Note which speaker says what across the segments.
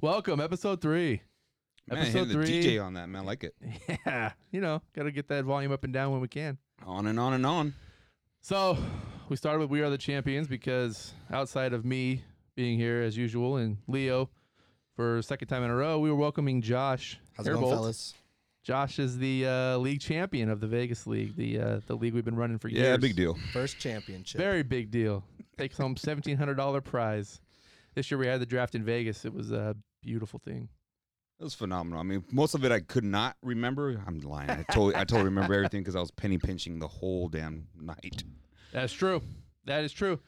Speaker 1: Welcome, episode three.
Speaker 2: Man,
Speaker 1: Episode
Speaker 2: hitting the
Speaker 1: three.
Speaker 2: DJ on that, man. I like it.
Speaker 1: Yeah, you know, got to get that volume up and down when we can.
Speaker 2: On and on and on.
Speaker 1: So we started with We Are the Champions because outside of me being here as usual and Leo for a second time in a row, we were welcoming Josh.
Speaker 3: How's it going,
Speaker 1: Herbold.
Speaker 3: fellas?
Speaker 1: Josh is the uh, league champion of the Vegas League, the uh, the league we've been running for years.
Speaker 2: Yeah, big deal.
Speaker 3: First championship.
Speaker 1: Very big deal. Takes home seventeen hundred dollar prize. This year we had the draft in Vegas. It was a beautiful thing.
Speaker 2: It was phenomenal. I mean, most of it I could not remember. I'm lying. I totally, I totally remember everything because I was penny pinching the whole damn night.
Speaker 1: That's true. That is true.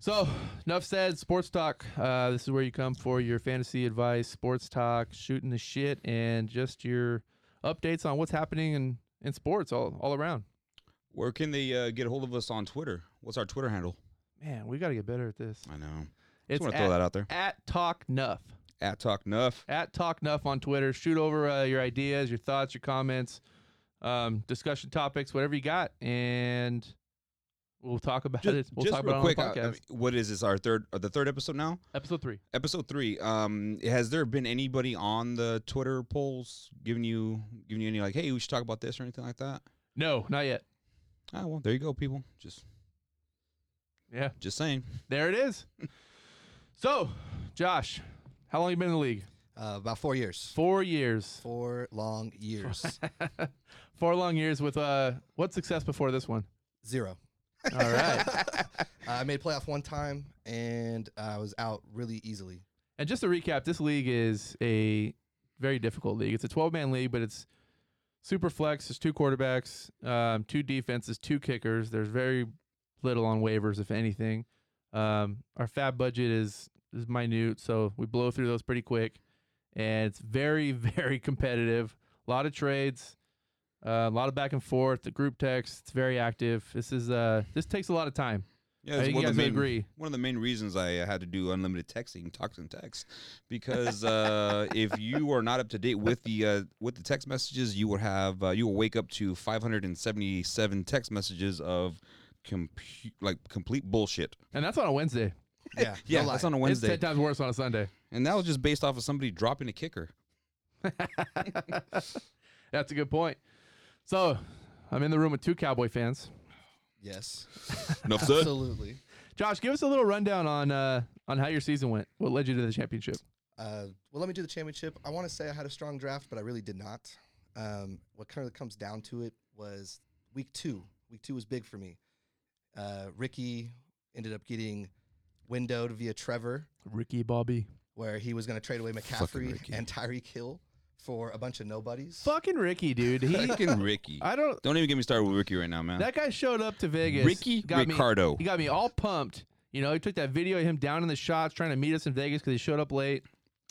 Speaker 1: So, enough said. Sports talk. Uh, this is where you come for your fantasy advice, sports talk, shooting the shit, and just your updates on what's happening in, in sports all, all around.
Speaker 2: Where can they uh, get a hold of us on Twitter? What's our Twitter handle?
Speaker 1: Man, we got to get better at this.
Speaker 2: I know.
Speaker 1: It's
Speaker 2: Just want to
Speaker 1: at,
Speaker 2: throw that out there.
Speaker 1: at Talk Nuff.
Speaker 2: At Talk Nuff.
Speaker 1: At Talk Nuff on Twitter. Shoot over uh, your ideas, your thoughts, your comments, um, discussion topics, whatever you got, and we'll talk about it. We'll talk about it on the
Speaker 2: I-
Speaker 1: podcast.
Speaker 2: uh, I mean, what is this? Our third, uh, the third episode now.
Speaker 1: Episode three.
Speaker 2: Episode three. Um, has there been anybody on the Twitter polls giving you, giving you any like, hey, we should talk about this or anything like that?
Speaker 1: No, not yet.
Speaker 2: Ah, well, there you go, people. Just,
Speaker 1: Yeah.
Speaker 2: just saying.
Speaker 1: There it is. So, Josh, how long you been in the league?
Speaker 3: Uh, about four years.
Speaker 1: Four years.
Speaker 3: Four long years.
Speaker 1: Four long years with uh, what success before this one?
Speaker 3: Zero.
Speaker 1: All right.
Speaker 3: I made playoff one time, and I was out really easily.
Speaker 1: and just to recap, this league is a very difficult league. It's a 12 man league, but it's super flex. There's two quarterbacks, um, two defenses, two kickers. There's very little on waivers, if anything. Um, our fab budget is is minute, so we blow through those pretty quick, and it's very very competitive. A lot of trades, uh, a lot of back and forth. The group text, it's very active. This is uh this takes a lot of time.
Speaker 2: Yeah,
Speaker 1: I
Speaker 2: it's
Speaker 1: think
Speaker 2: one
Speaker 1: you guys
Speaker 2: of the
Speaker 1: would
Speaker 2: main,
Speaker 1: agree.
Speaker 2: One of the main reasons I uh, had to do unlimited texting, talks and texts, because uh, if you are not up to date with the uh, with the text messages, you will have uh, you will wake up to 577 text messages of compu- like complete bullshit.
Speaker 1: And that's on a Wednesday.
Speaker 3: Yeah.
Speaker 2: Yeah,
Speaker 3: no lie.
Speaker 2: that's on a
Speaker 1: It's
Speaker 2: Wednesday,
Speaker 1: ten times worse on a Sunday.
Speaker 2: and that was just based off of somebody dropping a kicker.
Speaker 1: That's a good point. So I'm in the room with two Cowboy fans.
Speaker 3: yes.
Speaker 2: Enough said.
Speaker 3: Absolutely.
Speaker 1: Josh, give us a little rundown on uh, on how your season went. What led you to the championship?
Speaker 3: Uh, well, let me do the championship. I want to say I had a strong draft, but I really did not. Um, what kind of comes down to it was week two. Week two was big for me. Uh, Ricky ended up getting windowed via Trevor.
Speaker 1: Ricky Bobby.
Speaker 3: where he was going to trade away
Speaker 2: Fucking
Speaker 3: McCaffrey
Speaker 2: Ricky.
Speaker 3: and Tyreek Hill for a bunch of nobodies.
Speaker 1: Fucking Ricky, dude. He
Speaker 2: Fucking Ricky.
Speaker 1: I don't
Speaker 2: Don't even get me started with Ricky right now, man.
Speaker 1: that guy showed up to Vegas.
Speaker 2: Ricky
Speaker 1: got me
Speaker 2: Ricardo.
Speaker 1: he got me all pumped. You know, he took that video of him down in the shots trying to meet us in Vegas because he showed up late.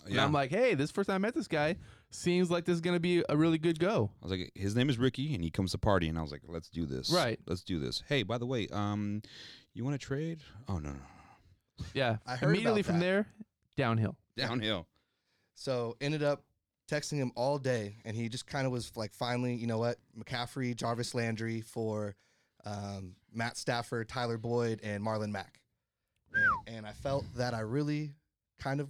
Speaker 1: And
Speaker 2: yeah.
Speaker 1: I'm like, hey, this is the first time I met this guy. Seems like this is gonna be a really good go.
Speaker 2: I was like, his name is Ricky, and he comes to party, and I was like, let's do this.
Speaker 1: Right.
Speaker 2: Let's do this. Hey, by the way, um, you want to trade? Oh no, no, no.
Speaker 1: Yeah.
Speaker 3: I heard
Speaker 1: Immediately
Speaker 3: about
Speaker 1: from
Speaker 3: that.
Speaker 1: there, downhill.
Speaker 2: downhill.
Speaker 3: So ended up texting him all day, and he just kind of was like, finally, you know what? McCaffrey, Jarvis Landry for um, Matt Stafford, Tyler Boyd, and Marlon Mack. And, and I felt that I really kind of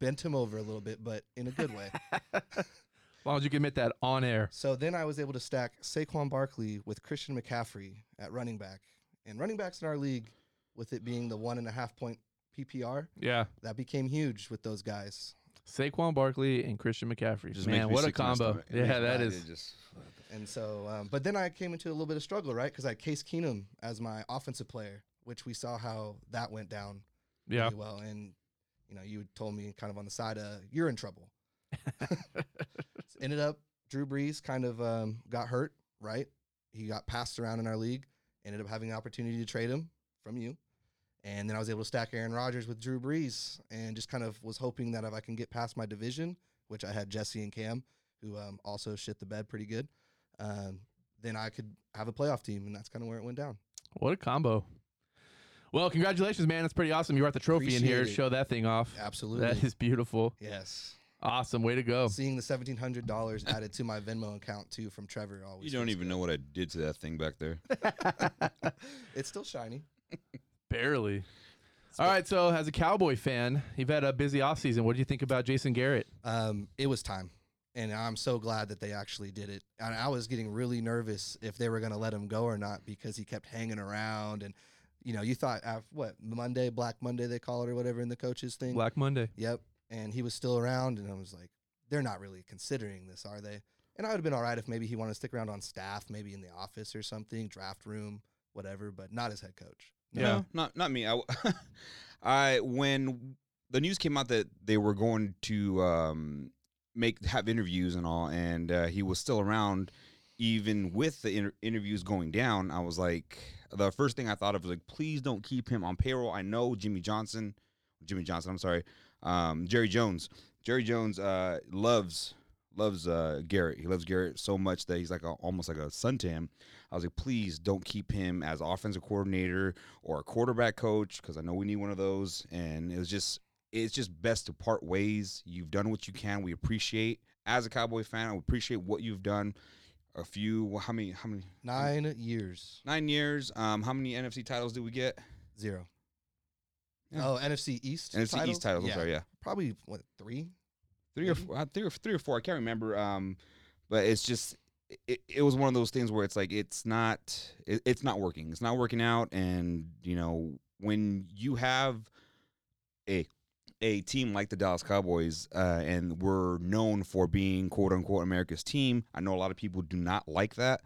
Speaker 3: bent him over a little bit, but in a good way.
Speaker 1: As long as you can admit that on air.
Speaker 3: So then I was able to stack Saquon Barkley with Christian McCaffrey at running back. And running backs in our league, with it being the one and a half point PPR,
Speaker 1: Yeah.
Speaker 3: that became huge with those guys.
Speaker 1: Saquon Barkley and Christian McCaffrey. Man,
Speaker 2: makes me
Speaker 1: what a
Speaker 2: sick to my
Speaker 1: combo.
Speaker 2: stomach. It
Speaker 1: Yeah,
Speaker 2: makes-
Speaker 1: that
Speaker 2: it
Speaker 1: is.
Speaker 2: Just,
Speaker 3: And so, um, but then I came into a little bit of struggle, right? Because I had Case Keenum as my offensive player, which we saw how that went down
Speaker 1: Yeah.
Speaker 3: pretty well. And, you know, you had told me kind of on the side, uh, you're in trouble. So ended up, Drew Brees kind of um, got hurt, right? He got passed around in our league, ended up having the opportunity to trade him from you. And then I was able to stack Aaron Rodgers with Drew Brees and just kind of was hoping that if I can get past my division, which I had Jesse and Cam, who um, also shit the bed pretty good, um, then I could have a playoff team. And that's kind of where it went down.
Speaker 1: What a combo. Well, congratulations, man. That's pretty awesome. You brought the trophy in here.
Speaker 3: Appreciate it.
Speaker 1: Show that thing off.
Speaker 3: Absolutely.
Speaker 1: That is Oh. beautiful.
Speaker 3: yes.
Speaker 1: Awesome. Way to go.
Speaker 3: Seeing the $1,700 added to my Venmo account, too, from Trevor
Speaker 2: you
Speaker 3: always.
Speaker 2: don't
Speaker 3: feels
Speaker 2: even know what I did to that thing back there.
Speaker 3: good. It's still shiny.
Speaker 1: Barely. All right, so as a Cowboy fan, you've had a busy offseason. What do you think about Jason Garrett?
Speaker 3: um, it was time. And I'm so glad that they actually did it. And I was getting really nervous if they were going to let him go or not because he kept hanging around. And, you know, you thought, uh, what, Monday, Black Monday, they call it or whatever in the coaches thing.
Speaker 1: Black Monday.
Speaker 3: Yep. And he was still around. And I was like, they're not really considering this, are they? And I would have been all right if maybe he wanted to stick around on staff, maybe in the office or something, draft room, whatever, but not as head coach.
Speaker 1: Yeah.
Speaker 2: No, not not me. I, w- I- when the news came out that they were going to um, make have interviews and all, and uh, he was still around even with the inter- interviews going down. I was like, the first thing I thought of was like, please don't keep him on payroll. I know Jimmy Johnson, Jimmy Johnson. I'm sorry, um, Jerry Jones. Jerry Jones uh, loves loves uh, Garrett. He loves Garrett so much that he's like a, almost like a son to him. I was like, please don't keep him as offensive coordinator or a quarterback coach because I know we need one of those. And it was just, it's just best to part ways. You've done what you can. We appreciate as a Cowboy fan. I appreciate what you've done. A few, well, how many, how many,
Speaker 3: Nine years,
Speaker 2: nine years? Um, how many NFC titles did we get?
Speaker 3: zero.
Speaker 2: Yeah.
Speaker 3: Oh, NFC East.
Speaker 2: NFC East titles. I'm sorry, yeah,
Speaker 3: Probably, what, three?
Speaker 2: three or
Speaker 3: Maybe.
Speaker 2: four, uh, three or three or four. I can't remember. Um, but it's just it, it was one of those things where it's like it's not it, it's not working. It's not working out. And you know when you have a a team like the Dallas Cowboys, uh, and we're known for being quote unquote America's team. I know a lot of people do not like that.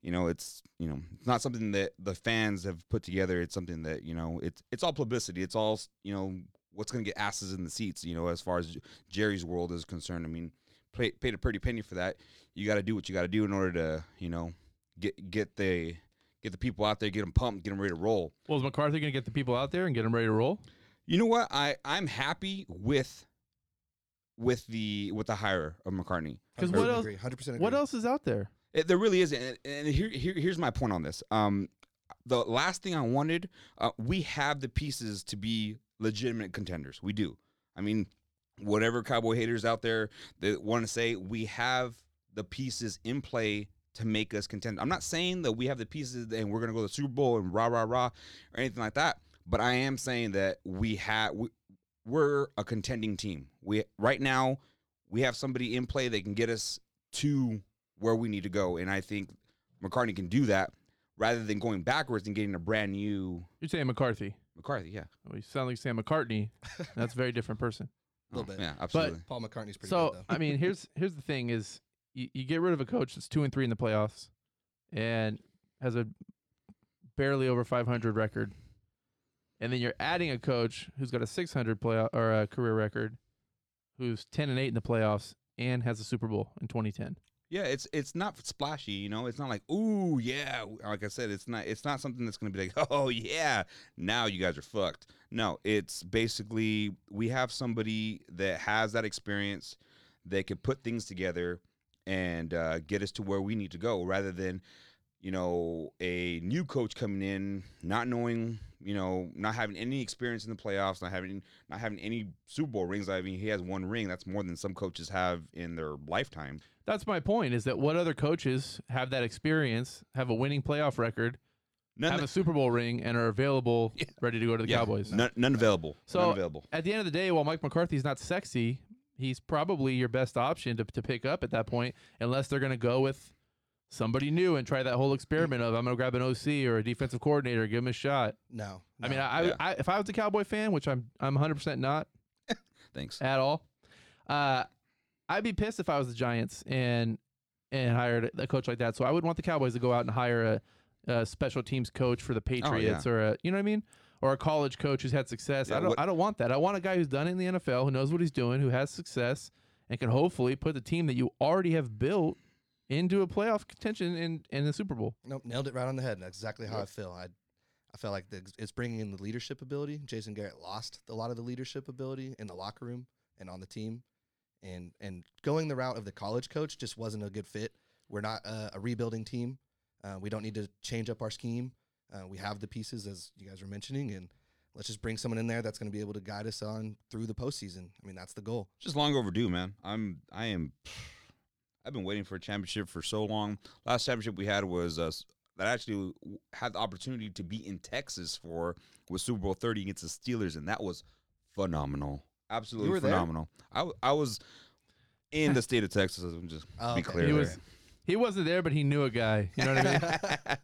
Speaker 2: You know, it's you know, it's not something that the fans have put together. It's something that you know, it's it's all publicity. It's all you know, what's going to get asses in the seats. You know, as far as Jerry's world is concerned. I mean, pay, paid a pretty penny for that. You got to do what you got to do in order to, you know, get get the get the people out there, get them pumped, get them ready to roll.
Speaker 1: Well, is McCarthy going to get the people out there and get them ready to roll?
Speaker 2: You know what? I I'm happy with with the with the hire of McCartney.
Speaker 1: 'Cause
Speaker 3: 100%
Speaker 1: what else-
Speaker 3: Agree, 100% agree.
Speaker 1: What else is out there?
Speaker 2: It, there really isn't. And, and here, here, here's my point on this. Um, the last thing I wanted, uh, we have the pieces to be legitimate contenders. We do. I mean, whatever cowboy haters out there that want to say, we have the pieces in play to make us contend. I'm not saying that we have the pieces and we're gonna go to the Super Bowl and rah rah rah or anything like that. But I am saying that we have we, we're a contending team. We right now we have somebody in play that can get us to where we need to go. And I think McCartney can do that rather than going backwards and getting a brand new
Speaker 1: You're saying McCarthy.
Speaker 2: McCarthy. Yeah.
Speaker 1: Well, you sound like Sam McCartney. That's a very different person.
Speaker 3: Little bit.
Speaker 2: Oh, Yeah, absolutely.
Speaker 3: Paul McCartney's pretty
Speaker 1: so
Speaker 3: good, though.
Speaker 1: I mean, here's here's the thing: is you, you get rid of a coach that's two and three in the playoffs, and has a barely over 500 record, and then you're adding a coach who's got a 600 playoff or a career record, who's 10 and eight in the playoffs, and has a Super Bowl in 2010.
Speaker 2: yeah, it's it's not splashy, you know. It's not like, ooh, yeah. Like I said, it's not it's not something that's gonna be like, oh yeah, now you guys are fucked. No, it's basically we have somebody that has that experience that could put things together and uh, get us to where we need to go, rather than you know a new coach coming in, not knowing, you know, not having any experience in the playoffs, not having not having any Super Bowl rings. I mean, he has one ring. That's more than some coaches have in their lifetime.
Speaker 1: That's my point: is that what other coaches have that experience, have a winning playoff record,
Speaker 2: None
Speaker 1: have a Super Bowl ring, and are available,
Speaker 2: Yeah.
Speaker 1: ready to go to the
Speaker 2: Yeah,
Speaker 1: Cowboys.
Speaker 2: None, none available.
Speaker 1: So-
Speaker 2: none available.
Speaker 1: at the end of the day, while Mike McCarthy's not sexy, he's probably your best option to, to pick up at that point, unless they're going to go with somebody new and try that whole experiment of I'm going to grab an OC or a defensive coordinator, give him a shot.
Speaker 3: no,
Speaker 1: I mean,
Speaker 3: no.
Speaker 1: I,
Speaker 2: yeah.
Speaker 1: I, I if I was a Cowboy fan, which I'm I'm 100 percent not
Speaker 2: Thanks.
Speaker 1: at all, uh, I'd be pissed if I was the Giants and and hired a coach like that. So I would want the Cowboys to go out and hire a, a special teams coach for the
Speaker 2: Oh,
Speaker 1: Patriots or a you know what I mean. Or a college coach who's had success.
Speaker 2: Yeah,
Speaker 1: I don't.
Speaker 2: what-
Speaker 1: I don't want that. I want a guy who's done it in the NFL, who knows what he's doing, who has success, and can hopefully put the team that you already have built into a playoff contention in in the Super Bowl.
Speaker 3: Nope, nailed it right on the head. That's exactly how
Speaker 2: Yeah.
Speaker 3: I feel. I, I felt like the, it's bringing in the leadership ability. Jason Garrett lost a lot of the leadership ability in the locker room and on the team, and and going the route of the college coach just wasn't a good fit. We're not a, a rebuilding team. Uh, we don't need to change up our scheme. Uh, we have the pieces as you guys were mentioning, and let's just bring someone in there that's going to be able to guide us on through the postseason. I mean, that's the goal.
Speaker 2: Just long overdue, man. I'm. I am. I've been waiting for a championship for so long. Last championship we had was uh, that I actually w- had the opportunity to be in Texas for was Super Bowl 30 against the Steelers, and that was phenomenal. Absolutely
Speaker 3: were there?
Speaker 2: phenomenal. I, w- I was in the state of Texas. I'm just
Speaker 3: Oh,
Speaker 2: be
Speaker 3: okay.
Speaker 2: clear.
Speaker 1: He
Speaker 2: there.
Speaker 1: was he wasn't there, but he knew a guy. You know what I mean?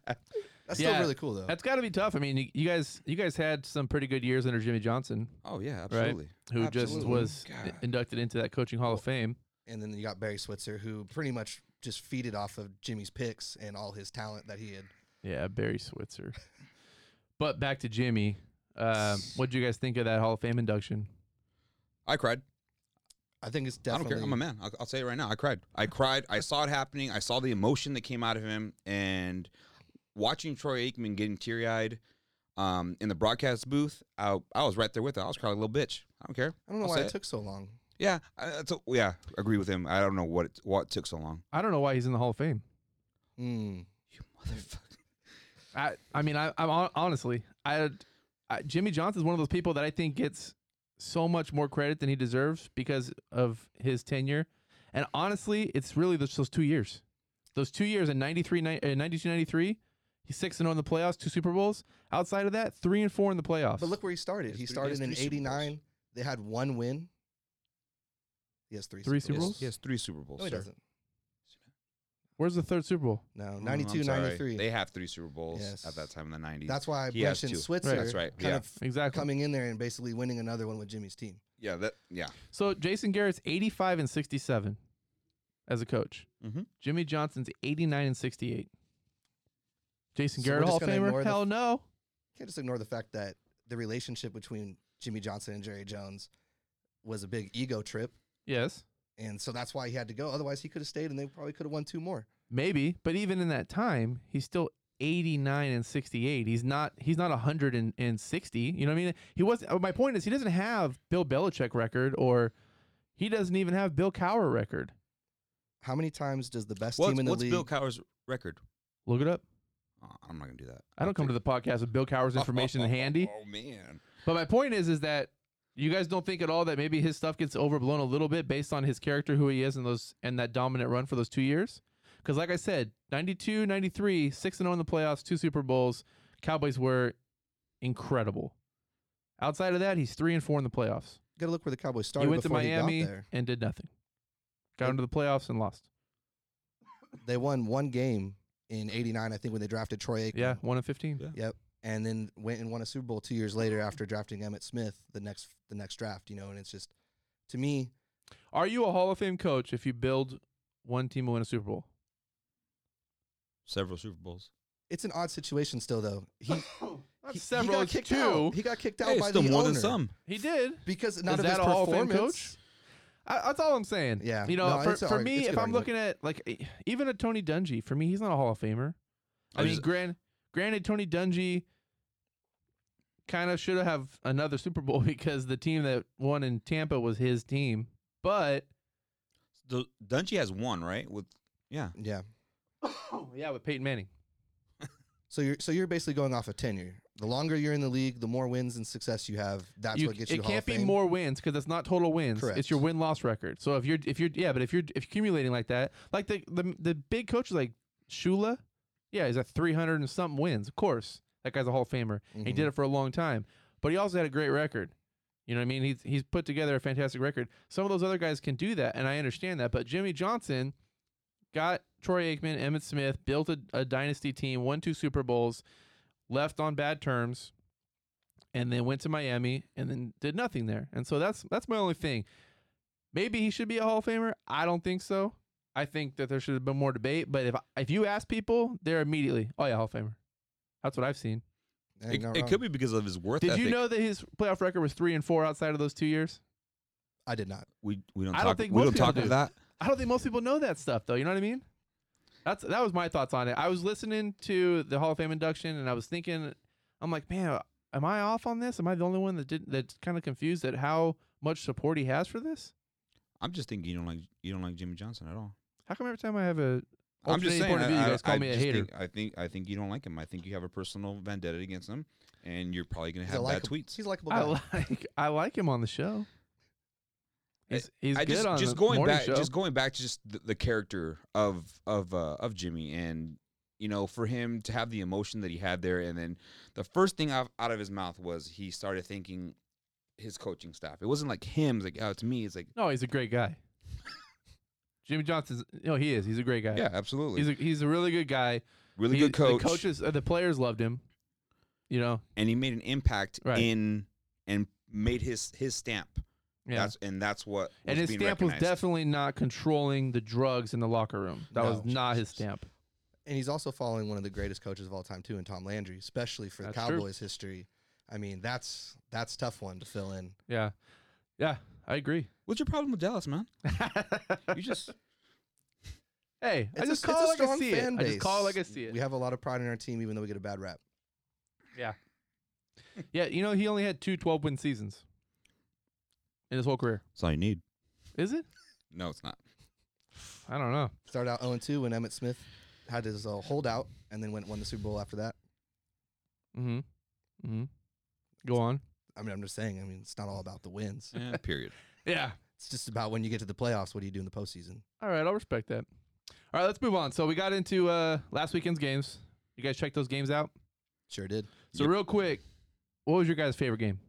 Speaker 3: That's
Speaker 1: Yeah.
Speaker 3: still really cool though.
Speaker 1: That's got to be tough. I mean, you, you guys you guys had some pretty good years under Jimmy Johnson,
Speaker 2: oh yeah, absolutely.
Speaker 1: who just
Speaker 2: Absolutely.
Speaker 1: was i-
Speaker 2: God.
Speaker 1: inducted into that coaching Hall of Fame.
Speaker 3: and then you got Barry Switzer, who pretty much just feeded off of Jimmy's picks and all his talent that he had.
Speaker 1: Yeah, Barry Switzer. but back to Jimmy. Um, what would you guys think of that Hall of Fame induction?
Speaker 2: I cried.
Speaker 3: I think it's definitely.
Speaker 2: I don't care. I'm a man. I'll, I'll say it right now. I cried. I cried. I saw it happening. I saw the emotion that came out of him, and watching Troy Aikman getting teary eyed um, in the broadcast booth, I, I was right there with it. I was crying a little bitch. I don't care.
Speaker 3: I don't know
Speaker 2: I'll
Speaker 3: why
Speaker 2: say
Speaker 3: it
Speaker 2: it.
Speaker 3: took so long.
Speaker 2: Yeah, I, that's a- yeah. Agree with him. I don't know what it, what took so long.
Speaker 1: I don't know why he's in the Hall of Fame.
Speaker 3: Mm.
Speaker 2: You motherfucker.
Speaker 1: I I mean, I, I'm hon- honestly, I, I Jimmy Johnson is one of those people that I think gets so much more credit than he deserves because of his tenure. And honestly, it's really those, those two years. Those two years in 93, ni- uh, 92, 93, he's 6 and 0 in the playoffs, two Super Bowls. Outside of that, 3 and 4 in the playoffs.
Speaker 3: But look where he started.
Speaker 2: He
Speaker 3: He
Speaker 2: has three- he
Speaker 3: started
Speaker 2: has
Speaker 3: in
Speaker 2: three Super Bowls.
Speaker 3: '89. They had one win. He has three.
Speaker 1: Three
Speaker 2: He
Speaker 1: Super
Speaker 2: has-
Speaker 1: Bowls?
Speaker 2: He has three Super Bowls.
Speaker 3: No, he
Speaker 2: sir.
Speaker 3: doesn't.
Speaker 1: Where's the third Super Bowl?
Speaker 3: No,
Speaker 2: Mm, I'm
Speaker 3: 92,
Speaker 2: sorry.
Speaker 3: 93.
Speaker 2: They have three Super Bowls
Speaker 3: Yes.
Speaker 2: at that time in the nineties.
Speaker 3: That's why I
Speaker 2: He has
Speaker 3: mentioned
Speaker 2: two.
Speaker 3: Switzer.
Speaker 2: That's right.
Speaker 3: Kind
Speaker 2: Yeah.
Speaker 3: of
Speaker 1: Exactly.
Speaker 3: coming in there and basically winning another one with Jimmy's team.
Speaker 2: yeah. That. Yeah.
Speaker 1: So Jason Garrett's 85 and 67 as a coach.
Speaker 3: Mm-hmm.
Speaker 2: Mhm.
Speaker 1: Jimmy Johnson's 89 and 68. Jason
Speaker 3: So we're
Speaker 1: Garrett
Speaker 3: just
Speaker 1: Hall of
Speaker 3: gonna ignore
Speaker 1: Famer?
Speaker 3: the-
Speaker 1: Hell no.
Speaker 3: Can't just ignore the fact that the relationship between Jimmy Johnson and Jerry Jones was a big ego trip,
Speaker 1: Yes.
Speaker 3: and so that's why he had to go. Otherwise, he could have stayed, and they probably could have won two more.
Speaker 1: Maybe, but even in that time, he's still 89 and 68. He's not he's not 160. You know what I mean? He was uh, my point is he doesn't have Bill Belichick record or he doesn't even have Bill Cower record.
Speaker 3: How many times does the best
Speaker 2: What's,
Speaker 3: team in the
Speaker 2: what's
Speaker 3: league?
Speaker 2: Bill Cowher's record?
Speaker 1: Look it up.
Speaker 2: Oh, I'm not gonna do that.
Speaker 1: I don't come to the podcast with Bill Cower's information in handy.
Speaker 2: Oh man.
Speaker 1: But my point is is that you guys don't think at all that maybe his stuff gets overblown a little bit based on his character, who he is, and those and that dominant run for those two years. Because like I said, 92, 93, 6 and 0 in the playoffs, two Super Bowls, Cowboys were incredible. Outside of that, he's 3 and 4 in the playoffs.
Speaker 3: Got to look where the Cowboys
Speaker 1: he
Speaker 3: started
Speaker 1: went to
Speaker 3: before he
Speaker 1: Miami
Speaker 3: got there.
Speaker 1: and did nothing. Got into the playoffs and lost.
Speaker 3: They won one game in '89, I think, when they drafted Troy Aikman.
Speaker 1: Yeah, 1 and 15.
Speaker 2: Yeah.
Speaker 3: and then went and won a Super Bowl two years later after drafting Emmett Smith the next the next draft. You know, and it's just to me,
Speaker 1: Are you a Hall of Fame coach if you build one team to win a Super Bowl?
Speaker 2: Several Super Bowls.
Speaker 3: it's an odd situation still. Though he
Speaker 1: That's
Speaker 3: he,
Speaker 1: several.
Speaker 3: he got
Speaker 1: it's
Speaker 3: kicked
Speaker 1: two.
Speaker 3: out. He got kicked out
Speaker 2: Hey,
Speaker 3: by
Speaker 2: still
Speaker 3: the
Speaker 2: more
Speaker 3: owner
Speaker 2: than some.
Speaker 1: He did.
Speaker 3: because not
Speaker 1: Is
Speaker 3: of
Speaker 1: that
Speaker 3: his
Speaker 1: a Hall of Fame
Speaker 3: performance.
Speaker 1: coach? I, that's all I'm saying.
Speaker 3: Yeah.
Speaker 1: You know,
Speaker 3: No,
Speaker 1: for,
Speaker 3: it's a
Speaker 1: for
Speaker 3: arg-
Speaker 1: me,
Speaker 3: it's a
Speaker 1: if
Speaker 3: good
Speaker 1: I'm looking at like e- even a Tony Dungy, for me, he's not a Hall of Famer. I,
Speaker 2: I
Speaker 1: mean,
Speaker 2: just-
Speaker 1: gran- granted, Tony Dungy kind of should have another Super Bowl because the team that won in Tampa was his team. But
Speaker 2: The Dungy has one, right? With yeah.
Speaker 3: Yeah. Oh.
Speaker 1: yeah, with Peyton Manning,
Speaker 3: So you're so you're basically going off of tenure. The longer you're in the league, the more wins and success you have. That's
Speaker 1: You-
Speaker 3: what gets
Speaker 1: it
Speaker 3: you.
Speaker 1: can't
Speaker 3: Hall of
Speaker 1: be
Speaker 3: Fame.
Speaker 1: more wins because it's not total wins.
Speaker 3: Correct.
Speaker 1: It's your win loss record. So if you're if you're yeah, but if you're if you're accumulating like that, like the the the big coaches like Shula, yeah, he's at three hundred and something wins. Of course, that guy's a Hall of Famer. and He
Speaker 3: Mhm.
Speaker 1: did it for a long time, but he also had a great record. You know what I mean? He's he's put together a fantastic record. Some of those other guys can do that, and I understand that. But Jimmy Johnson got Troy Aikman, Emmett Smith, built a, a dynasty team, won two Super Bowls, left on bad terms, and then went to Miami and then did nothing there. And so that's that's my only thing. Maybe he should be a Hall of Famer. I don't think so. I think that there should have been more debate. But if if you ask people, they're immediately, oh yeah, Hall of Famer. That's what I've seen.
Speaker 3: Yeah,
Speaker 2: It,
Speaker 3: you're not
Speaker 2: it
Speaker 3: wrong.
Speaker 2: could be because of his worth.
Speaker 1: Did
Speaker 2: ethic.
Speaker 1: you know that his playoff record was three and four outside of those two years?
Speaker 3: I did not.
Speaker 2: We we don't.
Speaker 1: I
Speaker 2: Talk,
Speaker 1: don't think
Speaker 2: we
Speaker 1: most
Speaker 2: don't
Speaker 1: people
Speaker 2: talk
Speaker 1: do.
Speaker 2: about that.
Speaker 1: I don't think most people know that stuff though. You know what I mean? That's that was my thoughts on it. I was listening to the Hall of Fame induction and I was thinking, I'm like, man, am I off on this? Am I the only one that did that's kind of confused at how much support he has for this?
Speaker 2: I'm just thinking you don't like you don't like Jimmy Johnson at all.
Speaker 1: How come every time I have a
Speaker 2: I'm
Speaker 1: alternating
Speaker 2: just saying.
Speaker 1: point of view,
Speaker 2: I,
Speaker 1: you guys
Speaker 2: I-
Speaker 1: call
Speaker 2: I
Speaker 1: me a
Speaker 2: just
Speaker 1: hater?
Speaker 2: Think, I think I think you don't like him. I think you have a personal vendetta against him, and you're probably gonna
Speaker 3: He's a
Speaker 2: have bad
Speaker 3: like
Speaker 2: tweets.
Speaker 3: He's a likable
Speaker 1: I
Speaker 3: guy.
Speaker 1: like I like him on the show. He's, he's
Speaker 2: I
Speaker 1: good
Speaker 2: just,
Speaker 1: on
Speaker 2: just
Speaker 1: the
Speaker 2: going
Speaker 1: morning
Speaker 2: back,
Speaker 1: show.
Speaker 2: just going back to just the, the character of of uh, of Jimmy and you know, for him to have the emotion that he had there, and then the first thing out, out of his mouth was he started thinking his coaching staff. It wasn't like him, it's like oh, it's me. It's like
Speaker 1: No, he's a great guy. Jimmy Johnson's no, he is. He's a great guy.
Speaker 2: yeah, absolutely,
Speaker 1: He's a, he's a really good guy.
Speaker 2: really
Speaker 1: He-
Speaker 2: good coach,
Speaker 1: The coaches, uh, the players loved him. You know,
Speaker 2: and he made an impact
Speaker 1: Right.
Speaker 2: in and made his his stamp.
Speaker 1: yeah.
Speaker 2: That's and that's what was
Speaker 1: and his
Speaker 2: being
Speaker 1: stamp
Speaker 2: recognized.
Speaker 1: was definitely not controlling the drugs in the locker room. That was
Speaker 3: No.
Speaker 1: not his
Speaker 3: Jesus.
Speaker 1: stamp.
Speaker 3: and he's also following one of the greatest coaches of all time too, in Tom Landry, especially for the
Speaker 1: That's true.
Speaker 3: Cowboys history. I mean, that's that's a tough one to fill in.
Speaker 1: Yeah, yeah, I agree.
Speaker 2: What's your problem with Dallas, man? You just
Speaker 1: hey, I
Speaker 3: It's a-
Speaker 1: just
Speaker 3: it's
Speaker 1: call
Speaker 3: a
Speaker 1: it like I
Speaker 3: strong
Speaker 1: see
Speaker 3: fan
Speaker 1: it. I just call
Speaker 3: base.
Speaker 1: it like I see it.
Speaker 3: We have a lot of pride in our team, even though we get a bad rap.
Speaker 1: Yeah, you know, he only had two 12 win seasons in his whole career.
Speaker 2: that's all you need.
Speaker 1: Is it?
Speaker 2: No, it's not.
Speaker 1: I don't know.
Speaker 3: Started out 0 2 when Emmett Smith had his uh, holdout, and then went won the Super Bowl after that.
Speaker 1: Mm-hmm. Mm-hmm. Go on.
Speaker 3: I mean, I'm just saying. I mean, it's not all about the wins.
Speaker 2: Eh, period.
Speaker 1: Yeah.
Speaker 3: It's just about when you get to the playoffs. What do you do in the postseason?
Speaker 1: All right, I'll respect that. All right, let's move on. So we got into uh last weekend's games. You guys checked those games out?
Speaker 3: Sure did.
Speaker 1: So
Speaker 2: Yep.
Speaker 1: real quick, what was your guys' favorite game?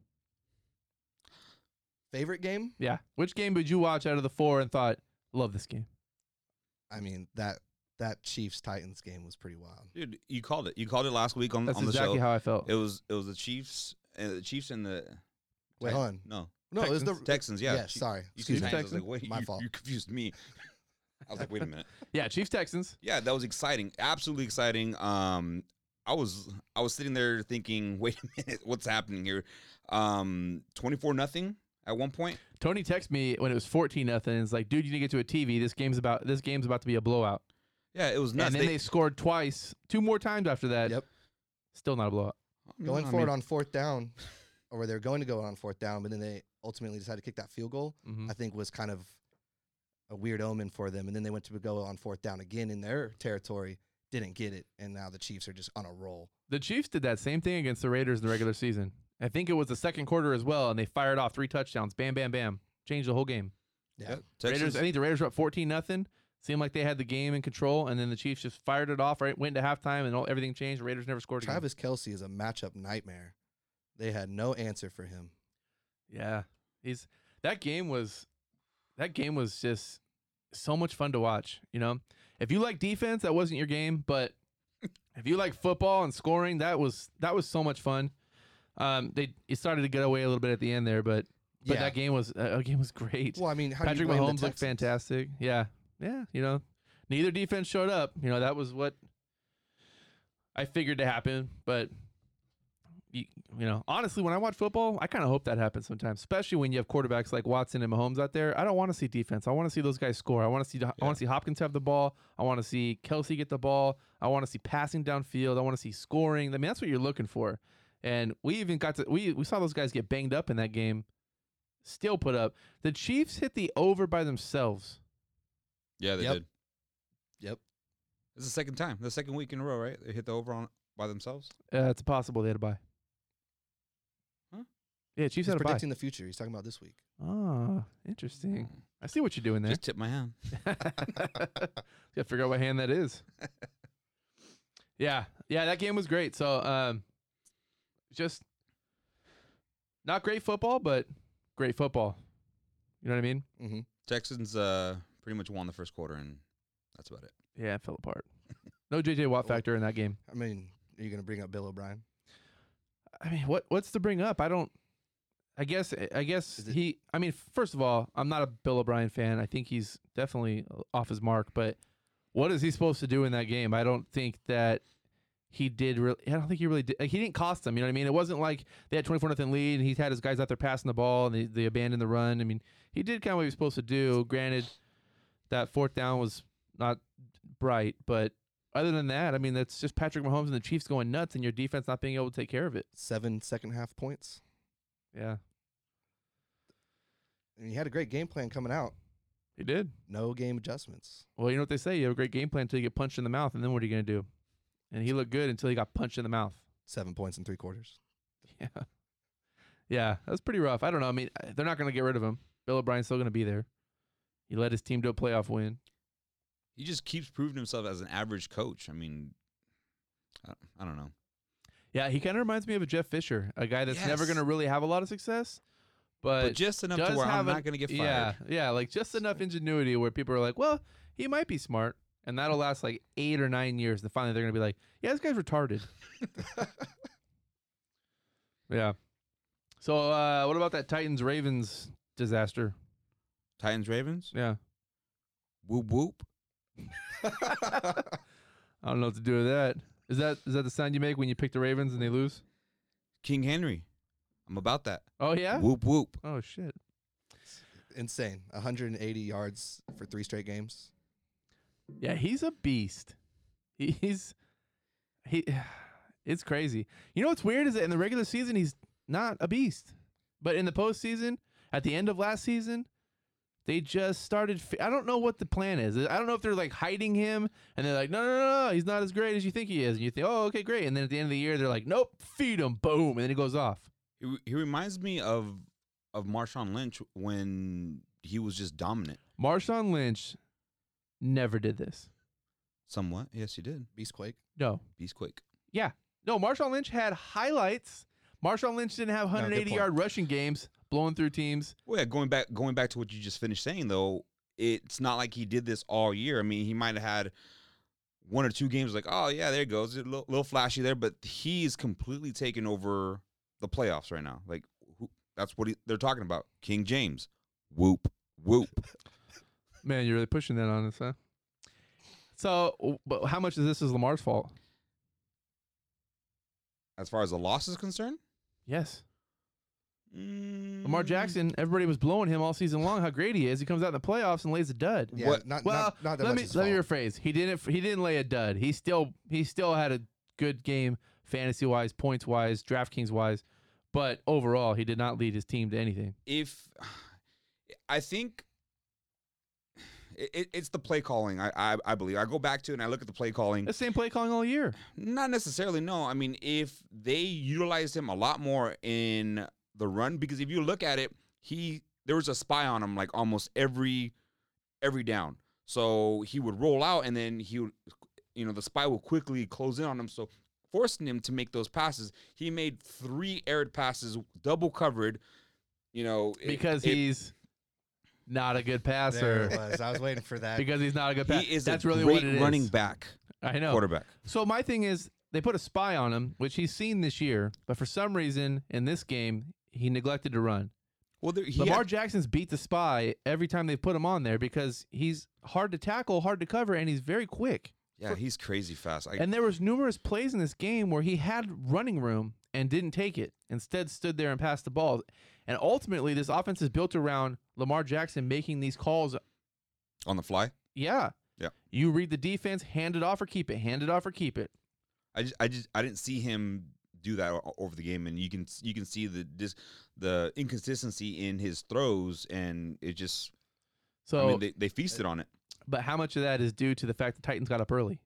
Speaker 3: Favorite game?
Speaker 1: Yeah. Which game would you watch out of the four and thought, love this game?
Speaker 3: I mean that that Chiefs Titans game was pretty wild.
Speaker 2: Dude, you called it. You called it last week on,
Speaker 1: That's
Speaker 2: on the
Speaker 1: exactly
Speaker 2: show.
Speaker 1: how I felt.
Speaker 2: it was it was the Chiefs and the Chiefs and the
Speaker 3: Wait,
Speaker 2: Tit-
Speaker 3: hold on.
Speaker 2: no
Speaker 3: No, it was
Speaker 2: Texans?
Speaker 3: the
Speaker 2: Texans. Yeah,
Speaker 3: yeah,
Speaker 2: Chief-
Speaker 3: sorry.
Speaker 2: You
Speaker 3: Excuse
Speaker 2: said
Speaker 3: me.
Speaker 1: Texans.
Speaker 2: Texans. I was like, wait,
Speaker 3: My
Speaker 2: you,
Speaker 3: fault.
Speaker 2: you confused me. I was like, wait a minute.
Speaker 1: yeah, Chiefs Texans.
Speaker 2: Yeah, that was exciting. Absolutely exciting. Um, I was I was sitting there thinking, wait a minute, what's happening here? Um, twenty four nothing at one point.
Speaker 1: Tony texted me when it was 14 nothing. It's like, dude, you need to get to a TV. This game's about this game's about to be a blowout.
Speaker 2: Yeah, it was nuts.
Speaker 1: and then they, scored twice, two more times after that.
Speaker 3: Yep.
Speaker 1: Still not a blowout.
Speaker 2: I
Speaker 3: Going
Speaker 2: mean,
Speaker 3: for it on fourth down, or where they're going to go on fourth down, but then they ultimately decided to kick that field goal.
Speaker 1: Mm-hmm.
Speaker 3: I think was kind of a weird omen for them. And then they went to go on fourth down again in their territory, didn't get it, and now the Chiefs are just on a roll.
Speaker 1: The Chiefs did that same thing against the Raiders in the regular season. I think it was the second quarter as well, and they fired off three touchdowns. Bam, bam, bam. Changed the whole game.
Speaker 2: Yeah,
Speaker 3: Yeah.
Speaker 2: Texans.
Speaker 1: Raiders. I think the Raiders were up 14 nothing. Seemed like they had the game in control, and then the Chiefs just fired it off. Right, went to halftime, and all, everything changed. The Raiders never scored again.
Speaker 3: Travis Kelsey is a matchup nightmare. They had no answer for him.
Speaker 1: Yeah, he's that game was that game was just so much fun to watch. You know, if you like defense, that wasn't your game, but if you like football and scoring, that was that was so much fun. Um, they it started to get away a little bit at the end there, but but
Speaker 3: yeah.
Speaker 1: that game was uh, that game was great.
Speaker 3: well, I mean, how
Speaker 1: Patrick
Speaker 3: do you blame the
Speaker 1: Mahomes looked
Speaker 3: Texans?
Speaker 1: fantastic. Yeah, yeah. You know, neither defense showed up. You know, that was what I figured to happen. But you, you know, honestly, when I watch football, I kind of hope that happens sometimes. Especially when you have quarterbacks like Watson and Mahomes out there. I don't want to see defense. I want to see those guys score. I want to see. I want to see Hopkins have the ball. I want to see Kelsey get the ball. I want to see passing downfield. I want to see scoring. I mean, that's what you're looking for. And we even got to we we saw those guys get banged up in that game. Still put up. The Chiefs hit the over by themselves.
Speaker 2: Yeah, they
Speaker 3: Yep.
Speaker 2: did.
Speaker 3: Yep.
Speaker 2: It's the second time, the second week in a row, right? They hit the over on by themselves.
Speaker 1: Uh, it's possible they had a buy.
Speaker 2: Huh?
Speaker 1: Yeah, Chiefs
Speaker 3: He's
Speaker 1: had a buy.
Speaker 3: predicting the future. He's talking about this week.
Speaker 1: Ah, interesting. I see what you're doing there.
Speaker 2: Hmm. Just tip my hand.
Speaker 1: Gotta figure out what hand that is. yeah, yeah, that game was great. So, um, just not great football, but great football. You know what I mean?
Speaker 3: Mm-hmm.
Speaker 2: Texans uh pretty much won the first quarter and that's about it.
Speaker 1: Yeah, it fell apart. No JJ Watt factor in that game.
Speaker 3: I mean, are you going to bring up Bill O'Brien?
Speaker 1: I mean, what what's to bring up? I don't. I guess eh, I guess
Speaker 3: Is it-
Speaker 1: he. I mean, first of all, I'm not a Bill O'Brien fan. I think he's definitely off his mark. But what is he supposed to do in that game? I don't think that he did. Really, I don't think he really did. Like, he didn't cost them. You know what I mean? It wasn't like they had 24 nothing lead and he had his guys out there passing the ball and they, they abandoned the run. I mean, he did kind of what he was supposed to do. Granted, that fourth down was not bright, but other than that, I mean, that's just Patrick Mahomes and the Chiefs going nuts and your defense not being able to take care of it.
Speaker 3: Seven second half points.
Speaker 1: Yeah,
Speaker 3: And he had a great game plan coming out.
Speaker 1: he did.
Speaker 3: No game adjustments.
Speaker 1: Well, you know what they say: you have a great game plan until you get punched in the mouth, and then what are you going to do? And he looked good until he got punched in the mouth.
Speaker 3: Seven points in three quarters.
Speaker 1: Yeah, yeah, that was pretty rough. I don't know. I mean, uh, they're not going to get rid of him. Bill O'Brien's still going to be there. He led his team to a playoff win.
Speaker 2: He just keeps proving himself as an average coach. I mean, I don't, I don't know.
Speaker 1: Yeah, he kind of reminds me of a Jeff Fisher, a guy that's never
Speaker 2: Yes.
Speaker 1: going to really have a lot of success, but,
Speaker 2: But just enough to
Speaker 1: does
Speaker 2: where I'm
Speaker 1: have an-
Speaker 2: not going to get fired.
Speaker 1: yeah, yeah, like just enough ingenuity where people are like, well, he might be smart, and that'll last like eight or nine years, and finally they're going to be like, yeah, this guy's retarded. yeah. So, uh, what about that Titans Ravens disaster?
Speaker 2: Titans Ravens.
Speaker 1: Yeah,
Speaker 2: Whoop whoop.
Speaker 1: I don't know what to do with that. Is that is that the sound you make when you pick the Ravens and they lose?
Speaker 2: King Henry. I'm about that.
Speaker 1: Oh yeah.
Speaker 2: Whoop whoop.
Speaker 1: Oh shit.
Speaker 3: Insane. 180 yards for three straight games.
Speaker 1: Yeah, he's a beast. He- He's he. It's crazy. You know what's weird is that in the regular season he's not a beast, but in the postseason, at the end of last season, they just started. Fi- I don't know what the plan is. I don't know if they're like hiding him and they're like, no, no, no, no, he's not as great as you think he is. And you think, oh, okay, great. And then at the end of the year, they're like, nope, feed him, boom, and then he goes off.
Speaker 2: He, re- he reminds me of of Marshawn Lynch when he was just dominant.
Speaker 1: Marshawn Lynch never did this.
Speaker 2: Somewhat. Yes, he did.
Speaker 3: Beastquake.
Speaker 1: No,
Speaker 2: He's quick.
Speaker 1: No, Marshawn Lynch had highlights. Marshawn Lynch didn't have
Speaker 3: good
Speaker 1: 180
Speaker 3: point.
Speaker 1: yard rushing games, blowing through teams.
Speaker 2: Well, yeah, going back going back to what you just finished saying though, it's not like he did this all year. I mean, he might have had one or two games like, oh yeah, there it goes, a little, little flashy there, but he's completely taken over the playoffs right now. Like who, that's what he, they're talking about. King James, whoop whoop.
Speaker 1: Man, you're really pushing that on us, huh? So, w- but how much of this is Lamar's fault?
Speaker 2: As far as the loss is concerned,
Speaker 1: Yes.
Speaker 2: mm,
Speaker 1: Lamar Jackson, everybody was blowing him all season long how great he is. He comes out in the playoffs and lays a dud.
Speaker 3: Yeah,
Speaker 2: What-
Speaker 3: Not,
Speaker 1: Well,
Speaker 3: not, not that
Speaker 1: let
Speaker 3: much
Speaker 1: me
Speaker 3: his
Speaker 1: let me
Speaker 3: fault.
Speaker 1: rephrase. He didn't he didn't lay a dud. He still he still had a good game fantasy wise, points wise, DraftKings wise, but overall he did not lead his team to anything.
Speaker 2: if I think it, it, it's the play calling. I, I I believe I go back to it and I look at the play calling.
Speaker 1: The same play calling all year.
Speaker 2: Not necessarily. No, I mean if they utilized him a lot more in the run, because if you look at it, he there was a spy on him like almost every every down. So he would roll out, and then he would, you know, the spy would quickly close in on him. So forcing him to make those passes, he made three aired passes, double covered. You know, it-
Speaker 1: because
Speaker 2: it-
Speaker 1: he's not a good
Speaker 3: There
Speaker 1: passer.
Speaker 3: it was. I was waiting for that.
Speaker 1: Because he's not a good passer.
Speaker 2: he is
Speaker 1: That's
Speaker 2: a
Speaker 1: really
Speaker 2: great
Speaker 1: what it is.
Speaker 2: running back
Speaker 1: I know.
Speaker 2: quarterback.
Speaker 1: So my thing is, they put a spy on him, which he's seen this year, but for some reason in this game he neglected to run.
Speaker 2: Well, there, he
Speaker 1: Lamar
Speaker 2: had-
Speaker 1: Jackson's beat the spy every time they put him on there because he's hard to tackle, hard to cover, and he's very quick.
Speaker 2: yeah, he's crazy fast. I,
Speaker 1: And there was numerous plays in this game where he had running room and didn't take it. Instead, stood there and passed the ball. And ultimately, this offense is built around Lamar Jackson making these calls
Speaker 2: on the fly.
Speaker 1: Yeah.
Speaker 2: Yeah.
Speaker 1: You read the defense, hand it off or keep it, hand it off or keep it.
Speaker 2: I just, I just, I didn't see him do that o- over the game, and you can, you can see the dis, the inconsistency in his throws, and it just,
Speaker 1: So,
Speaker 2: I mean, they, they feasted on it.
Speaker 1: but how much of that is due to the fact the Titans got up early?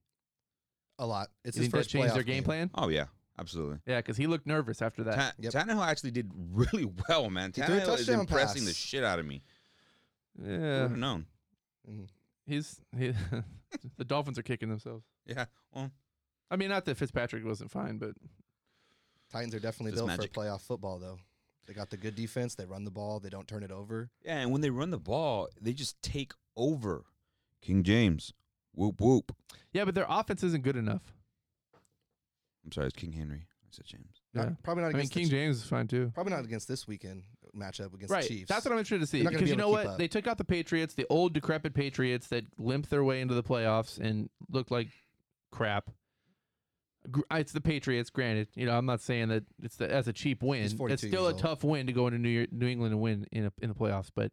Speaker 3: a lot. It's
Speaker 1: you
Speaker 3: his
Speaker 1: think that
Speaker 3: first
Speaker 1: changed their
Speaker 3: playoff
Speaker 1: game,
Speaker 3: game.
Speaker 1: plan?
Speaker 2: Oh yeah, absolutely.
Speaker 1: Yeah, because he looked nervous after that.
Speaker 2: Ta-
Speaker 3: Yep.
Speaker 2: Tannehill actually did really well, man.
Speaker 3: He threw a
Speaker 2: Tannehill is
Speaker 3: touchdown
Speaker 2: impressing the
Speaker 3: pass.
Speaker 2: shit out of me. Who
Speaker 1: yeah,
Speaker 2: would've known?
Speaker 3: Mhm.
Speaker 1: he's he, the Dolphins are kicking themselves.
Speaker 2: Yeah. Well,
Speaker 1: I mean, not that Fitzpatrick wasn't fine, but
Speaker 3: Titans are definitely
Speaker 2: Just
Speaker 3: built
Speaker 2: magic.
Speaker 3: for playoff football, though. They got the good defense. They run the ball. They don't turn it over.
Speaker 2: yeah. And when they run the ball, they just take over. King James, whoop whoop.
Speaker 1: yeah, but their offense isn't good enough.
Speaker 2: I'm sorry, it's King Henry. I said James.
Speaker 1: Yeah.
Speaker 3: Not- probably not
Speaker 1: I mean,
Speaker 3: against the
Speaker 1: King
Speaker 3: Chi-
Speaker 1: James is fine too.
Speaker 3: Probably not against this weekend matchup against
Speaker 1: Right.
Speaker 3: the Chiefs.
Speaker 1: That's what I'm interested to see
Speaker 3: They're not gonna
Speaker 1: because
Speaker 3: be
Speaker 1: you know
Speaker 3: able to
Speaker 1: what?
Speaker 3: keep up.
Speaker 1: They took out the Patriots, the old decrepit Patriots that limped their way into the playoffs and looked like crap. Gr- uh, It's the Patriots. Granted, you know I'm not saying that it's the, that's a cheap win.
Speaker 3: He's 42
Speaker 1: It's still a
Speaker 3: years old.
Speaker 1: tough win to go into New, Year, New England and win in a, in the playoffs, but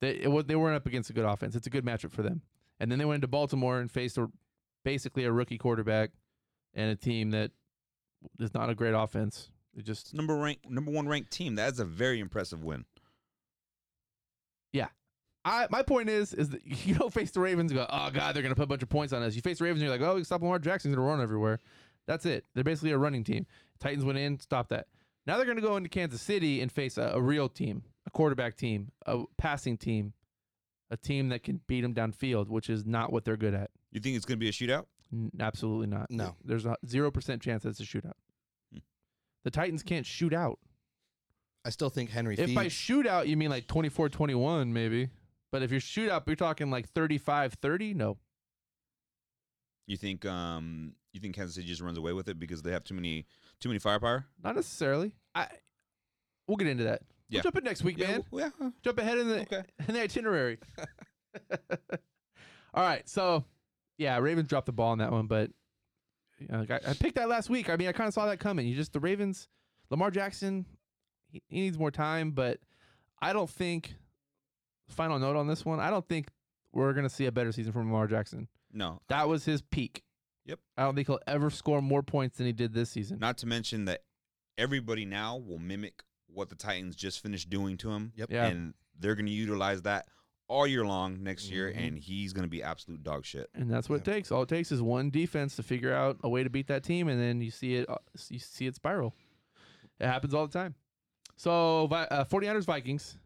Speaker 1: they it, wa- they weren't up against a good offense. It's a good matchup for them. And then they went into Baltimore and faced a, basically a rookie quarterback and a team that is not a great offense. It just
Speaker 2: It's number rank, number one ranked team. That's a very impressive win.
Speaker 1: I my point is is that you don't face the Ravens and go, oh god, they're gonna put a bunch of points on us. You face the Ravens, and you're like, oh, we stop Lamar Jackson's gonna run everywhere. That's it. They're basically a running team. Titans went in, stop that. Now they're gonna go into Kansas City and face a, a real team, a quarterback team, a passing team, a team that can beat them downfield, which is not what they're good at.
Speaker 2: You think it's going to be a shootout?
Speaker 1: N- Absolutely not.
Speaker 3: No.
Speaker 1: There's a 0% chance that's a shootout.
Speaker 2: Hmm.
Speaker 1: The Titans can't shoot out.
Speaker 3: I still think Henry
Speaker 1: If by
Speaker 3: Feeds-
Speaker 1: shootout, you mean like 24 21, maybe. But if you're shootout, you're talking like 35 30? No.
Speaker 2: You think um you think Kansas City just runs away with it because they have too many too many firepower?
Speaker 1: Not necessarily. I. We'll get into that.
Speaker 2: Yeah.
Speaker 1: We'll jump in next week, man.
Speaker 2: Yeah, uh, w- yeah.
Speaker 1: jump ahead in the
Speaker 2: Okay.
Speaker 1: in the itinerary. All right, so yeah, Ravens dropped the ball on that one, but you know, like, I, I picked that last week. I mean, I kind of saw that coming. You just the Ravens, Lamar Jackson, he, he needs more time, but I don't think. Final note on this one: I don't think we're gonna see a better season from Lamar Jackson.
Speaker 2: No.
Speaker 1: That was his peak.
Speaker 2: Yep.
Speaker 1: I don't think he'll ever score more points than he did this season.
Speaker 2: Not to mention that everybody now will mimic what the Titans just finished doing to him.
Speaker 3: Yep.
Speaker 1: yeah.
Speaker 2: And they're gonna utilize that all year long next year
Speaker 3: Mhm.
Speaker 1: Mm-hmm.
Speaker 2: and he's gonna be absolute dog shit.
Speaker 1: and that's what it takes. All it takes is one defense to figure out a way to beat that team, and then you see it. uh, You see it spiral. It happens all the time. So, Vi- uh, 49ers Vikings.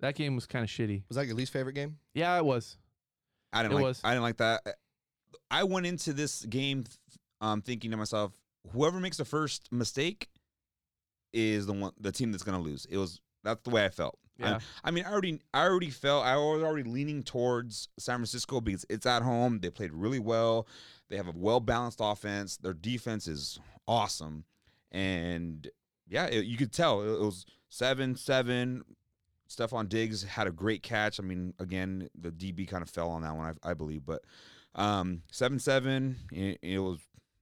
Speaker 1: That game was kind of shitty.
Speaker 3: was that your least favorite game?
Speaker 1: Yeah, it was.
Speaker 2: I didn't
Speaker 1: It
Speaker 2: like
Speaker 1: was.
Speaker 2: I didn't like that. Uh, I went into this game th- um thinking to myself, whoever makes the first mistake is the one the team that's gonna lose. It was that's the way I felt. I-
Speaker 1: Yeah.
Speaker 2: I, mean I already I already felt I was already leaning towards San Francisco because it's at home. They played really well. They have a well balanced offense. Their defense is awesome. And yeah, it, you could tell it, it was seven, seven, Stephon Diggs had a great catch. I mean, again, the DB kind of fell on that one, I, I believe. But um, 7 7, it, it was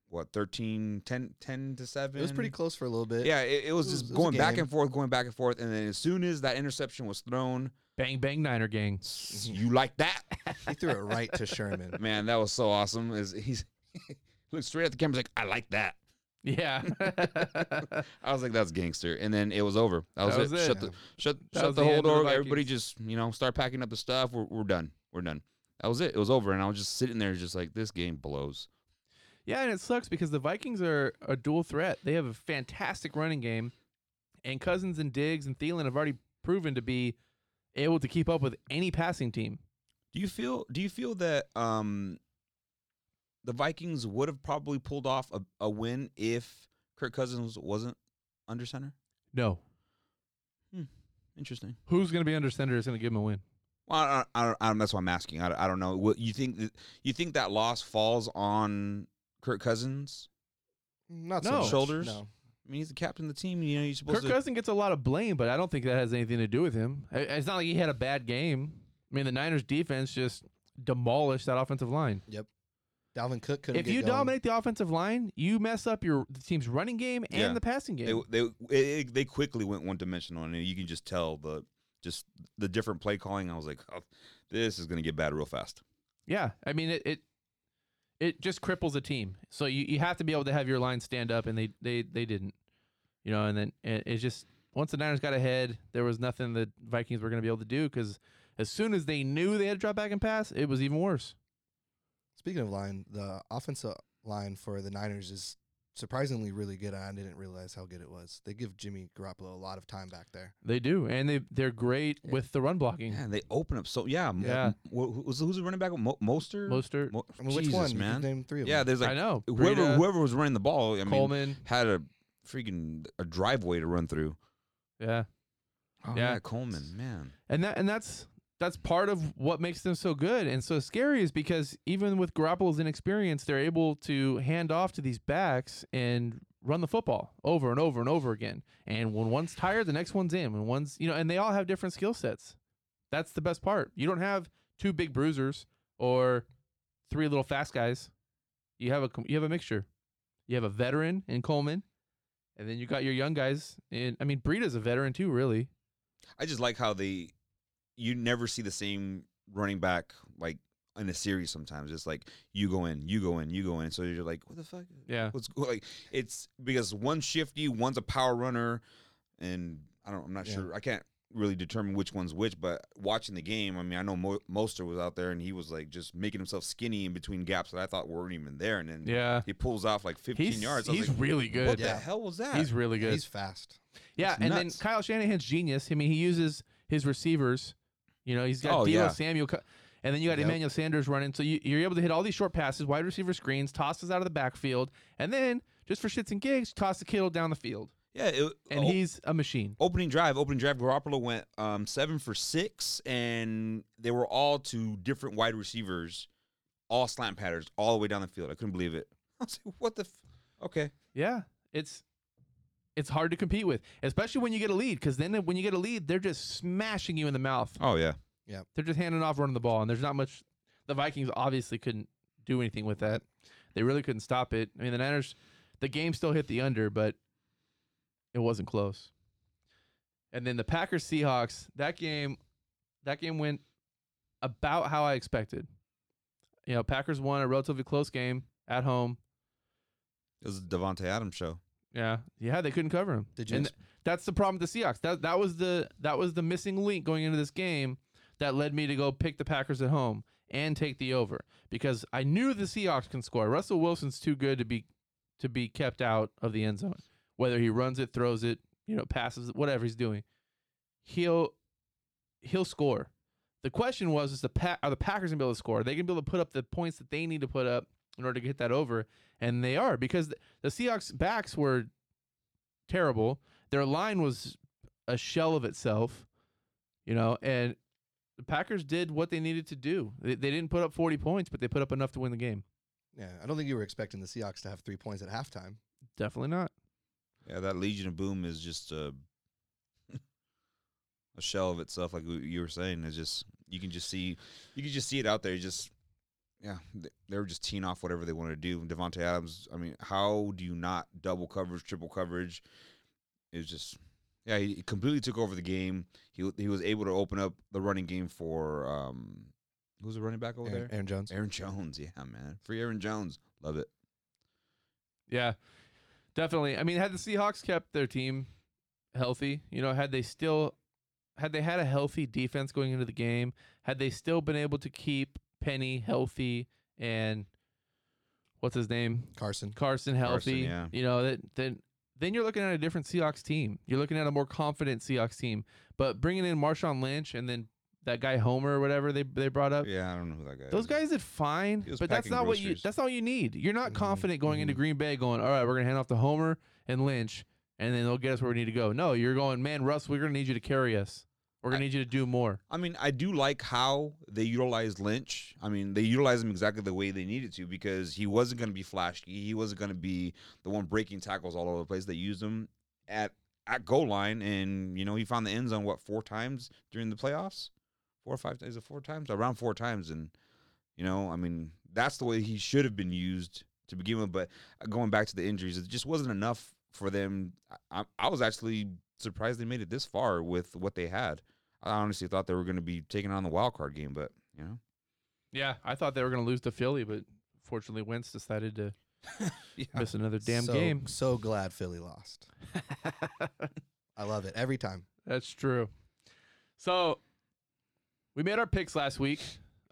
Speaker 2: what, 13, 10, 10 to 7?
Speaker 3: It was pretty close for a little bit.
Speaker 2: Yeah, it, it was
Speaker 3: It
Speaker 2: just
Speaker 3: was- it was a
Speaker 2: going back
Speaker 3: game.
Speaker 2: and forth, going back and forth. And then as soon as that interception was thrown,
Speaker 1: Bang bang Niner gang.
Speaker 2: s- you like that?
Speaker 3: He threw it right to Sherman.
Speaker 2: Man, that was so awesome. Is He's. Look straight at the camera. He's like, "I like that."
Speaker 1: Yeah. that
Speaker 2: I was like, "That's gangster." And then it was over. That was, it. Shut the shut,
Speaker 1: That
Speaker 2: shut
Speaker 1: was
Speaker 2: the
Speaker 1: the
Speaker 2: whole
Speaker 1: end of the
Speaker 2: door. Everybody
Speaker 1: Vikings.
Speaker 2: just, you know, start packing up the stuff. We're, we're done. We're done. That was it. It was over. And I was just sitting there, just like, this game blows.
Speaker 1: Yeah, and it sucks because the Vikings are a dual threat. They have a fantastic running game, and Cousins and Diggs and Thielen have already proven to be able to keep up with any passing team.
Speaker 2: Do you feel? Do you feel that um, the Vikings would have probably pulled off a, a win if Kirk Cousins wasn't under center?
Speaker 1: No.
Speaker 2: Interesting.
Speaker 1: Who's going to be under center is going to give him a win?
Speaker 2: Well, I, I, I, don't- I don't, that's why I'm asking. I, don't- I don't know. What you think? That, you think that loss falls on Kirk Cousins?
Speaker 3: Not
Speaker 1: No.
Speaker 3: so much.
Speaker 2: Shoulders?
Speaker 3: No.
Speaker 2: I mean, he's the captain of the team. You know, you're supposed
Speaker 1: Kirk
Speaker 2: to.
Speaker 1: Cousins gets a lot of blame, but I don't think that has anything to do with him. I- It's not like he had a bad game. I mean, the Niners defense just demolished that offensive line.
Speaker 3: Dalvin Cook couldn't
Speaker 1: If
Speaker 3: get
Speaker 1: you
Speaker 3: going.
Speaker 1: dominate the offensive line, you mess up your the team's running game and
Speaker 2: Yeah.
Speaker 1: the passing game.
Speaker 2: they they it, they quickly went one dimensional, and you can just tell the just the different play calling. I was like, oh, this is gonna get bad real fast.
Speaker 1: yeah, I mean it, it it just cripples a team. So you, you have to be able to have your line stand up, and they they they didn't. You know, and then it, it's just once the Niners got ahead, there was nothing the Vikings were going to be able to do because as soon as they knew they had to drop back and pass, it was even worse.
Speaker 3: Speaking of line, the offensive line for the Niners is surprisingly really good. I didn't realize how good it was. They give Jimmy Garoppolo a lot of time back there.
Speaker 1: They do, and they they're great
Speaker 3: Yeah.
Speaker 1: with the run blocking.
Speaker 2: Yeah, they open up so yeah. Mo-
Speaker 1: Yeah.
Speaker 2: Mo- who- who's who's the running back? Mo- Moster.
Speaker 1: Mostert,
Speaker 2: Mo-
Speaker 3: I mean, which
Speaker 2: Jesus,
Speaker 3: one? You could
Speaker 2: man.
Speaker 3: Name three of
Speaker 2: Yeah,
Speaker 3: them.
Speaker 2: there's
Speaker 1: I
Speaker 2: like
Speaker 1: know
Speaker 2: whoever
Speaker 1: Breida,
Speaker 2: whoever was running the ball. I mean,
Speaker 1: Coleman.
Speaker 2: had a freaking a driveway to run through.
Speaker 1: Yeah,
Speaker 2: Oh,
Speaker 1: Yeah.
Speaker 2: Coleman, man.
Speaker 1: and that and that's that's part of what makes them so good and so scary is because even with Garoppolo's inexperience, they're able to hand off to these backs and run the football over and over and over again. And when one's tired, the next one's in. When one's you know, and they all have different skill sets. That's the best part. You don't have two big bruisers or three little fast guys. You have a com- you have a mixture. You have a veteran in Coleman, and then you got your young guys. And I mean, Breida's a veteran too, really.
Speaker 2: I just like how they you never see the same running back like in a series. Sometimes it's like you go in, you go in, you go in. So you're like, what the fuck?
Speaker 1: Yeah,
Speaker 2: What's like it's because one's shifty, one's a power runner, and I don't. I'm not
Speaker 3: Yeah.
Speaker 2: sure. I can't really determine which one's which. But watching the game, I mean, I know Mo- Moster was out there and he was like just making himself skinny in between gaps that I thought weren't even there, and then
Speaker 1: yeah.
Speaker 2: he pulls off like 15
Speaker 1: He's
Speaker 2: yards. I was
Speaker 1: he's
Speaker 2: like,
Speaker 1: really
Speaker 2: what
Speaker 1: good.
Speaker 2: the
Speaker 3: Yeah.
Speaker 2: hell was that?
Speaker 1: He's really good.
Speaker 3: he's fast.
Speaker 1: yeah,
Speaker 2: It's
Speaker 1: and
Speaker 2: nuts.
Speaker 1: then Kyle Shanahan's genius. I mean, he uses his receivers. You know, he's got
Speaker 2: Oh,
Speaker 1: Debo
Speaker 2: yeah.
Speaker 1: Samuel. co- And then you got
Speaker 3: Yep.
Speaker 1: Emmanuel Sanders running. So you, you're able to hit all these short passes, wide receiver screens, tosses out of the backfield, and then just for shits and gigs, toss the Kittle down the field.
Speaker 2: Yeah, it,
Speaker 1: And
Speaker 2: oh,
Speaker 1: he's a machine.
Speaker 2: opening drive, opening drive, Garoppolo went um, seven for six, and they were all to different wide receivers, all slant patterns, all the way down the field. I couldn't believe it. I was like, what the? F-? Okay,
Speaker 1: Yeah. It's it's hard to compete with, especially when you get a lead, because then when you get a lead, they're just smashing you in the mouth.
Speaker 2: oh yeah.
Speaker 1: They're just handing off running the ball, and there's not much. The Vikings obviously couldn't do anything with that. They really couldn't stop it. I mean, the Niners, the game still hit the under, but it wasn't close. And then the Packers Seahawks, that game, that game went about how I expected. You know, Packers won a relatively close game at home.
Speaker 2: It was a Devonte Adams show.
Speaker 1: Yeah, yeah, they couldn't cover him.
Speaker 3: Did you
Speaker 1: And
Speaker 3: s-
Speaker 1: that's the problem with the Seahawks. That that was the that was the missing link going into this game that led me to go pick the Packers at home and take the over because I knew the Seahawks can score. Russell Wilson's too good to be to be kept out of the end zone. Whether he runs it, throws it, you know, passes, it, whatever he's doing, he'll he'll score. The question was: Is the pa- are the Packers gonna be able to score? Are they gonna be able to put up the points that they need to put up in order to get that over? And they are because the, the Seahawks backs were terrible. Their line was a shell of itself, you know, and the Packers did what they needed to do. They, they didn't put up 40 points, but they put up enough to win the game.
Speaker 3: Yeah, I don't think you were expecting the Seahawks to have three points at halftime.
Speaker 1: Definitely not.
Speaker 2: Yeah, that Legion of Boom is just a a shell of itself, like w- you were saying. It's just you can just see you can just see it out there. You just yeah, th- they were just teeing off whatever they wanted to do. Devonte Adams, I mean, how do you not double coverage, triple coverage? It was just yeah, he he completely took over the game. He w- he was able to open up the running game for um who's the running back over
Speaker 3: Aaron,
Speaker 2: there?
Speaker 3: Aaron Jones.
Speaker 2: Aaron Jones, yeah, man, free Aaron Jones, love it.
Speaker 1: Yeah, definitely. I mean, had the Seahawks kept their team healthy, you know, had they still had they had a healthy defense going into the game, had they still been able to keep Penny healthy and what's his name?
Speaker 3: Carson.
Speaker 1: Carson healthy,
Speaker 2: yeah.
Speaker 1: you know, that then then you're looking at a different Seahawks team. You're looking at a more confident Seahawks team. But bringing in Marshawn Lynch and then that guy Homer or whatever they they brought up,
Speaker 2: Yeah, I don't know who that guy.
Speaker 1: those
Speaker 2: is.
Speaker 1: guys did fine,
Speaker 2: He was
Speaker 1: but that's
Speaker 2: packing
Speaker 1: not what you
Speaker 2: groceries. Mm-hmm.
Speaker 1: that's not what you need. You're not
Speaker 3: Mhm,
Speaker 1: confident going into
Speaker 3: mhm.
Speaker 1: Green Bay going, all right, we're gonna hand off to Homer and Lynch, and then they'll get us where we need to go. No, you're going, man, Russ, we're gonna need you to carry us. We're gonna need you to do more.
Speaker 2: I mean, I do like how they utilized Lynch. I mean, they utilized him exactly the way they needed to because he wasn't going to be flashy. He wasn't going to be the one breaking tackles all over the place. They used him at at goal line, and you know he found the end zone what four times during the playoffs, four or five times, or four times around four times, and you know, I mean, that's the way he should have been used to begin with. But uh, going back to the injuries, it just wasn't enough for them. I, I, I was actually surprised they made it this far with what they had. I honestly thought they were going to be taking on the wild card game, but you know,
Speaker 1: Yeah, I thought they were gonna lose to Philly, but fortunately, Wentz decided to miss another damn
Speaker 3: so,
Speaker 1: game.
Speaker 3: So glad Philly lost. I love it every time.
Speaker 1: That's true. So we made our picks last week.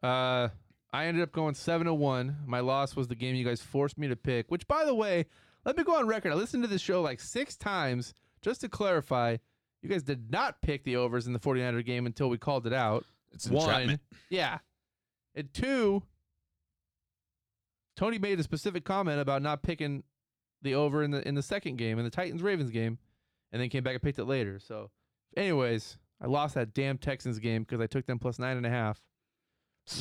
Speaker 1: Uh, I ended up going seven to one. My loss was the game you guys forced me to pick. Which, by the way, let me go on record. I listened to this show like six times just to clarify. You guys did not pick the overs in the 49er game until we called it out.
Speaker 2: it's entrapment.
Speaker 1: Yeah. And two, Tony made a specific comment about not picking the over in the in the second game in the Titans Ravens game, and then came back and picked it later. So, anyways, I lost that damn Texans game because I took them plus nine and a half. It was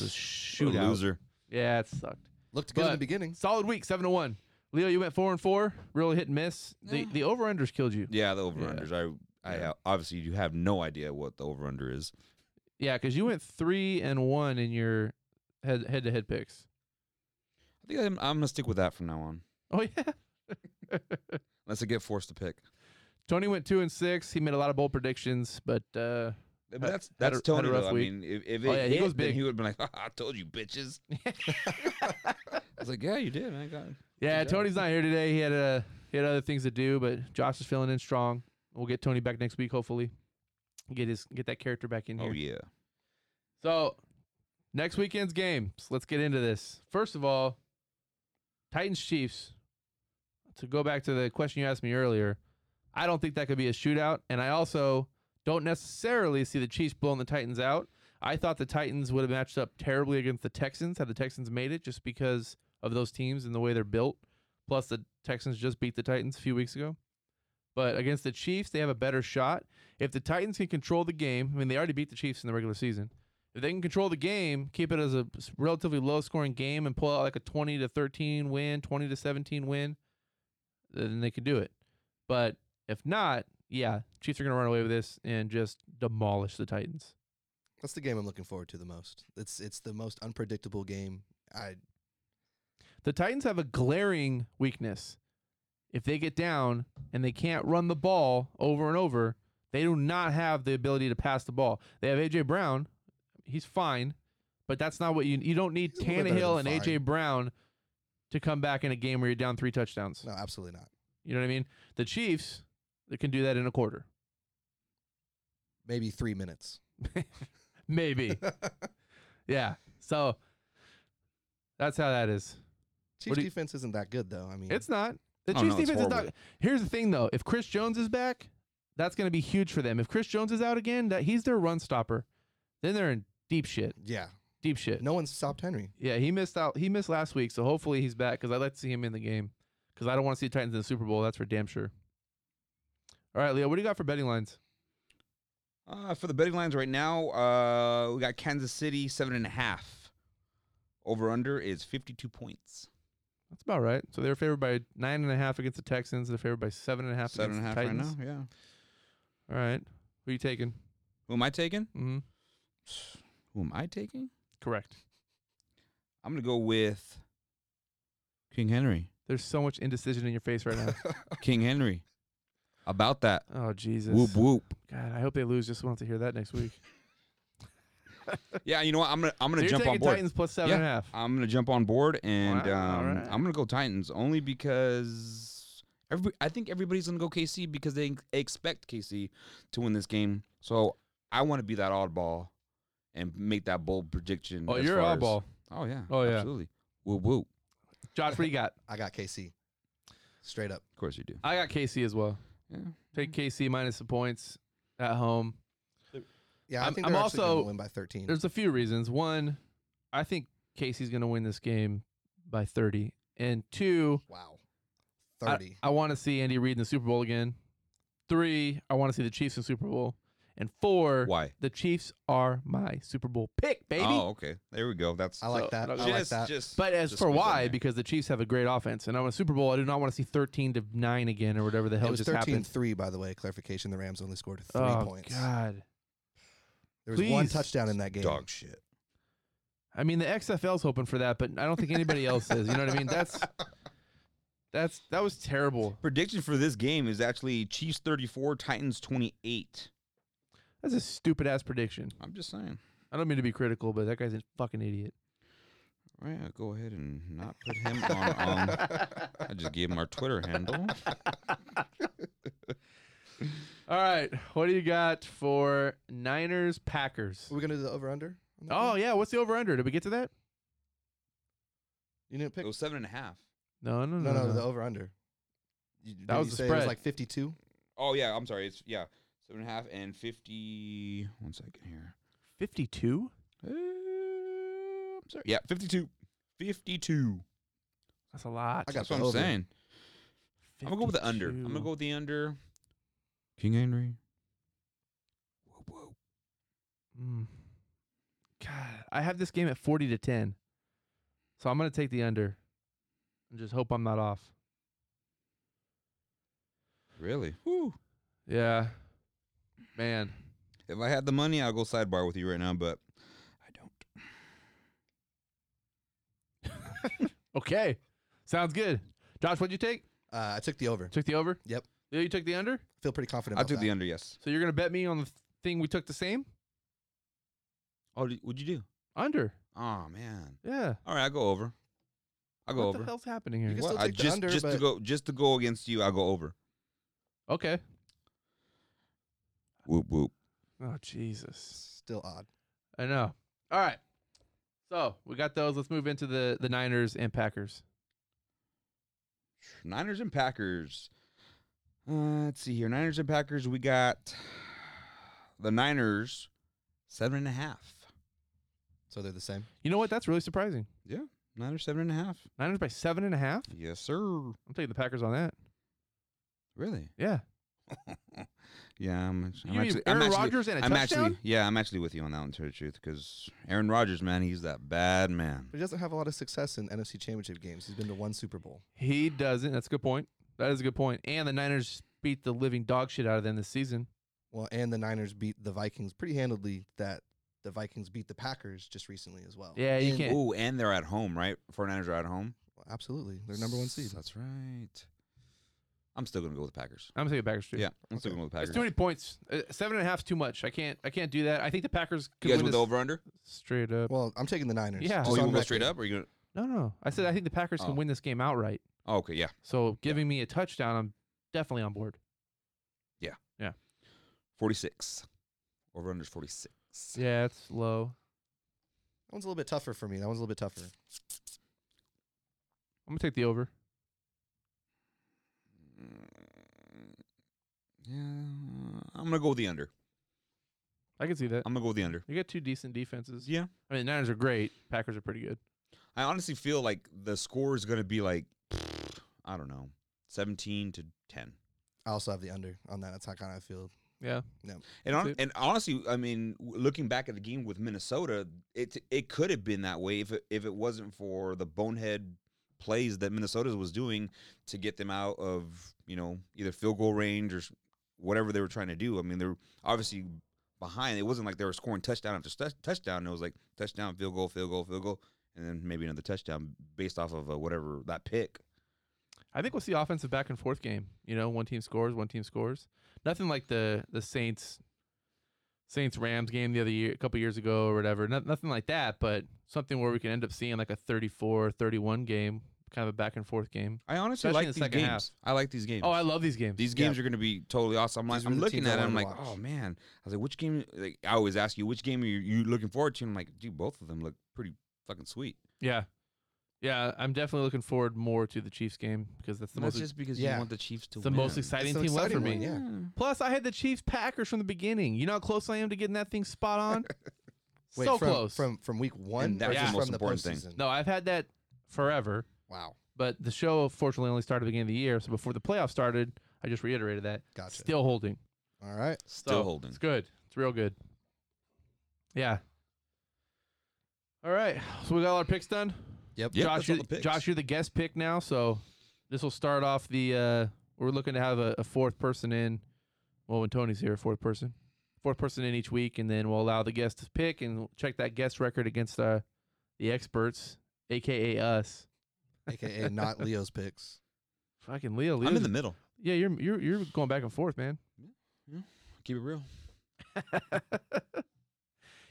Speaker 1: a
Speaker 2: What a
Speaker 1: shootout.
Speaker 2: loser.
Speaker 1: Yeah, it sucked.
Speaker 3: Looked good in the
Speaker 1: But-
Speaker 3: beginning.
Speaker 1: Solid week, seven to one. Leo, you went four and four, really hit and miss. The the over unders killed you.
Speaker 2: Yeah, the over unders. I, I
Speaker 1: Yeah.
Speaker 2: obviously you have no idea what the over under is.
Speaker 1: Yeah, because you went three and one in your head head to head picks.
Speaker 2: I think I'm, I'm gonna stick with that from now on,
Speaker 1: Oh yeah.
Speaker 2: unless I get forced to pick.
Speaker 1: Tony went two and six. He made a lot of bold predictions, but uh,
Speaker 2: But
Speaker 1: Had-
Speaker 2: that's
Speaker 1: had
Speaker 2: that's
Speaker 1: a- had a
Speaker 2: Tony.
Speaker 1: rough
Speaker 2: though. I
Speaker 1: week.
Speaker 2: mean, if, if it
Speaker 1: Oh, yeah, he
Speaker 2: hit,
Speaker 1: goes
Speaker 2: then
Speaker 1: big.
Speaker 2: he would have been like, "I told you, bitches." I was like, "Yeah, you did, man." God.
Speaker 1: yeah,
Speaker 2: job.
Speaker 1: Tony's not here today. He had uh, he had other things to do, but Josh is filling in strong. We'll get Tony back next week, hopefully. Get his get that character back in here.
Speaker 2: Oh yeah,
Speaker 1: So next weekend's games. Let's get into this. First of all, Titans Chiefs. To go back to the question you asked me earlier, I don't think that could be a shootout, and I also don't necessarily see the Chiefs blowing the Titans out. I thought the Titans would have matched up terribly against the Texans had the Texans made it, just because of those teams and the way they're built. Plus, the Texans just beat the Titans a few weeks ago. But against the Chiefs, they have a better shot. If the Titans can control the game, I mean, they already beat the Chiefs in the regular season. If they can control the game, keep it as a s- relatively low scoring game and pull out like a 20 to 13 win, 20 to 17 win, then they could do it. But if not, yeah, Chiefs are going to run away with this and just demolish the Titans.
Speaker 3: That's the game I'm looking forward to the most. It's it's the most unpredictable game. I
Speaker 1: The Titans have a glaring weakness. If they get down and they can't run the ball over and over, they do not have the ability to pass the ball. They have AJ Brown. He's fine, but that's not what you you don't need
Speaker 3: He's a little bit better
Speaker 1: Tannehill
Speaker 3: than
Speaker 1: and AJ Brown to come back in a game where you're down three touchdowns.
Speaker 3: no, absolutely not.
Speaker 1: You know what I mean? The Chiefs that can do that in a quarter.
Speaker 3: Maybe three minutes.
Speaker 1: Maybe. yeah. So that's how that is.
Speaker 3: Chiefs
Speaker 1: do you-
Speaker 3: defense isn't that good though. I mean,
Speaker 1: It's not. The
Speaker 2: Oh,
Speaker 1: Chiefs
Speaker 2: no, it's
Speaker 1: defense is
Speaker 2: horrible.
Speaker 1: not. Here's the thing, though. If Chris Jones is back, that's going to be huge for them. If Chris Jones is out again, that he's their run stopper. Then they're in deep shit.
Speaker 3: yeah,
Speaker 1: Deep shit.
Speaker 3: no one stopped Henry.
Speaker 1: Yeah, he missed out. He missed last week, so hopefully he's back because I'd like to see him in the game because I don't want to see the Titans in the Super Bowl. That's for damn sure. All right, Leo, what do you got for betting lines?
Speaker 2: Uh, for the betting lines right now, uh, we got Kansas City seven and a half. Over under is fifty two points.
Speaker 1: That's about right. So they're favored by nine and a half against the Texans. They're favored by seven and a half
Speaker 2: Seven and a half
Speaker 1: against the
Speaker 2: right now.
Speaker 1: Titans.
Speaker 2: Yeah.
Speaker 1: All right, who are you taking?
Speaker 2: Who am I taking?
Speaker 1: Mm-hmm.
Speaker 2: Who am I taking?
Speaker 1: Correct.
Speaker 2: I'm gonna go with King Henry.
Speaker 1: There's so much indecision in your face right now.
Speaker 2: King Henry. About that.
Speaker 1: oh Jesus.
Speaker 2: Whoop whoop.
Speaker 1: God, I hope they lose. Just want to hear that next week.
Speaker 2: Yeah, you know what? I'm gonna I'm gonna
Speaker 1: so you're
Speaker 2: jump
Speaker 1: taking
Speaker 2: on board.
Speaker 1: Titans plus seven and a half.
Speaker 2: I'm gonna jump on board and
Speaker 1: Wow,
Speaker 2: um,
Speaker 1: alright.
Speaker 2: I'm gonna go Titans only because everybody, I think everybody's gonna go KC because they expect KC to win this game. So I want to be that oddball and make that bold prediction.
Speaker 1: Oh,
Speaker 2: as
Speaker 1: you're
Speaker 2: far as-
Speaker 1: oddball.
Speaker 2: Oh yeah.
Speaker 1: Oh, yeah.
Speaker 2: Absolutely. Woo woo.
Speaker 1: Josh, what do you got?
Speaker 3: I got KC. Straight up.
Speaker 2: Of course you do.
Speaker 1: I got KC as well.
Speaker 2: Yeah.
Speaker 1: Take KC minus the points at home.
Speaker 3: Yeah, I
Speaker 1: I'm-
Speaker 3: think
Speaker 1: I'm
Speaker 3: they're actually gonna
Speaker 1: also-
Speaker 3: win by 13.
Speaker 1: There's a few reasons. One, I think KC's going to win this game by 30. And two,
Speaker 3: wow,
Speaker 1: I-
Speaker 3: 30.
Speaker 1: I, want to see Andy Reid in the Super Bowl again. Three, I want to see the Chiefs in Super Bowl. And four,
Speaker 2: Why?
Speaker 1: the Chiefs are my Super Bowl pick, baby.
Speaker 2: Oh, okay. There we go. That's
Speaker 3: I, like
Speaker 1: so-
Speaker 3: that. I
Speaker 1: okay.
Speaker 3: like that.
Speaker 2: Just,
Speaker 1: But as
Speaker 2: just
Speaker 1: for
Speaker 2: squeeze that in
Speaker 1: why,
Speaker 2: there.
Speaker 1: because the Chiefs have a great offense, and on a Super Bowl, I do not want to see thirteen to nine again or whatever the hell
Speaker 3: it was
Speaker 1: just happened.
Speaker 3: 13-3, by the way. Clarification: the Rams only scored three
Speaker 1: oh
Speaker 3: points.
Speaker 1: God!
Speaker 3: There was one
Speaker 1: please.
Speaker 3: touchdown in that game.
Speaker 2: dog shit.
Speaker 1: I mean, the XFL's hoping for that, but I don't think anybody else is. You know what I mean? That's that's that was terrible.
Speaker 2: Prediction for this game is actually Chiefs 34, Titans 28.
Speaker 1: That's a stupid ass prediction.
Speaker 2: I'm just saying.
Speaker 1: I don't mean to be critical, but that guy's a fucking idiot.
Speaker 2: All right, I'll Oh, go ahead and not put him on. Um, I just gave him our Twitter handle.
Speaker 1: All right, what do you got for Niners Packers?
Speaker 3: Are we gonna do the over under?
Speaker 1: Oh yeah, what's the over under? Did we get to that?
Speaker 3: you didn't pick.
Speaker 2: It was seven and a half.
Speaker 1: No, no,
Speaker 3: No,
Speaker 1: no,
Speaker 3: no, the over under.
Speaker 1: That was the
Speaker 3: say it was
Speaker 1: spread.
Speaker 3: like 52.
Speaker 2: Oh yeah, I'm sorry. It's yeah, seven and a half and fifty. One second here.
Speaker 1: Fifty-two.
Speaker 2: Uh, I'm sorry. Yeah, fifty-two. Fifty-two.
Speaker 1: That's a lot.
Speaker 3: I got
Speaker 2: That's
Speaker 3: the
Speaker 2: what I'm
Speaker 3: over.
Speaker 2: saying. I'm gonna go with the under. I'm gonna
Speaker 1: 52.
Speaker 2: go with the under. King Henry.
Speaker 1: Mm. God, I have this game at 40 to 10. So I'm going to take the under and just hope I'm not off.
Speaker 2: Really?
Speaker 1: Yeah. Man.
Speaker 2: If I had the money, I'll go sidebar with you right now, but I don't.
Speaker 1: Okay. Sounds good. Josh, what'd you take?
Speaker 3: Uh, I took the over.
Speaker 1: Took the over?
Speaker 3: Yep.
Speaker 1: Yeah, you took the under?
Speaker 3: Feel pretty confident.
Speaker 2: I
Speaker 3: about
Speaker 2: took
Speaker 3: that.
Speaker 2: the under. Yes.
Speaker 1: So you're going to bet me on the th- thing we took the same?
Speaker 2: Oh, did- what'd you do?
Speaker 1: Under.
Speaker 2: Oh man.
Speaker 1: Yeah.
Speaker 2: All right, I'll go over. I'll go
Speaker 1: what
Speaker 2: over.
Speaker 1: the hell's happening here?
Speaker 3: You can
Speaker 2: Well,
Speaker 3: still
Speaker 2: I
Speaker 3: take the
Speaker 2: just
Speaker 3: under,
Speaker 2: just to
Speaker 3: but-
Speaker 2: go just to go against you, I'll go over.
Speaker 1: Okay.
Speaker 2: Whoop whoop.
Speaker 1: Oh, Jesus.
Speaker 3: Still odd.
Speaker 1: I know. All right. So we got those. Let's move into the, the Niners and Packers.
Speaker 2: Niners and Packers. Uh, let's see here. Niners and Packers. We got the Niners seven and a half.
Speaker 3: So they're the same.
Speaker 1: You know what? That's really surprising.
Speaker 2: Niners seven and a half.
Speaker 1: Niners by seven and a half.
Speaker 2: Yes, sir.
Speaker 1: I'm taking the Packers on that.
Speaker 2: Really?
Speaker 1: Yeah.
Speaker 2: Yeah, I'm, I'm
Speaker 1: you need
Speaker 2: actually.
Speaker 1: Aaron
Speaker 2: I'm actually
Speaker 1: Rodgers and a
Speaker 2: I'm
Speaker 1: touchdown.
Speaker 2: actually, yeah, I'm actually with you on that one, to the truth, because Aaron Rodgers, man, he's that bad man.
Speaker 3: But he doesn't have a lot of success in NFC Championship games. He's been to one Super Bowl.
Speaker 1: He doesn't. That's a good point. That is a good point. And the Niners beat the living dog shit out of them this season.
Speaker 3: Well, and the Niners beat the Vikings pretty handedly. That the Vikings beat the Packers just recently as well.
Speaker 1: Yeah, you
Speaker 3: And-
Speaker 1: can't.
Speaker 2: Ooh, and they're at home, right? 49ers are at home.
Speaker 3: Well, absolutely, they're number one seed.
Speaker 2: That's right. I'm still gonna go with the Packers.
Speaker 1: I'm taking the Packers too.
Speaker 2: Yeah, I'm still
Speaker 3: Okay.
Speaker 2: going with the
Speaker 1: It's
Speaker 2: Packers.
Speaker 1: too many points. Uh, seven and a half is too much. I can't. I can't do that. I think the Packers could
Speaker 2: you guys
Speaker 1: win
Speaker 2: with
Speaker 1: this
Speaker 2: the over under?
Speaker 1: straight up.
Speaker 3: Well, I'm taking the Niners.
Speaker 1: Yeah.
Speaker 2: Oh,
Speaker 3: just on
Speaker 2: you gonna go
Speaker 3: record.
Speaker 2: straight up, or you
Speaker 1: no,
Speaker 2: gonna?
Speaker 1: no. I said I think the Packers
Speaker 2: Oh.
Speaker 1: can win this game outright.
Speaker 2: Oh, okay, yeah.
Speaker 1: So giving me a touchdown, I'm definitely on board.
Speaker 2: 46. Over under 46.
Speaker 1: Yeah, it's low.
Speaker 3: That one's a little bit tougher for me. That one's a little bit tougher.
Speaker 1: I'm gonna take the over.
Speaker 2: Yeah, I'm going to go with the under.
Speaker 1: I can see that.
Speaker 2: I'm going to go with the under.
Speaker 1: You got two decent defenses.
Speaker 2: Yeah.
Speaker 1: I mean, Niners are great. Packers are pretty good.
Speaker 2: I honestly feel like the score is going to be like, I don't know, 17 to 10.
Speaker 3: I also have the under on that. That's how kind of I feel.
Speaker 1: Yeah.
Speaker 2: And,
Speaker 1: That's
Speaker 2: hon-
Speaker 1: it.
Speaker 2: and honestly, I mean, w- looking back at the game with Minnesota, it it could have been that way if it, if it wasn't for the bonehead plays that Minnesota was doing to get them out of you know either field goal range or s- whatever they were trying to do. I mean, they're obviously behind. It wasn't like they were scoring touchdown after tus- touchdown. It was like touchdown, field goal, field goal, field goal, and then maybe another touchdown based off of uh, whatever that pick.
Speaker 1: I think we'll see offensive back and forth game. You know, one team scores, one team scores. Nothing like the the Saints Saints Rams game the other year, a couple years ago or whatever. Not, nothing like that, but something where we can end up seeing like a 34 31 game, kind of a back and forth game.
Speaker 2: I honestly
Speaker 1: Especially
Speaker 2: like
Speaker 1: in the
Speaker 2: these
Speaker 1: second
Speaker 2: games.
Speaker 1: half.
Speaker 2: I like these games.
Speaker 1: Oh, I love these games.
Speaker 2: These
Speaker 3: Yeah.
Speaker 2: games are going to be totally awesome. I'm, like,
Speaker 3: These were
Speaker 2: I'm
Speaker 3: the
Speaker 2: looking
Speaker 3: teams I
Speaker 2: at it. I'm
Speaker 3: wanted
Speaker 2: like,
Speaker 3: to watch.
Speaker 2: oh man. I was like, which game? Like, I always ask you, which game are you, you looking forward to? And I'm like, dude, both of them look pretty fucking sweet.
Speaker 1: yeah. Yeah, I'm definitely looking forward more to the Chiefs game because that's the most
Speaker 2: just because
Speaker 3: you yeah.
Speaker 2: want the Chiefs to
Speaker 1: it's the most exciting
Speaker 3: an
Speaker 1: team left for
Speaker 3: exciting
Speaker 1: me.
Speaker 3: one, yeah.
Speaker 1: Plus, I had the Chiefs Packers from the beginning. You know how close I am to getting that thing spot on? so
Speaker 3: from,
Speaker 1: close.
Speaker 3: from from week one.
Speaker 2: that
Speaker 3: or
Speaker 1: was the
Speaker 3: just
Speaker 2: most
Speaker 3: from the
Speaker 2: important thing.
Speaker 3: postseason?
Speaker 1: no, I've had that forever.
Speaker 3: Wow.
Speaker 1: But the show, fortunately, only started at the beginning of the year. So before the playoffs started, I just reiterated that.
Speaker 3: Gotcha.
Speaker 1: Still holding.
Speaker 3: All right.
Speaker 2: Still
Speaker 1: So,
Speaker 2: holding.
Speaker 1: It's good. It's real good. Yeah. All right. So we got all our picks done.
Speaker 3: Yep.
Speaker 2: Yep,
Speaker 1: Josh,
Speaker 2: that's all
Speaker 1: you're,
Speaker 2: the picks.
Speaker 1: Josh, you're the guest pick now. So this will start off the. Uh, we're looking to have a, a fourth person in. Well, when Tony's here, fourth person, fourth person in each week, and then we'll allow the guest to pick and we'll check that guest record against uh, the experts, aka us.
Speaker 3: AKA not Leo's picks.
Speaker 1: Fucking Leo. Leo's
Speaker 2: I'm in the middle.
Speaker 1: Yeah, you're you're you're going back and forth, man.
Speaker 2: Keep it real.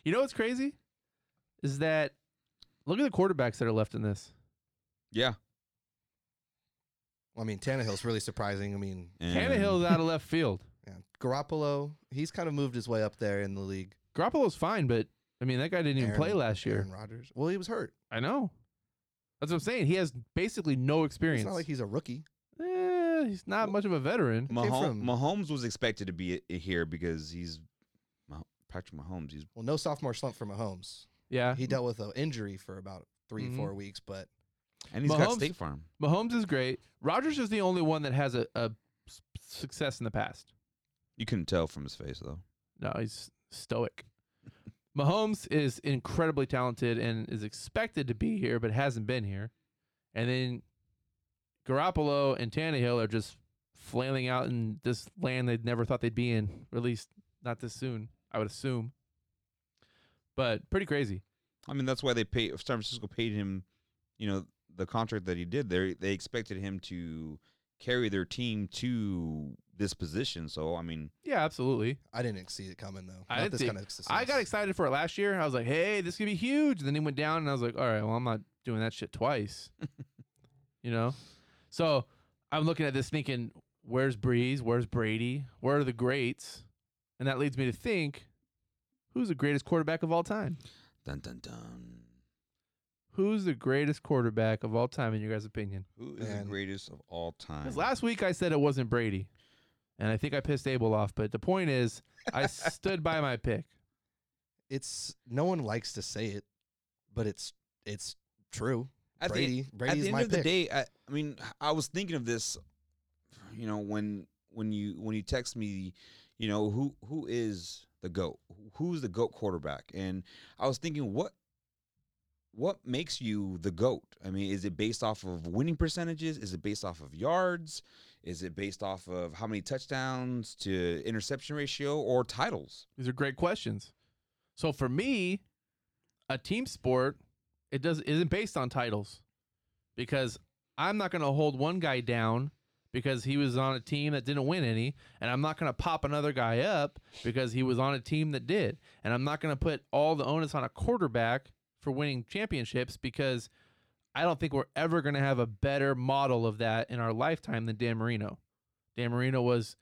Speaker 1: you know what's crazy is that look at the quarterbacks that are left in this.
Speaker 2: Yeah.
Speaker 3: Well, I mean, Tannehill's really surprising. I mean,
Speaker 2: And
Speaker 1: Tannehill's out of left field.
Speaker 3: yeah. Garoppolo, he's kind of moved his way up there in the league.
Speaker 1: Garoppolo's fine, but I mean that guy didn't even
Speaker 3: Aaron-
Speaker 1: play last year.
Speaker 3: Aaron Rodgers. Well, he was hurt.
Speaker 1: I know. That's what I'm saying. He has basically no experience.
Speaker 3: It's not like he's a rookie.
Speaker 1: Eh, he's not much of a veteran.
Speaker 2: Mahom-
Speaker 3: from-
Speaker 2: Mahomes was expected to be i- here because he's Mah- Patrick Mahomes. He's
Speaker 3: Well, no sophomore slump for Mahomes.
Speaker 1: Yeah.
Speaker 3: He dealt with an injury for about 3
Speaker 1: Mhm.
Speaker 3: four weeks, but
Speaker 2: and he's got
Speaker 1: Mahomes-
Speaker 2: State Farm.
Speaker 1: Mahomes is great. Rogers is the only one that has a, a s- success in the past.
Speaker 2: You couldn't tell from his face though.
Speaker 1: No, he's stoic. Mahomes is incredibly talented and is expected to be here, but hasn't been here. And then Garoppolo and Tannehill are just flailing out in this land they never thought they'd be in, or at least not this soon, I would assume. But pretty crazy.
Speaker 2: I mean, that's why they paid San Francisco paid him, you know, the contract that he did. They they expected him to carry their team to this position. So I mean,
Speaker 1: Yeah, absolutely.
Speaker 3: I didn't see it coming though.
Speaker 1: I
Speaker 3: Not
Speaker 1: didn't
Speaker 3: this
Speaker 1: see-
Speaker 3: kind of success.
Speaker 1: I got excited for it last year. I was like, hey, this could be huge. And then he went down, and I was like, all right, well, I'm not doing that shit twice. you know? So I'm looking at this thinking, where's Breeze? Where's Brady? Where are the greats? And that leads me to think, who's the greatest quarterback of all time?
Speaker 2: dun dun dun.
Speaker 1: Who's the greatest quarterback of all time, in your guys' opinion?
Speaker 2: Who is
Speaker 3: Man.
Speaker 2: the greatest of all time?
Speaker 1: Because last week I said it wasn't Brady. And I think I pissed Abel off. But the point is, I stood by my pick.
Speaker 3: It's no one likes to say it. but it's it's true.
Speaker 2: At the-
Speaker 1: e,
Speaker 3: Brady, Brady's
Speaker 2: at the end
Speaker 3: my
Speaker 2: of
Speaker 3: pick.
Speaker 2: the day, I, I mean, I was thinking of this, you know, when when you when you text me, you know, who who is the goat? Who's the goat quarterback? And I was thinking, what what makes you the goat? I mean, is it based off of winning percentages? Is it based off of yards? Is it based off of how many touchdowns to interception ratio or titles?
Speaker 1: These are great questions. So for me, a team sport, it does isn't based on titles because I'm not going to hold one guy down because he was on a team that didn't win any, and I'm not going to pop another guy up because he was on a team that did, and I'm not going to put all the onus on a quarterback for winning championships because I don't think we're ever going to have a better model of that in our lifetime than Dan Marino. Dan Marino was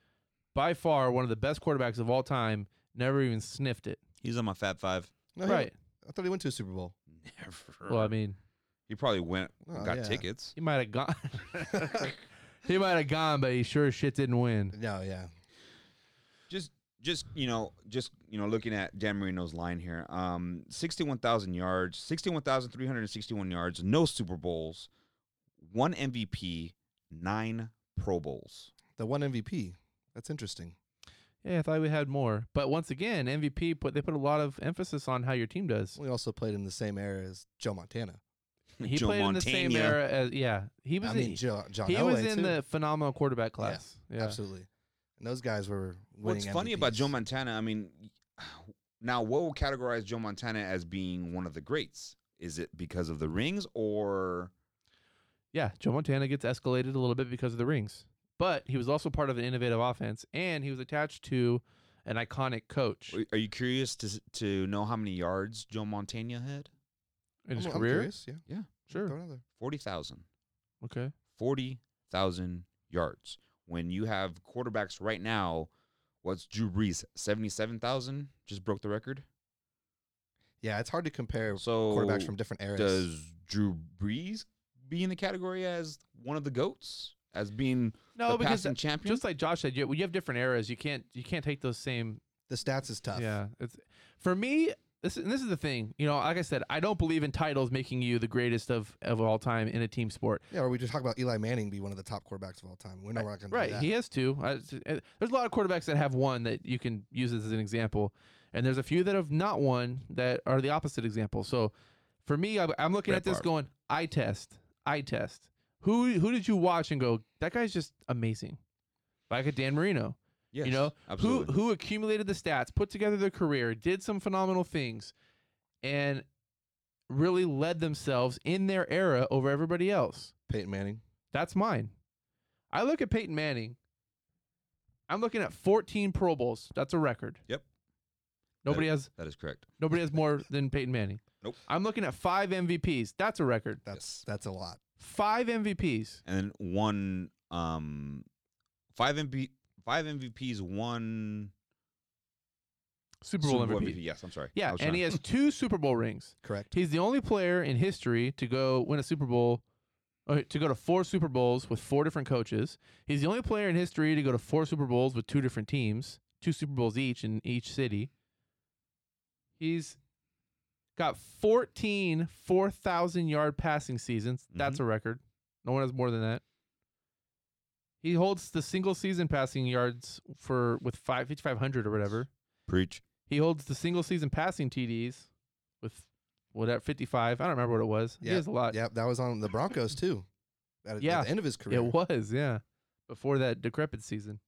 Speaker 1: by far one of the best quarterbacks of all time. Never even sniffed it.
Speaker 2: He's on my Fab Five.
Speaker 3: No, he-
Speaker 1: right.
Speaker 3: I thought he went to a Super Bowl.
Speaker 2: Never.
Speaker 1: Well, I mean,
Speaker 2: he probably went and
Speaker 3: Oh,
Speaker 2: got
Speaker 3: yeah.
Speaker 2: tickets.
Speaker 1: he might have gone. he might have gone, but he sure as shit didn't win.
Speaker 3: No, yeah.
Speaker 2: just just you know just you know looking at Dan Marino's line here um 61,000 yards 61,361 yards no Super Bowls one MVP nine Pro Bowls
Speaker 3: The one MVP. That's interesting.
Speaker 1: Yeah, I thought we had more. But once again, MVP put they put a lot of emphasis on how your team does.
Speaker 3: We also played in the same era as Joe Montana.
Speaker 1: He played in the same
Speaker 2: Montana.
Speaker 1: era as yeah. He was
Speaker 3: I
Speaker 1: in,
Speaker 3: mean, Joe, John
Speaker 1: he
Speaker 3: Elway
Speaker 1: was in
Speaker 3: too.
Speaker 1: the phenomenal quarterback class. Yeah.
Speaker 3: Absolutely. And those guys were winning.
Speaker 2: What's funny about
Speaker 3: MVPs.
Speaker 2: Joe Montana, I mean, now what will categorize Joe Montana as being one of the greats? Is it because of the rings or
Speaker 1: Yeah, Joe Montana gets escalated a little bit because of the rings. But he was also part of an innovative offense and he was attached to an iconic coach
Speaker 2: are you curious to to know how many yards Joe Montana had?
Speaker 1: in his
Speaker 3: I'm- I'm
Speaker 1: career.
Speaker 3: curious, yeah. Throw
Speaker 1: Sure.
Speaker 3: it out there.
Speaker 2: 40,000.
Speaker 1: Okay.
Speaker 2: 40,000 yards. When you have quarterbacks right now, what's Drew Brees? 77,000? Just broke the record.
Speaker 3: Yeah, it's hard to compare
Speaker 2: So
Speaker 3: quarterbacks from different eras.
Speaker 2: does Drew Brees be in the category as one of the GOATs? As being
Speaker 1: No,
Speaker 2: the
Speaker 1: because uh,
Speaker 2: passing champion?
Speaker 1: just like Josh said, you, you have different eras. You can't you can't take those same.
Speaker 3: the stats is tough.
Speaker 1: Yeah, it's for me. This and this is the thing. You know, like I said, I don't believe in titles making you the greatest of of all time in a team sport.
Speaker 3: Yeah, or we just talk about Eli Manning be one of the top quarterbacks of all time. We're not, we're not going
Speaker 1: Right,
Speaker 3: to do that.
Speaker 1: he has two. I, I- there's a lot of quarterbacks that have one that you can use as an example, and there's a few that have not one that are the opposite example. So, for me, I, I'm looking
Speaker 2: Brett
Speaker 1: at this
Speaker 2: Favre.
Speaker 1: going, I test, I test. Who who did you watch and go, that guy's just amazing, like a Dan Marino.
Speaker 2: yes,
Speaker 1: you know who
Speaker 2: absolutely.
Speaker 1: who accumulated the stats, put together their career, did some phenomenal things, and really led themselves in their era over everybody else.
Speaker 3: Peyton Manning.
Speaker 1: That's mine. I look at Peyton Manning. I'm looking at 14 Pro Bowls. That's a record.
Speaker 2: Yep.
Speaker 1: Nobody has
Speaker 2: that is correct.
Speaker 1: nobody has more than Peyton Manning.
Speaker 2: Nope.
Speaker 1: I'm looking at five MVPs. That's a record.
Speaker 3: That's
Speaker 2: Yes.
Speaker 3: that's a lot.
Speaker 1: Five MVPs.
Speaker 2: And then one um five MVP five MVPs, one
Speaker 1: Super Bowl MVP.
Speaker 2: Yes, I'm sorry. I
Speaker 1: Yeah,
Speaker 2: was
Speaker 1: and
Speaker 2: trying-
Speaker 1: he has two Super Bowl rings.
Speaker 3: Correct.
Speaker 1: He's the only player in history to go win a Super Bowl, or to go to four Super Bowls with four different coaches. He's the only player in history to go to four Super Bowls with two different teams, two Super Bowls each in each city. He's got 14 4,000 yard passing seasons.
Speaker 2: Mm-hmm.
Speaker 1: That's a record. No one has more than that. He holds the single season passing yards for with five, 5,500 or whatever.
Speaker 2: preach.
Speaker 1: He holds the single season passing TDs with whatever 55. I don't remember what it was. He
Speaker 3: Yeah,
Speaker 1: has a lot.
Speaker 3: Yep, that was on the Broncos too. At,
Speaker 1: Yeah.
Speaker 3: at the end of his career,
Speaker 1: it was, yeah. Before that decrepit season.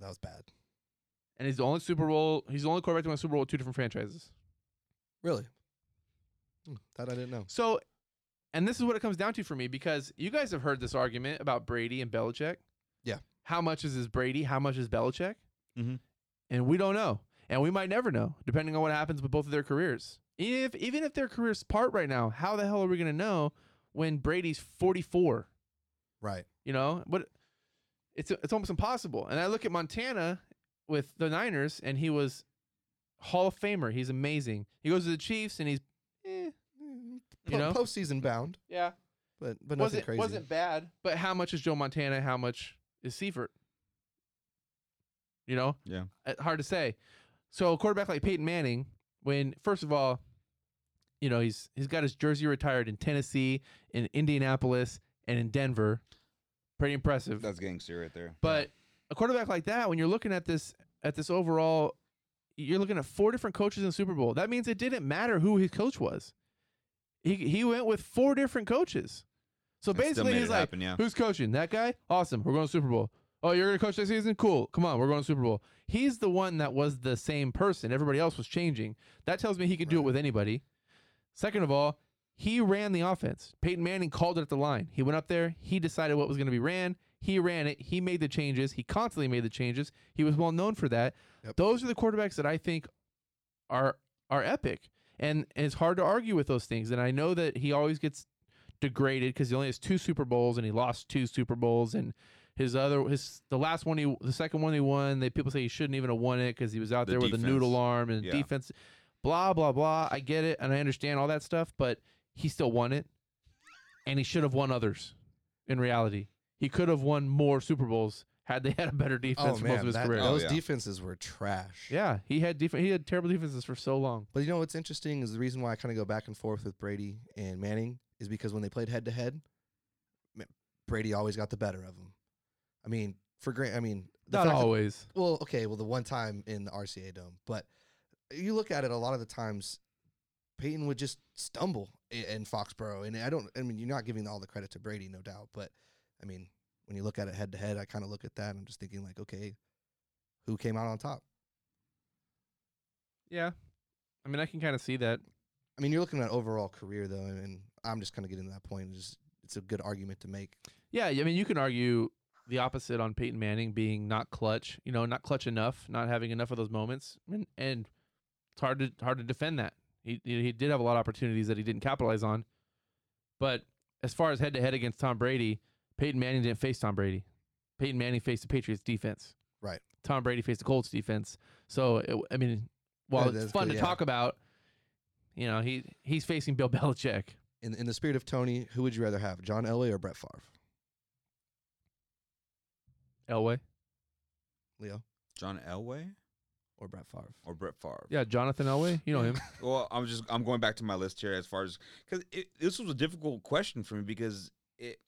Speaker 3: that was bad.
Speaker 1: And he's the only Super Bowl, he's the only quarterback to win a Super Bowl with two different franchises.
Speaker 3: Really? Hmm, that I didn't know.
Speaker 1: So, and this is what it comes down to for me because you guys have heard this argument about Brady and Belichick.
Speaker 3: Yeah.
Speaker 1: How much is his Brady? How much is Belichick?
Speaker 2: Mhm.
Speaker 1: And we don't know, and we might never know, depending on what happens with both of their careers. If even if their careers part right now, how the hell are we going to know when Brady's forty four?
Speaker 3: Right.
Speaker 1: you know but it's it's almost impossible and i look at montana with the niners and he was hall of famer he's amazing he goes to the chiefs and he's eh,
Speaker 3: Mm,
Speaker 1: You
Speaker 3: po-
Speaker 1: know?
Speaker 3: postseason bound,
Speaker 1: yeah
Speaker 3: but but nothing
Speaker 1: wasn't
Speaker 3: crazy.
Speaker 1: wasn't bad but how much is joe montana how much is seifert you know
Speaker 2: Yeah.
Speaker 1: Uh, hard to say so a quarterback like peyton manning when first of all you know, he's he's got his jersey retired in Tennessee, in Indianapolis, and in Denver. Pretty impressive.
Speaker 2: That's gangster right there.
Speaker 1: But a quarterback like that, when you're looking at this at this overall, you're looking at four different coaches in the Super Bowl. That means it didn't matter who his coach was. He he went with four different coaches. So
Speaker 2: That still
Speaker 1: basically,
Speaker 2: made
Speaker 1: he's
Speaker 2: it
Speaker 1: like,
Speaker 2: happen, yeah.
Speaker 1: "Who's coaching that guy? Awesome, we're going to Super Bowl. Oh, you're going to coach next season? Cool. Come on, we're going to Super Bowl." He's the one that was the same person. Everybody else was changing. That tells me he could do it
Speaker 3: Right.
Speaker 1: with anybody. Second of all, he ran the offense. Peyton Manning called it at the line. He went up there. He decided what was going to be ran. He ran it. He made the changes. He constantly made the changes. He was well known for that.
Speaker 3: Yep.
Speaker 1: Those are the quarterbacks that I think are are epic, and it's hard to argue with those things. And I know that he always gets degraded because he only has two Super Bowls and he lost two Super Bowls and. His other, his the last one he, the second one he won. They people say he shouldn't even have won it because he was out
Speaker 2: The
Speaker 1: there with a
Speaker 2: defense.
Speaker 1: noodle arm and
Speaker 2: Yeah.
Speaker 1: defense blah blah blah. I get it and I understand all that stuff, but he still won it, and he should have won others. In reality, he could have won more Super Bowls had they had a better defense
Speaker 3: Oh
Speaker 1: for most of
Speaker 3: man,
Speaker 1: his
Speaker 3: that-
Speaker 1: career.
Speaker 2: Oh,
Speaker 3: those
Speaker 2: yeah.
Speaker 3: defenses were trash.
Speaker 1: Yeah, he had def- he had terrible defenses for so long.
Speaker 3: But you know what's interesting is the reason why I kind of go back and forth with Brady and Manning is because when they played head to head, Brady always got the better of him. I mean, for great, I mean, the
Speaker 1: Not
Speaker 3: fact that-
Speaker 1: always.
Speaker 3: well, okay, well, the one time in the RCA Dome, but you look at it a lot of the times, Peyton would just stumble in, in Foxborough, and I don't. I mean, you're not giving all the credit to Brady, no doubt, but I mean, when you look at it head to head, I kind of look at that. And I'm just thinking like, okay, who came out on top?
Speaker 1: Yeah, I mean I can kind of see that.
Speaker 3: I mean, you're looking at overall career though, and, and I'm just kind of getting to that point. It's, just, it's a good argument to make.
Speaker 1: Yeah, I mean you can argue the opposite on Peyton Manning being not clutch. You know, not clutch enough, not having enough of those moments, and, and it's hard to hard to defend that. He he did have a lot of opportunities that he didn't capitalize on, but as far as head to head against Tom Brady, Peyton Manning didn't face Tom Brady. Peyton Manning faced the Patriots defense.
Speaker 3: Right.
Speaker 1: Tom Brady faced the Colts defense. So it, I mean, while
Speaker 3: Yeah,
Speaker 1: it's
Speaker 3: that's
Speaker 1: fun
Speaker 3: good,
Speaker 1: to
Speaker 3: yeah.
Speaker 1: talk about, you know, he he's facing Bill Belichick.
Speaker 3: In in the spirit of Tony, who would you rather have, John Elway or Brett Favre?
Speaker 1: Elway.
Speaker 3: Leo
Speaker 2: John Elway
Speaker 3: or Brett Favre?
Speaker 2: or Brett Favre?
Speaker 1: Yeah, Jonathan Elway. You know him.
Speaker 2: Well, I'm just I'm going back to my list here as far as because this was a difficult question for me because it.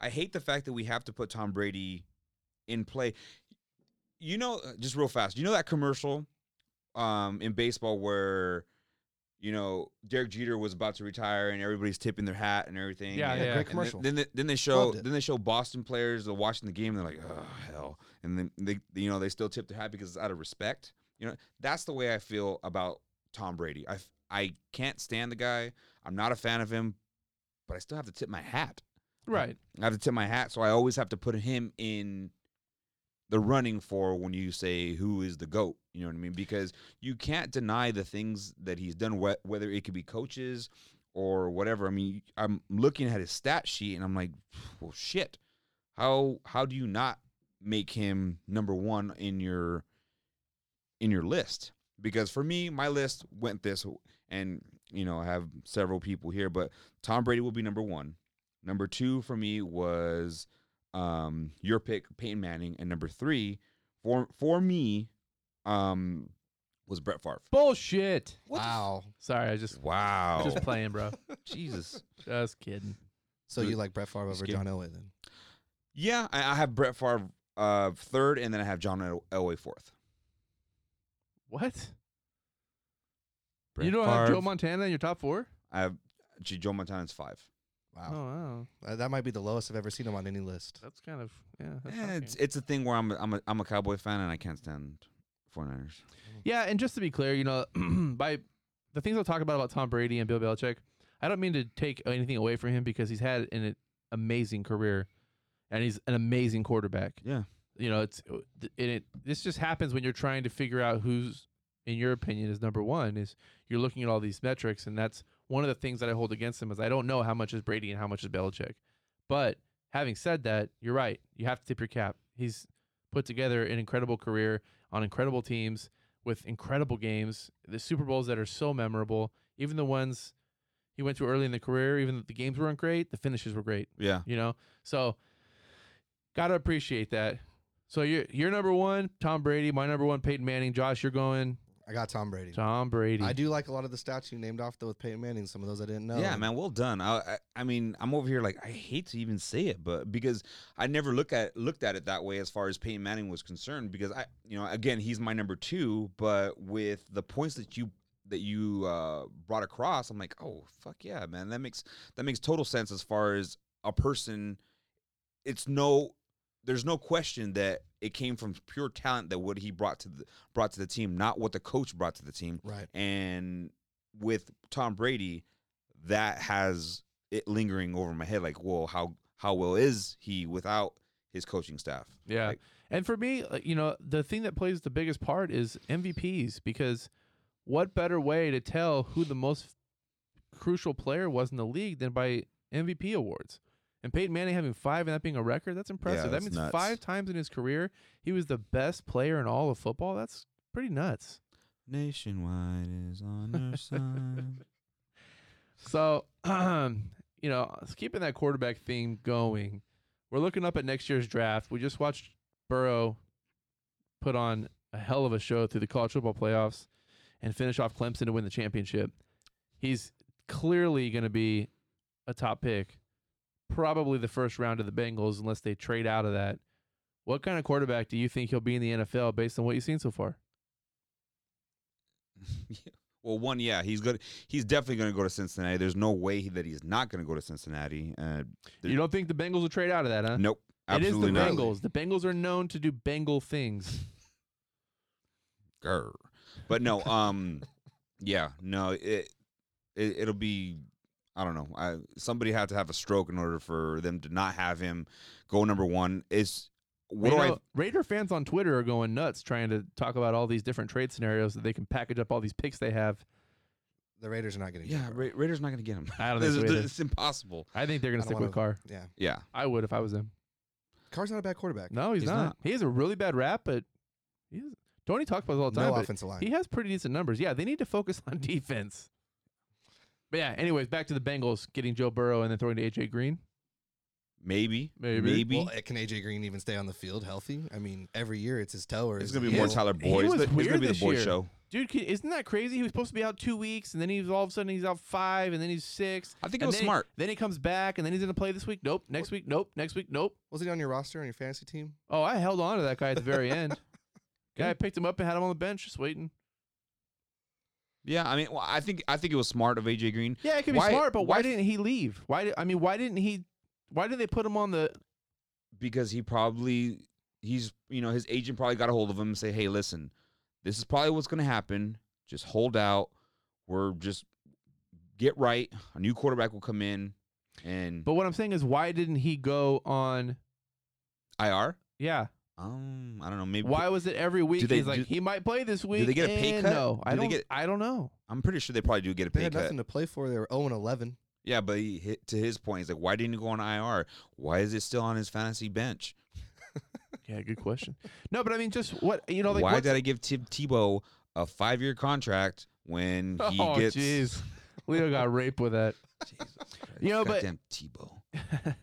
Speaker 2: I hate the fact that we have to put Tom Brady in play. You know, uh, just real fast. You know that commercial um, in baseball where you know Derek Jeter was about to retire and everybody's tipping their hat and everything.
Speaker 1: Yeah,
Speaker 2: and,
Speaker 1: yeah. Great
Speaker 2: and then-
Speaker 3: commercial.
Speaker 2: Then they, then they show
Speaker 3: Loved it.
Speaker 2: then they show Boston players they're watching the game and they're like, oh hell, and then they you know they still tip their hat because it's out of respect. You know, that's the way I feel about Tom Brady. I f- I can't stand the guy. I'm not a fan of him, but I still have to tip my hat.
Speaker 1: right.
Speaker 2: I have to tip my hat, so I always have to put him in the running for when you say who is the goat. You know what I mean? Because you can't deny the things that he's done, wh- whether it could be coaches or whatever. I mean, I'm looking at his stat sheet and I'm like, well, shit. How how do you not make him number one in your in your list? Because for me, my list went this, and you know, I have several people here, but Tom Brady will be number one. Number two for me was um, your pick, Peyton Manning, and number three for for me um, was Brett Favre.
Speaker 1: Bullshit.
Speaker 3: wow.
Speaker 1: Sorry, I just
Speaker 2: Wow,
Speaker 1: just playing, bro.
Speaker 2: Jesus.
Speaker 1: Just kidding.
Speaker 3: So you like Brett Favre
Speaker 2: He's
Speaker 3: over
Speaker 2: good.
Speaker 3: John Elway then?
Speaker 2: Yeah, I, I have Brett Favre uh, third, and then I have John El- Elway fourth.
Speaker 1: What?
Speaker 2: Brett
Speaker 1: you don't have
Speaker 2: Favre,
Speaker 1: Joe Montana in your top four?
Speaker 2: I have gee, Joe Montana's five.
Speaker 3: Wow.
Speaker 1: Oh wow,
Speaker 3: Uh, that might be the lowest I've ever seen him on any list.
Speaker 1: that's kind of yeah. That's
Speaker 2: Eh, it's
Speaker 1: shocking.
Speaker 2: it's a thing where I'm a, I'm a, I'm a Cowboy fan, and I can't stand 49ers.
Speaker 1: yeah, and just to be clear, you know, by the things I'll talk about about Tom Brady and Bill Belichick, I don't mean to take anything away from him because he's had an amazing career, and he's an amazing quarterback.
Speaker 2: Yeah,
Speaker 1: you know, it's and it. This just happens when you're trying to figure out who's, in your opinion, is number one. Is you're looking at all these metrics, and that's one of the things that I hold against him is I don't know how much is Brady and how much is Belichick. But having said that, you're right. You have to tip your cap. He's put together an incredible career on incredible teams with incredible games, the Super Bowls that are so memorable, even the ones he went to early in the career, even if the games weren't great, the finishes were great
Speaker 2: yeah.
Speaker 1: you know so gotta appreciate that so you're, you're number one tom brady my number one peyton manning josh you're going
Speaker 3: I got Tom Brady.
Speaker 1: Tom Brady.
Speaker 3: I do like a lot of the stats you named off though with Peyton Manning. Some of those I didn't know.
Speaker 2: Yeah,
Speaker 3: and
Speaker 2: man, well done. I, I I mean, I'm over here like I hate to even say it, but because I never look at looked at it that way as far as Peyton Manning was concerned. Because I, you know, again, he's my number two, but with the points that you that you uh, brought across, I'm like, oh fuck yeah, man, that makes that makes total sense as far as a person. It's no, there's no question that it came from pure talent that what he brought to the brought to the team, not what the coach brought to the team.
Speaker 3: Right.
Speaker 2: And with Tom Brady, that has it lingering over my head. Like, whoa, how how well is he without his coaching staff?
Speaker 1: Yeah.
Speaker 2: Like-
Speaker 1: and for me, like, you know, the thing that plays the biggest part is MVPs because what better way to tell who the most crucial player was in the league than by MVP awards? And Peyton Manning having five and that being a record, that's impressive. that
Speaker 2: that's
Speaker 1: means
Speaker 2: nuts.
Speaker 1: five times in his career, he was the best player in all of football. That's pretty nuts.
Speaker 2: Nationwide is on our side.
Speaker 1: So, you know, s- keeping that quarterback theme going, we're looking up at next year's draft. We just watched Burrow put on a hell of a show through the college football playoffs and finish off Clemson to win the championship. He's clearly going to be a top pick, probably the first round of the Bengals, unless they trade out of that. What kind of quarterback do you think he'll be in the NFL based on what you've seen so far?
Speaker 2: Well, one, yeah, he's good. He's definitely going to go to Cincinnati. There's no way he- that he's not going to go to Cincinnati. Uh, There-
Speaker 1: You don't think the Bengals will trade out of that, huh?
Speaker 2: nope,
Speaker 1: Uh, it is the
Speaker 2: absolutely not.
Speaker 1: Bengals. The Bengals are known to do Bengal things.
Speaker 2: Grr. But no, um, yeah, no, it, it it'll be. I don't know. I, somebody had to have a stroke in order for them to not have him go number one. Is what
Speaker 1: You
Speaker 2: do I?
Speaker 1: know, Raider fans on Twitter are going nuts trying to talk about all these different trade scenarios that they can package up all these picks they have.
Speaker 3: the Raiders are not getting.
Speaker 2: Yeah,
Speaker 3: Jim Harbaugh.
Speaker 2: Ra- Raiders not going to get him.
Speaker 1: I don't think
Speaker 2: It's,
Speaker 1: so either.
Speaker 2: it's impossible.
Speaker 1: I think they're going
Speaker 3: I
Speaker 1: to
Speaker 3: don't
Speaker 1: stick with Carr.
Speaker 3: Yeah,
Speaker 2: Yeah,
Speaker 1: I would if I was them.
Speaker 3: Carr's not a bad quarterback.
Speaker 1: No, he's,
Speaker 2: He's
Speaker 1: not.
Speaker 2: not.
Speaker 1: He has a really bad rap, but he's, Tony talks about it all the time.
Speaker 3: no
Speaker 1: but
Speaker 3: offensive line.
Speaker 1: he has pretty decent numbers. Yeah, they need to focus on defense. But yeah, anyways, back to the Bengals getting Joe Burrow and then throwing to AJ Green.
Speaker 2: maybe,
Speaker 1: Maybe.
Speaker 2: maybe.
Speaker 3: Well, eh, can AJ Green even stay on the field healthy? I mean, every year it's his toe or
Speaker 2: it's
Speaker 3: his
Speaker 2: going to be
Speaker 1: he
Speaker 2: more
Speaker 1: was-
Speaker 2: Tyler
Speaker 1: he
Speaker 2: Boyd.
Speaker 1: was
Speaker 2: It's gonna- It's
Speaker 1: weird
Speaker 2: going to be
Speaker 1: this
Speaker 2: the Boyd
Speaker 1: year.
Speaker 2: show.
Speaker 1: Dude, ki- isn't that crazy? He was supposed to be out two weeks, and then he's all of a sudden he's out five, and then he's six.
Speaker 2: I
Speaker 1: and
Speaker 2: think it was
Speaker 1: then he-
Speaker 2: smart.
Speaker 1: then he comes back, and then he's going to play this week. Nope. Next week. Nope. Next week. Nope.
Speaker 3: Was he on your roster on your fantasy team?
Speaker 1: Oh, I held on to that guy at the very end. Yeah, I picked him up and had him on the bench, just waiting.
Speaker 2: Yeah, I mean, well, I think I think it was smart of AJ Green.
Speaker 1: Yeah, it could
Speaker 2: Why-
Speaker 1: be smart, but why,
Speaker 2: why-
Speaker 1: didn't he leave? Why? Did, I mean, why didn't he? Why did they put him on the?
Speaker 2: because he probably he's you know his agent probably got a hold of him and say hey listen this is probably what's going to happen just hold out we're just get right a new quarterback will come in and
Speaker 1: But what I'm saying is, why didn't he go on?
Speaker 2: ir
Speaker 1: Yeah,
Speaker 2: um i don't know maybe
Speaker 1: why was it every week?
Speaker 2: they-
Speaker 1: He's like,
Speaker 2: do-
Speaker 1: he might play this week.
Speaker 2: they get a pay
Speaker 1: and
Speaker 2: cut?
Speaker 1: No, I
Speaker 2: Do they
Speaker 1: don't.
Speaker 2: get-
Speaker 1: I don't know.
Speaker 2: i'm pretty sure they probably do get a
Speaker 3: They
Speaker 2: pay
Speaker 3: had
Speaker 2: cut
Speaker 3: nothing to play for. They were 0 and 11.
Speaker 2: yeah but he hit, to his point he's like why didn't he go on ir why is it still on his fantasy bench
Speaker 1: Yeah, good question. no, but I mean, just what you know, like
Speaker 2: why
Speaker 1: what's-
Speaker 2: did i give tim tebow a five-year contract when he
Speaker 1: oh,
Speaker 2: gets
Speaker 1: jeez, Leo got raped with that. You know, but-
Speaker 2: Goddamn tebow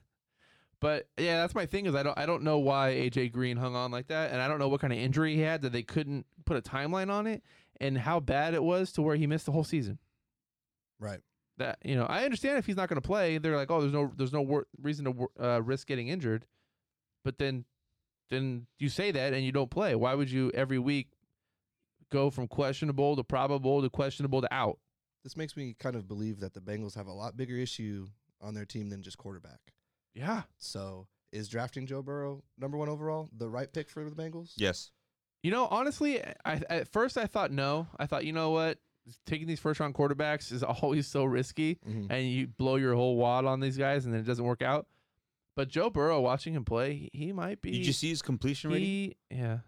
Speaker 1: But yeah, that's my thing is I don't I don't know why AJ Green hung on like that, and I don't know what kind of injury he had that they couldn't put a timeline on it, and how bad it was to where he missed the whole season.
Speaker 3: Right.
Speaker 1: That you know, I understand if he's not going to play, they're like, oh, there's no there's no wor- reason to wor- uh, risk getting injured, but then then you say that and you don't play. Why would you every week go from questionable to probable to questionable to out?
Speaker 3: This makes me kind of believe that the Bengals have a lot bigger issue on their team than just quarterback.
Speaker 1: Yeah,
Speaker 3: So is drafting Joe Burrow number one overall the right pick for the Bengals?
Speaker 2: yes
Speaker 1: You know, honestly, I at first I thought no. I thought, you know what? Taking these first round quarterbacks is always so risky
Speaker 3: Mhm.
Speaker 1: and you blow your whole wad on these guys and then it doesn't work out. But Joe Burrow watching him play, he- he might be
Speaker 2: Did you see his completion rating?
Speaker 1: he, yeah.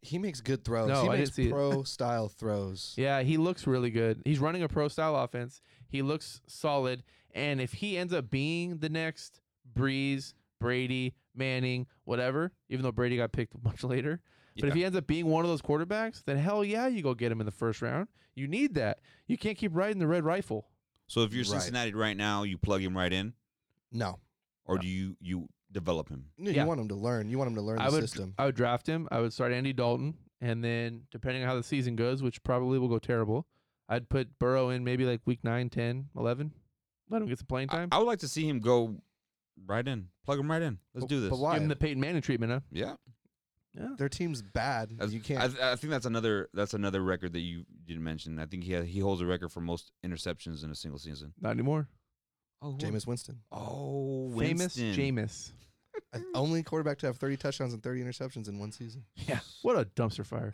Speaker 3: He makes good throws.
Speaker 1: No,
Speaker 3: he
Speaker 1: I didn't
Speaker 3: makes
Speaker 1: see it.
Speaker 3: pro style throws.
Speaker 1: Yeah, he looks really good. He's running a pro style offense. He looks solid. And if he ends up being the next Breeze, Brady, Manning, whatever, even though Brady got picked much later, But if he ends up being one of those quarterbacks, then hell yeah, you go get him in the first round. You need that. You can't keep riding the red rifle.
Speaker 2: so if you're
Speaker 3: Right.
Speaker 2: Cincinnati right now, you plug him right in,
Speaker 3: No.
Speaker 2: or do you you develop him?
Speaker 3: No,
Speaker 1: Yeah.
Speaker 3: You want him to learn. You want him to learn
Speaker 1: I
Speaker 3: the
Speaker 1: would
Speaker 3: system.
Speaker 1: I would draft him. I would start Andy Dalton And then depending on how the season goes, which probably will go terrible, I'd put Burrow in maybe like week 9, 10, 11. Let him get some playing
Speaker 2: I,
Speaker 1: time.
Speaker 2: I would like to see him go right in. Plug him right in. Let's
Speaker 3: But-
Speaker 2: do this.
Speaker 3: But why?
Speaker 1: Give him the Peyton Manning treatment, huh?
Speaker 2: yeah,
Speaker 3: Their team's bad.
Speaker 2: That's-
Speaker 3: you can't.
Speaker 2: I, th- I think that's another that's another record that you didn't mention. I think he has, he holds a record for most interceptions in a single season.
Speaker 1: Not anymore.
Speaker 2: Oh,
Speaker 3: Jameis Winston,
Speaker 2: Oh,
Speaker 1: Famous
Speaker 2: Winston.
Speaker 1: Jameis.
Speaker 3: I-
Speaker 1: Mm.
Speaker 3: only quarterback to have 30 touchdowns and 30 interceptions in one season.
Speaker 1: Yeah. What a dumpster fire.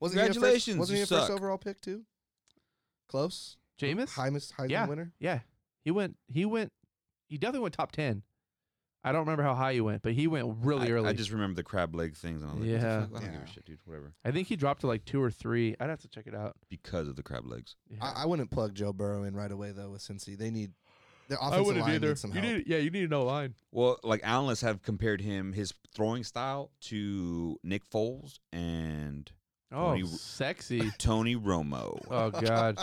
Speaker 3: Wasn't he a first-
Speaker 2: Congratulations,
Speaker 3: wasn't
Speaker 2: you
Speaker 3: he a first
Speaker 2: suck.
Speaker 3: overall pick too? Close.
Speaker 1: Jameis?
Speaker 3: Heimest Heisman
Speaker 1: Yeah.
Speaker 3: winner.
Speaker 1: Yeah. He went he went he definitely went top 10. I don't remember how high he went, but he went really
Speaker 2: I,
Speaker 1: early.
Speaker 2: I just remember the crab leg things, and I was like,
Speaker 1: Yeah.
Speaker 2: yeah, I don't give
Speaker 3: Yeah.
Speaker 2: a shit, dude. Whatever,
Speaker 1: I think he dropped to like 2 or 3. I'd have to check it out.
Speaker 2: because of the crab legs.
Speaker 1: Yeah.
Speaker 3: I, I wouldn't plug Joe Burrow in right away though with Cincy. They need their offensive line needs some
Speaker 1: You
Speaker 3: help.
Speaker 1: need yeah, you need an O line.
Speaker 2: Well, like analysts have compared him his throwing style to Nick Foles and
Speaker 1: Oh,
Speaker 2: Tony-
Speaker 1: sexy.
Speaker 2: Tony Romo.
Speaker 1: Oh God.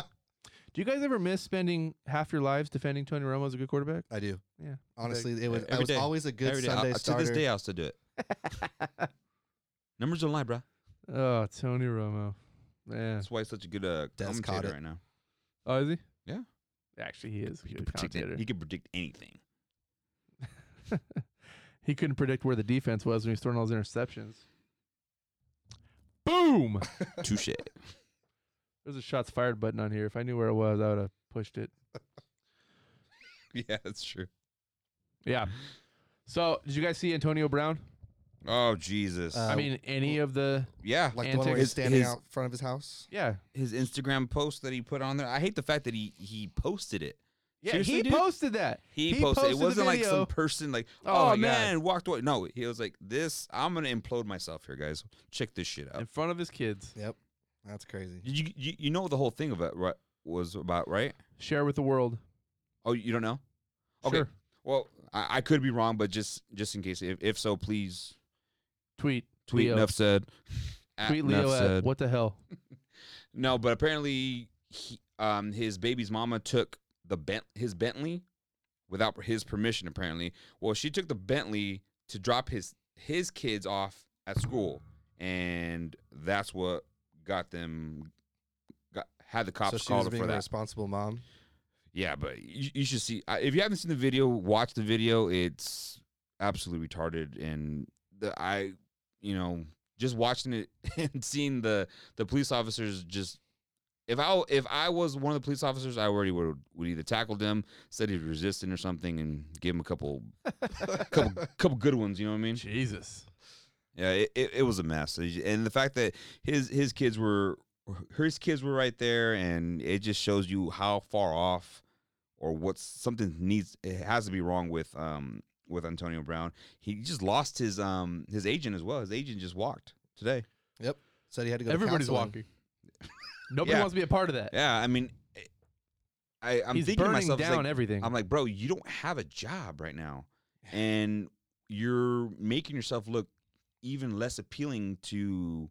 Speaker 1: Do you guys ever miss spending half your lives defending Tony Romo as a good quarterback?
Speaker 3: I do.
Speaker 1: Yeah.
Speaker 3: Honestly, it was. I
Speaker 2: Every
Speaker 3: was
Speaker 2: day.
Speaker 3: always a good
Speaker 2: Every day. I-
Speaker 3: Sunday
Speaker 2: I- to
Speaker 3: starter.
Speaker 2: this day, I still do it. Numbers don't lie, bro.
Speaker 1: oh, Tony Romo. Man.
Speaker 2: That's why he's such a good uh,
Speaker 3: Des caught
Speaker 2: commentator
Speaker 3: it.
Speaker 2: right now.
Speaker 1: Oh, is he?
Speaker 2: Yeah.
Speaker 1: Actually, he is. a
Speaker 2: He
Speaker 1: good
Speaker 2: can predict it.
Speaker 1: commentator.
Speaker 2: He can predict anything.
Speaker 1: He couldn't predict where the defense was when he was throwing all those interceptions. Boom!
Speaker 2: Touche.
Speaker 1: There's a shots fired button on here. If I knew where it was, I would have pushed it.
Speaker 2: yeah, that's true.
Speaker 1: Yeah. So, did you guys see Antonio Brown?
Speaker 2: Oh Jesus.
Speaker 3: Uh,
Speaker 1: I mean, any of the
Speaker 2: yeah.
Speaker 3: like the one where he's
Speaker 1: Antics-
Speaker 3: standing
Speaker 2: his-
Speaker 3: out front of his house.
Speaker 1: yeah,
Speaker 2: His Instagram post that he put on there. I hate the fact that he he posted it.
Speaker 1: yeah.
Speaker 2: Seriously,
Speaker 1: he
Speaker 2: dude?
Speaker 1: posted that.
Speaker 2: He,
Speaker 1: He
Speaker 2: posted,
Speaker 1: posted
Speaker 2: it.
Speaker 1: the
Speaker 2: wasn't like
Speaker 1: video.
Speaker 2: some person like,
Speaker 1: Oh,
Speaker 2: oh,
Speaker 1: my God.
Speaker 2: man, walked away. No, he was like, this. I'm gonna implode myself here, guys. Check this shit out.
Speaker 1: in front of his kids.
Speaker 3: Yep, that's crazy.
Speaker 2: You, you you know what the whole thing of it right, was about, right?
Speaker 1: Share with the world.
Speaker 2: Oh, you don't know? Okay.
Speaker 1: Sure.
Speaker 2: Well, I, I could be wrong, but just just in case, if, if so, please
Speaker 1: Tweet.
Speaker 2: tweet.
Speaker 1: Leo.
Speaker 2: Enough said. At
Speaker 1: Tweet
Speaker 2: enough
Speaker 1: Leo at
Speaker 2: said.
Speaker 1: what the hell?
Speaker 2: No, but apparently, he, um, his baby's mama took the bent his Bentley without his permission. Apparently, well, she took the Bentley to drop his his kids off at school, and that's what got them. Got, had the cops
Speaker 3: so she
Speaker 2: called
Speaker 3: was
Speaker 2: her
Speaker 3: being
Speaker 2: for
Speaker 3: a
Speaker 2: that.
Speaker 3: responsible mom.
Speaker 2: Yeah, but you, you should see. I- If you haven't seen the video, watch the video. It's absolutely retarded, and the I, you know, just watching it and seeing the the police officers just. If I if I was one of the police officers, I already would would either tackled him, said he was resisting or something, and give him a couple couple couple good ones. You know what I mean?
Speaker 1: Jesus.
Speaker 2: Yeah, it, it, it was a mess, and the fact that his his kids were his kids were right there, and it just shows you how far off or what something needs it has to be wrong with um with Antonio Brown. He just lost his um his agent as well. His agent just walked today.
Speaker 3: Said he had to go. to
Speaker 1: Everybody's
Speaker 3: counseling.
Speaker 1: walking. Nobody
Speaker 2: Yeah.
Speaker 1: wants to be a part of that.
Speaker 2: Yeah, I mean, I I'm
Speaker 1: He's
Speaker 2: thinking to
Speaker 1: burning
Speaker 2: myself, it's
Speaker 1: down
Speaker 2: like,
Speaker 1: everything.
Speaker 2: I'm like, bro, you don't have a job right now, and you're making yourself look even less appealing to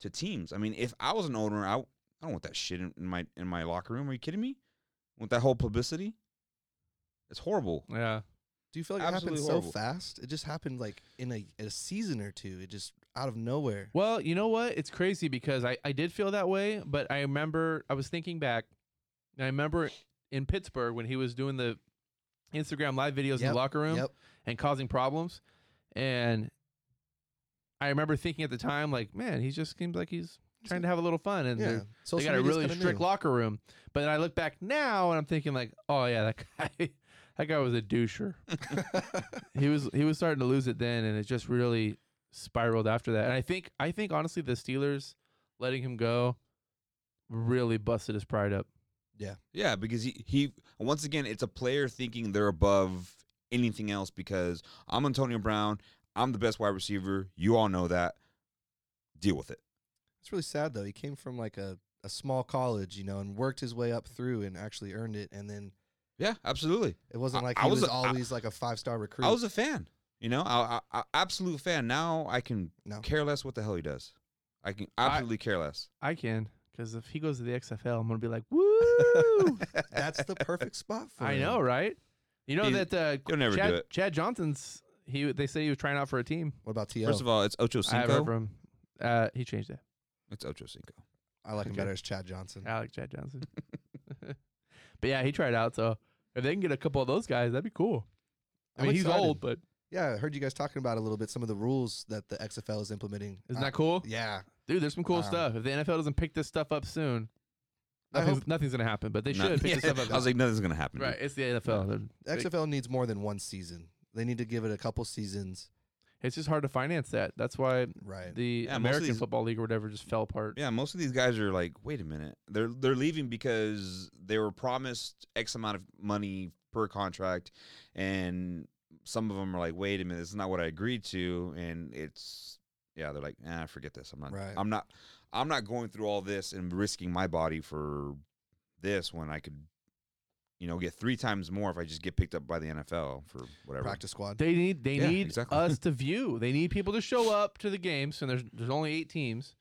Speaker 2: to teams. I mean, if I was an owner, I I don't want that shit in, in my in my locker room. Are you kidding me? With that whole publicity, it's horrible.
Speaker 1: yeah.
Speaker 3: Do you feel like it happened
Speaker 2: Absolutely
Speaker 3: so
Speaker 2: horrible.
Speaker 3: fast? It just happened like in a, a season or two. It just out of nowhere.
Speaker 1: Well, you know what? It's crazy because I, I did feel that way, but I remember I was thinking back. And I remember in Pittsburgh when he was doing the Instagram live videos in the
Speaker 3: Yep,
Speaker 1: locker room
Speaker 3: Yep.
Speaker 1: and causing problems. And I remember thinking at the time, like, man, he just seems like he's trying to have a little fun. And
Speaker 3: Yeah.
Speaker 1: they're-
Speaker 3: Social
Speaker 1: they got a
Speaker 3: media's
Speaker 1: really
Speaker 3: kinda
Speaker 1: strict
Speaker 3: new.
Speaker 1: locker room. But then I look back now and I'm thinking, like, oh, yeah, that guy. That guy was a doucher. he was he was starting to lose it then, and it just really spiraled after that. And I think I think honestly, the Steelers letting him go really busted his pride up.
Speaker 2: Yeah, because he, he once again, it's a player thinking they're above anything else because I'm Antonio Brown. I'm the best wide receiver. You all know that. Deal with it.
Speaker 3: It's really sad though. He came from like a, a small college, you know, and worked his way up through and actually earned it. And then
Speaker 2: Yeah, absolutely.
Speaker 3: it wasn't
Speaker 2: I-
Speaker 3: like
Speaker 2: I
Speaker 3: he
Speaker 2: was
Speaker 3: was,
Speaker 2: a- I-
Speaker 3: always like a five star recruit.
Speaker 2: I was a fan. You know, I, I, I absolute fan. Now I can
Speaker 3: No.
Speaker 2: care less what the hell he does. I can
Speaker 1: I-
Speaker 2: absolutely care less.
Speaker 1: I can because if he goes to the XFL, I'm gonna be like, woo!
Speaker 3: That's the perfect spot for.
Speaker 1: I
Speaker 3: him.
Speaker 1: know, right? You know
Speaker 2: He-
Speaker 1: that uh,
Speaker 2: he'll never
Speaker 1: Chad,
Speaker 2: do it.
Speaker 1: Chad Johnson's he they say he was trying out for a team.
Speaker 3: What about T.O.?
Speaker 2: First of all, it's Ocho
Speaker 1: I haven't heard
Speaker 2: Cinco.
Speaker 1: from Uh, he changed that.
Speaker 2: It's Ocho Cinco.
Speaker 3: I like him
Speaker 1: Okay.
Speaker 3: better as Chad Johnson.
Speaker 1: I like Chad Johnson. but yeah, he tried out. So if they can get a couple of those guys, that'd be cool. I
Speaker 3: I'm
Speaker 1: mean, he's
Speaker 3: excited.
Speaker 1: old, but
Speaker 3: Yeah, I heard you guys talking about a little bit some of the rules that the XFL is implementing.
Speaker 1: isn't
Speaker 3: I-
Speaker 1: that cool?
Speaker 3: Yeah,
Speaker 1: Dude, there's some cool
Speaker 2: Um,
Speaker 3: Wow.
Speaker 1: stuff. If the NFL doesn't pick this stuff up soon,
Speaker 3: I
Speaker 1: nothing's,
Speaker 3: hope-
Speaker 1: nothing's going to happen, but they
Speaker 2: Not-
Speaker 1: should pick this
Speaker 2: Yeah,
Speaker 1: stuff up.
Speaker 2: I was like, nothing's gonna happen.
Speaker 1: right. It's the NFL. They're-
Speaker 3: the XFL needs more than one season. They need to give it a couple seasons,
Speaker 1: It's just hard to finance that. That's why
Speaker 3: right?
Speaker 1: the
Speaker 2: Yeah, most of
Speaker 1: American
Speaker 2: these-
Speaker 1: Football League or whatever just fell apart.
Speaker 2: Yeah, most of these guys are like, wait a minute, they're they're leaving because they were promised X amount of money per contract, and some of them are like, wait a minute, this is not what I agreed to, and it's yeah, they're like, ah, forget this, I'm not,
Speaker 3: Right.
Speaker 2: I'm not, I'm not going through all this and risking my body for this when I could, you know, get three times more if I just get picked up by the NFL for whatever.
Speaker 3: Practice squad.
Speaker 1: They need they
Speaker 2: Yeah,
Speaker 1: need
Speaker 2: exactly.
Speaker 1: us to view. They need people to show up to the games, and there's there's only eight teams,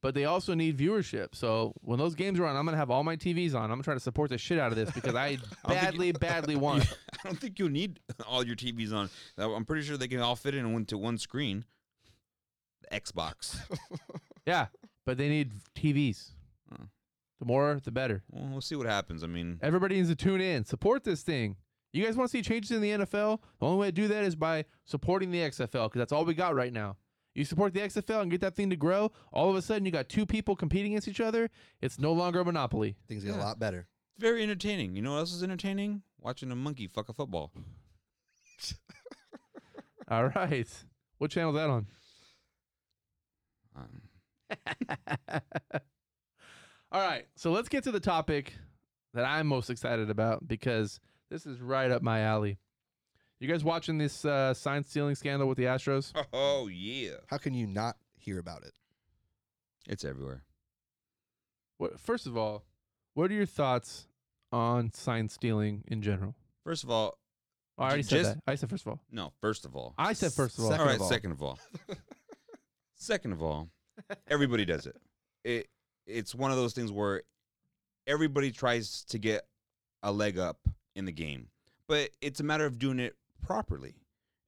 Speaker 1: but they also need viewership. So when those games are on, I'm gonna have all my TVs on. I'm gonna try to support the shit out of this because I badly badly want. it.
Speaker 2: I don't think you need all your TVs on. I'm pretty sure they can all fit in into one screen. The Xbox.
Speaker 1: Yeah, but they need TVs.
Speaker 2: Oh.
Speaker 1: The more, the better.
Speaker 2: Well, we'll see what happens. I mean,
Speaker 1: Everybody needs to tune in. Support this thing. You guys want to see changes in the NFL? The only way to do that is by supporting the XFL because that's all we got right now. You support the XFL and get that thing to grow. All of a sudden, you got two people competing against each other. It's no longer a monopoly.
Speaker 3: Things get
Speaker 2: Yeah.
Speaker 3: a lot better.
Speaker 2: it's very entertaining. You know what else is entertaining? Watching a monkey fuck a football.
Speaker 1: All right. What channel is that on?
Speaker 2: Um,
Speaker 1: All right. So let's get to the topic that I'm most excited about because this is right up my alley. You guys watching this uh, sign stealing scandal with the Astros?
Speaker 2: oh yeah,
Speaker 3: How can you not hear about it?
Speaker 2: it's everywhere.
Speaker 1: What, first of all, what are your thoughts on sign stealing in general?
Speaker 2: First of all,
Speaker 1: Oh, I
Speaker 2: Ju-
Speaker 1: already said
Speaker 2: just-
Speaker 1: that. I said first of all.
Speaker 2: no. First of all,
Speaker 1: I said first of all.
Speaker 3: Second
Speaker 2: all right.
Speaker 3: of all.
Speaker 2: Second of all, second of all, everybody does it. It it's one of those things where everybody tries to get a leg up in the game, but it's a matter of doing it properly.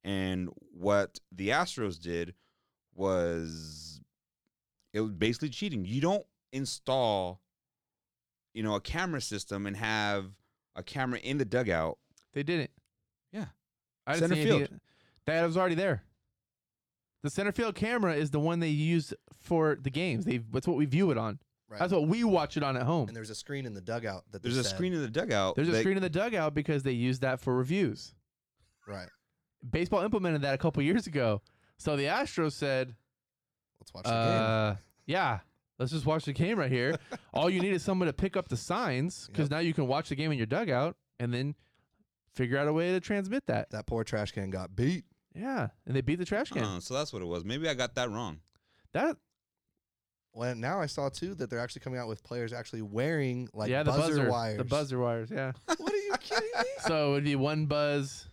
Speaker 2: And what the Astros did was it was basically cheating. You don't install, you know, a camera system and have a camera in the dugout.
Speaker 1: They didn't.
Speaker 2: Yeah.
Speaker 1: I didn't
Speaker 2: Center
Speaker 1: see any- That was already there. The center field camera is the one they use for the games. They that's what we view it on.
Speaker 3: Right.
Speaker 1: That's what we watch it on at home.
Speaker 3: and there's a screen in the dugout that they
Speaker 2: There's a
Speaker 3: said-
Speaker 2: screen in the dugout.
Speaker 1: There's a
Speaker 2: that-
Speaker 1: screen in the dugout because they use that for reviews.
Speaker 3: Right.
Speaker 1: Baseball implemented that a couple years ago. So the Astros said,
Speaker 3: Let's watch the game.
Speaker 1: uh, yeah, let's just watch the game right here. All you need is someone to pick up the signs because
Speaker 3: Yep.
Speaker 1: now you can watch the game in your dugout and then figure out a way to transmit that.
Speaker 3: That poor trash can got beat.
Speaker 1: Yeah, and they beat the trash can.
Speaker 3: Uh-huh.
Speaker 2: Oh, so that's what it was. Maybe I got that wrong.
Speaker 1: That
Speaker 3: Well, now I saw too that they're actually coming out with players actually wearing like
Speaker 1: yeah, the
Speaker 3: buzzer,
Speaker 1: buzzer
Speaker 3: wires.
Speaker 1: the buzzer wires. Yeah,
Speaker 3: What are you kidding me?
Speaker 1: so it would be one buzz,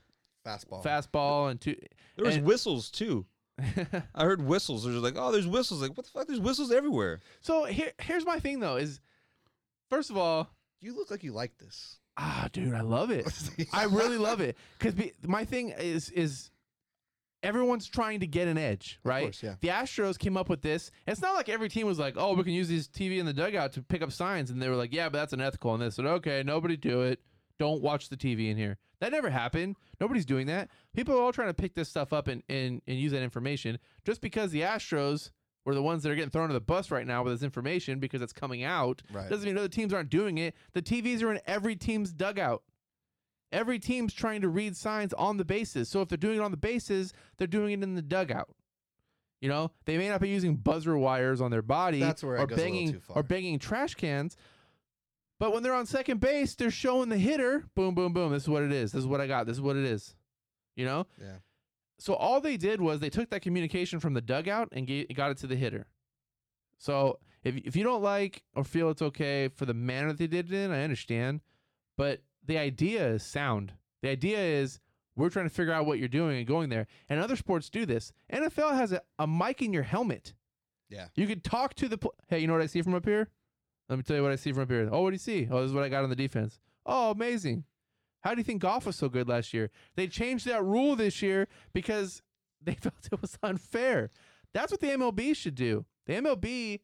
Speaker 3: Fastball.
Speaker 1: fastball, and two.
Speaker 2: There was
Speaker 1: And-
Speaker 2: whistles too. I heard whistles. There's like, oh, there's whistles. Like, what the fuck? There's whistles everywhere.
Speaker 1: so here, here's my thing though: is first of all,
Speaker 3: You look like you like this.
Speaker 1: ah, dude, I love it. I really love it because my thing is is everyone's trying to get an edge, right?
Speaker 3: course, yeah.
Speaker 1: The Astros came up with this. It's not like every team was like, "Oh, we can use these TV in the dugout to pick up signs," and they were like, "Yeah, but that's unethical." And this said, "Okay, nobody do it. Don't watch the TV in here." That never happened. Nobody's doing that. People are all trying to pick this stuff up and and, and use that information just because the Astros were the ones that are getting thrown to the bus right now with this information because it's coming out
Speaker 3: Right.
Speaker 1: doesn't mean other teams aren't doing it. The TVs are in every team's dugout. Every team's trying to read signs on the bases. So if they're doing it on the bases, they're doing it in the dugout. You know, they may not be using buzzer wires on their body
Speaker 3: That's where it
Speaker 1: or
Speaker 3: goes a little
Speaker 1: banging
Speaker 3: too far.
Speaker 1: or banging trash cans. But when they're on second base, they're showing the hitter, boom, boom, boom. This is what it is. This is what I got. This is what it is. You know?
Speaker 3: Yeah.
Speaker 1: So all they did was they took that communication from the dugout and ga- got it to the hitter. So if if you don't like or feel it's okay for the manner that they did it in, I understand. But the idea is sound. The idea is we're trying to figure out what you're doing and going there. And other sports do this. NFL has a, a mic in your helmet.
Speaker 3: Yeah.
Speaker 1: You could talk to the. Pl- hey, you know what I see from up here? Let me tell you what I see from up here. Oh, what do you see? Oh, this is what I got on the defense. Oh, amazing. How do you think golf was so good last year? They changed that rule this year because they felt it was unfair. That's what the MLB should do. The MLB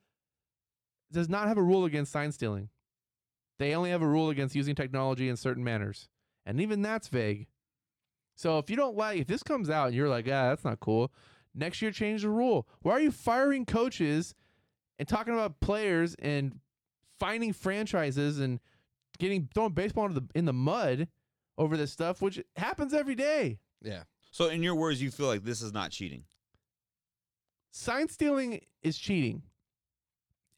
Speaker 1: does not have a rule against sign stealing. They only have a rule against using technology in certain manners. And even that's vague. So if you don't like, if this comes out and you're like, ah, that's not cool, next year change the rule. Why are you firing coaches and talking about players and finding franchises and getting throwing baseball into the, in the mud over this stuff, which happens every day?
Speaker 3: Yeah.
Speaker 2: So, in your words, you feel like this is not cheating.
Speaker 1: Sign stealing is cheating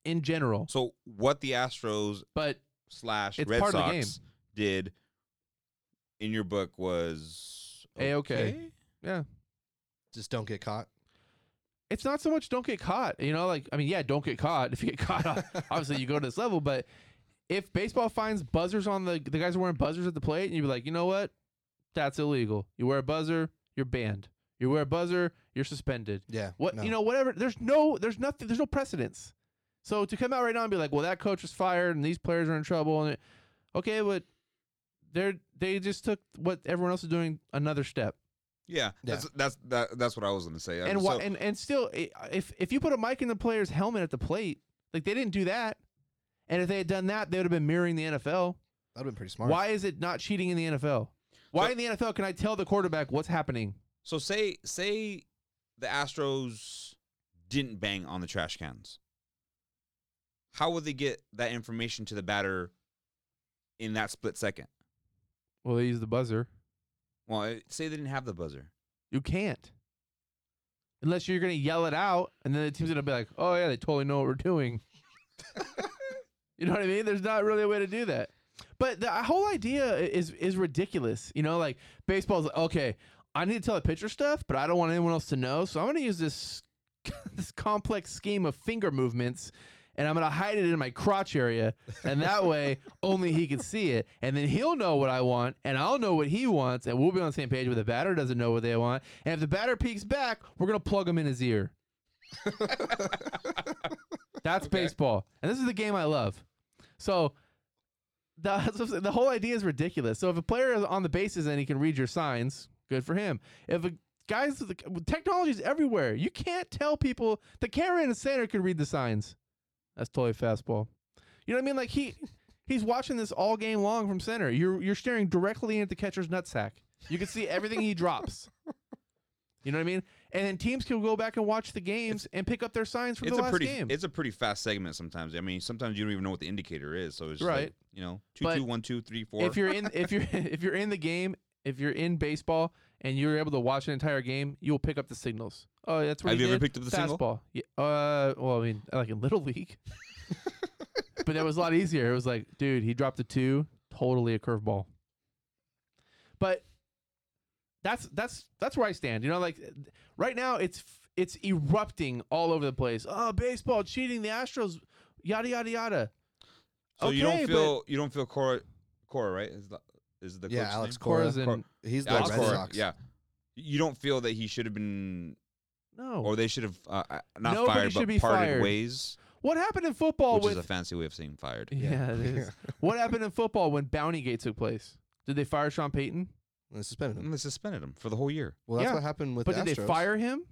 Speaker 1: in general,
Speaker 2: So, what the Astros
Speaker 1: but
Speaker 2: slash
Speaker 1: It's
Speaker 2: Red
Speaker 1: part of the
Speaker 2: Sox did in your book was
Speaker 1: A-okay. yeah,
Speaker 3: Just don't get caught.
Speaker 1: it's not so much don't get caught. You know, like I mean, yeah, don't get caught. If you get caught, obviously you go to this level. But if baseball finds buzzers on the the guys are wearing buzzers at the plate, and you're like, you know what, that's illegal. You wear a buzzer, you're banned. You wear a buzzer, you're suspended.
Speaker 3: Yeah.
Speaker 1: What
Speaker 3: no.
Speaker 1: you know, whatever. There's no, there's nothing, there's no precedence. So to come out right now and be like, well, that coach was fired and these players are in trouble, and it, okay, but they're they just took what everyone else is doing another step.
Speaker 2: Yeah, that's that's that, that's what I was gonna say. I
Speaker 1: and
Speaker 2: mean,
Speaker 1: why,
Speaker 2: so-
Speaker 1: and and still, i- if if you put a mic in the player's helmet at the plate, like they didn't do that, and if they had done that, they would have been mirroring the NFL.
Speaker 3: That'd been pretty smart.
Speaker 1: Why is it not cheating in the NFL? Why
Speaker 2: So-
Speaker 1: in the NFL can I tell the quarterback what's happening?
Speaker 2: so say say the Astros didn't bang on the trash cans. How would they get that information to the batter in that split second?
Speaker 1: Well, they use the buzzer.
Speaker 2: Well, I- say they didn't have the buzzer.
Speaker 1: You can't, unless you're gonna yell it out, and then the team's gonna be like, "Oh yeah, they totally know what we're doing." you know what I mean? There's not really a way to do that. But the uh, whole idea i- is is ridiculous. You know, like baseball's like, okay. I need to tell the pitcher stuff, but I don't want anyone else to know. So I'm going to use this this complex scheme of finger movements, and I'm going to hide it in my crotch area, and that way only he can see it, and then he'll know what I want, and I'll know what he wants, and we'll be on the same page. But the batter doesn't know what they want, and if the batter peeks back, we're going to plug him in his ear. That's baseball, and this is the game I love. So the that's what I'm saying. the whole idea is ridiculous. So if a player is on the bases and he can read your signs, good for him. If a guys, the technology's everywhere. You can't tell people the camera in the center could read the signs. That's totally fastball. You know what I mean? Like he he's watching this all game long from center. You're you're staring directly at the catcher's nutsack. You can see everything he drops. You know what I mean? And then teams can go back and watch the games and pick up their signs from
Speaker 2: it's
Speaker 1: the
Speaker 2: a
Speaker 1: last
Speaker 2: pretty
Speaker 1: game.
Speaker 2: it's a pretty fast segment sometimes. I mean, sometimes you don't even know what the indicator is. So it's just
Speaker 1: Right.
Speaker 2: like, you know, two
Speaker 1: But
Speaker 2: two one two three four.
Speaker 1: if you're in if you're if you're in the game if you're in baseball and you're able to watch an entire game you'll pick up the signals oh that's what
Speaker 2: Have
Speaker 1: he
Speaker 2: you ever
Speaker 1: did.
Speaker 2: picked up the signal?
Speaker 1: fastball yeah, uh well i mean like in little league but that was a lot easier it was like dude he dropped a two totally a curveball but that's that's that's where i stand you know like right now it's f- it's erupting all over the place oh baseball cheating the astros yada yada yada
Speaker 2: so you don't
Speaker 1: Okay, but-
Speaker 2: feel you don't feel Cora Cora, right? Is the, is the
Speaker 3: Yeah,
Speaker 2: coach's
Speaker 3: Alex
Speaker 2: name?
Speaker 1: Cora's
Speaker 2: Cora-
Speaker 1: in
Speaker 3: He's the
Speaker 2: Alex
Speaker 3: Red
Speaker 2: Cora,
Speaker 3: Sox.
Speaker 2: Yeah. You don't feel that he should have been,
Speaker 1: no
Speaker 2: or they should have uh, uh, not
Speaker 1: Oh. Nobody
Speaker 2: fired,
Speaker 1: should
Speaker 2: but
Speaker 1: be
Speaker 2: parted
Speaker 1: fired.
Speaker 2: ways,
Speaker 1: What happened in football
Speaker 2: which
Speaker 1: Oh, with
Speaker 2: is a fancy way of saying fired.
Speaker 1: yeah, it is. what happened in football when Bounty Gate took place? Did they fire Sean Payton?
Speaker 3: And they suspended him.
Speaker 2: And they suspended him for the whole year.
Speaker 3: Well, that's
Speaker 1: Yeah.
Speaker 3: what happened with
Speaker 1: but
Speaker 3: the
Speaker 1: did they
Speaker 3: Astros.
Speaker 1: fire him?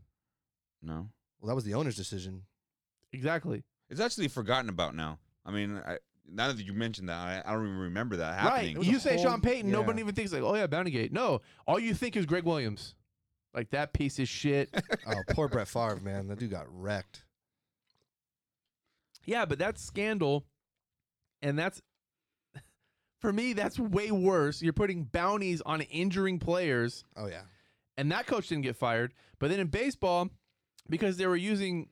Speaker 2: No,
Speaker 3: Well, that was the owner's decision.
Speaker 1: Exactly.
Speaker 2: it's actually forgotten about now. I mean, I, now that you mentioned that, I, I don't even remember that
Speaker 1: Right.
Speaker 2: happening.
Speaker 3: was
Speaker 1: You
Speaker 3: a
Speaker 1: say
Speaker 3: whole-
Speaker 1: Sean Payton, nobody
Speaker 3: yeah.
Speaker 1: even thinks like, oh yeah, Bounty Gate. No, all you think is Greg Williams, like that piece of shit.
Speaker 3: Oh, poor Brett Favre, man. That dude got wrecked.
Speaker 1: yeah, but that's scandal, and that's for me that's way worse. You're putting bounties on injuring players
Speaker 3: Oh yeah.
Speaker 1: and that coach didn't get fired. But then in baseball, because they were using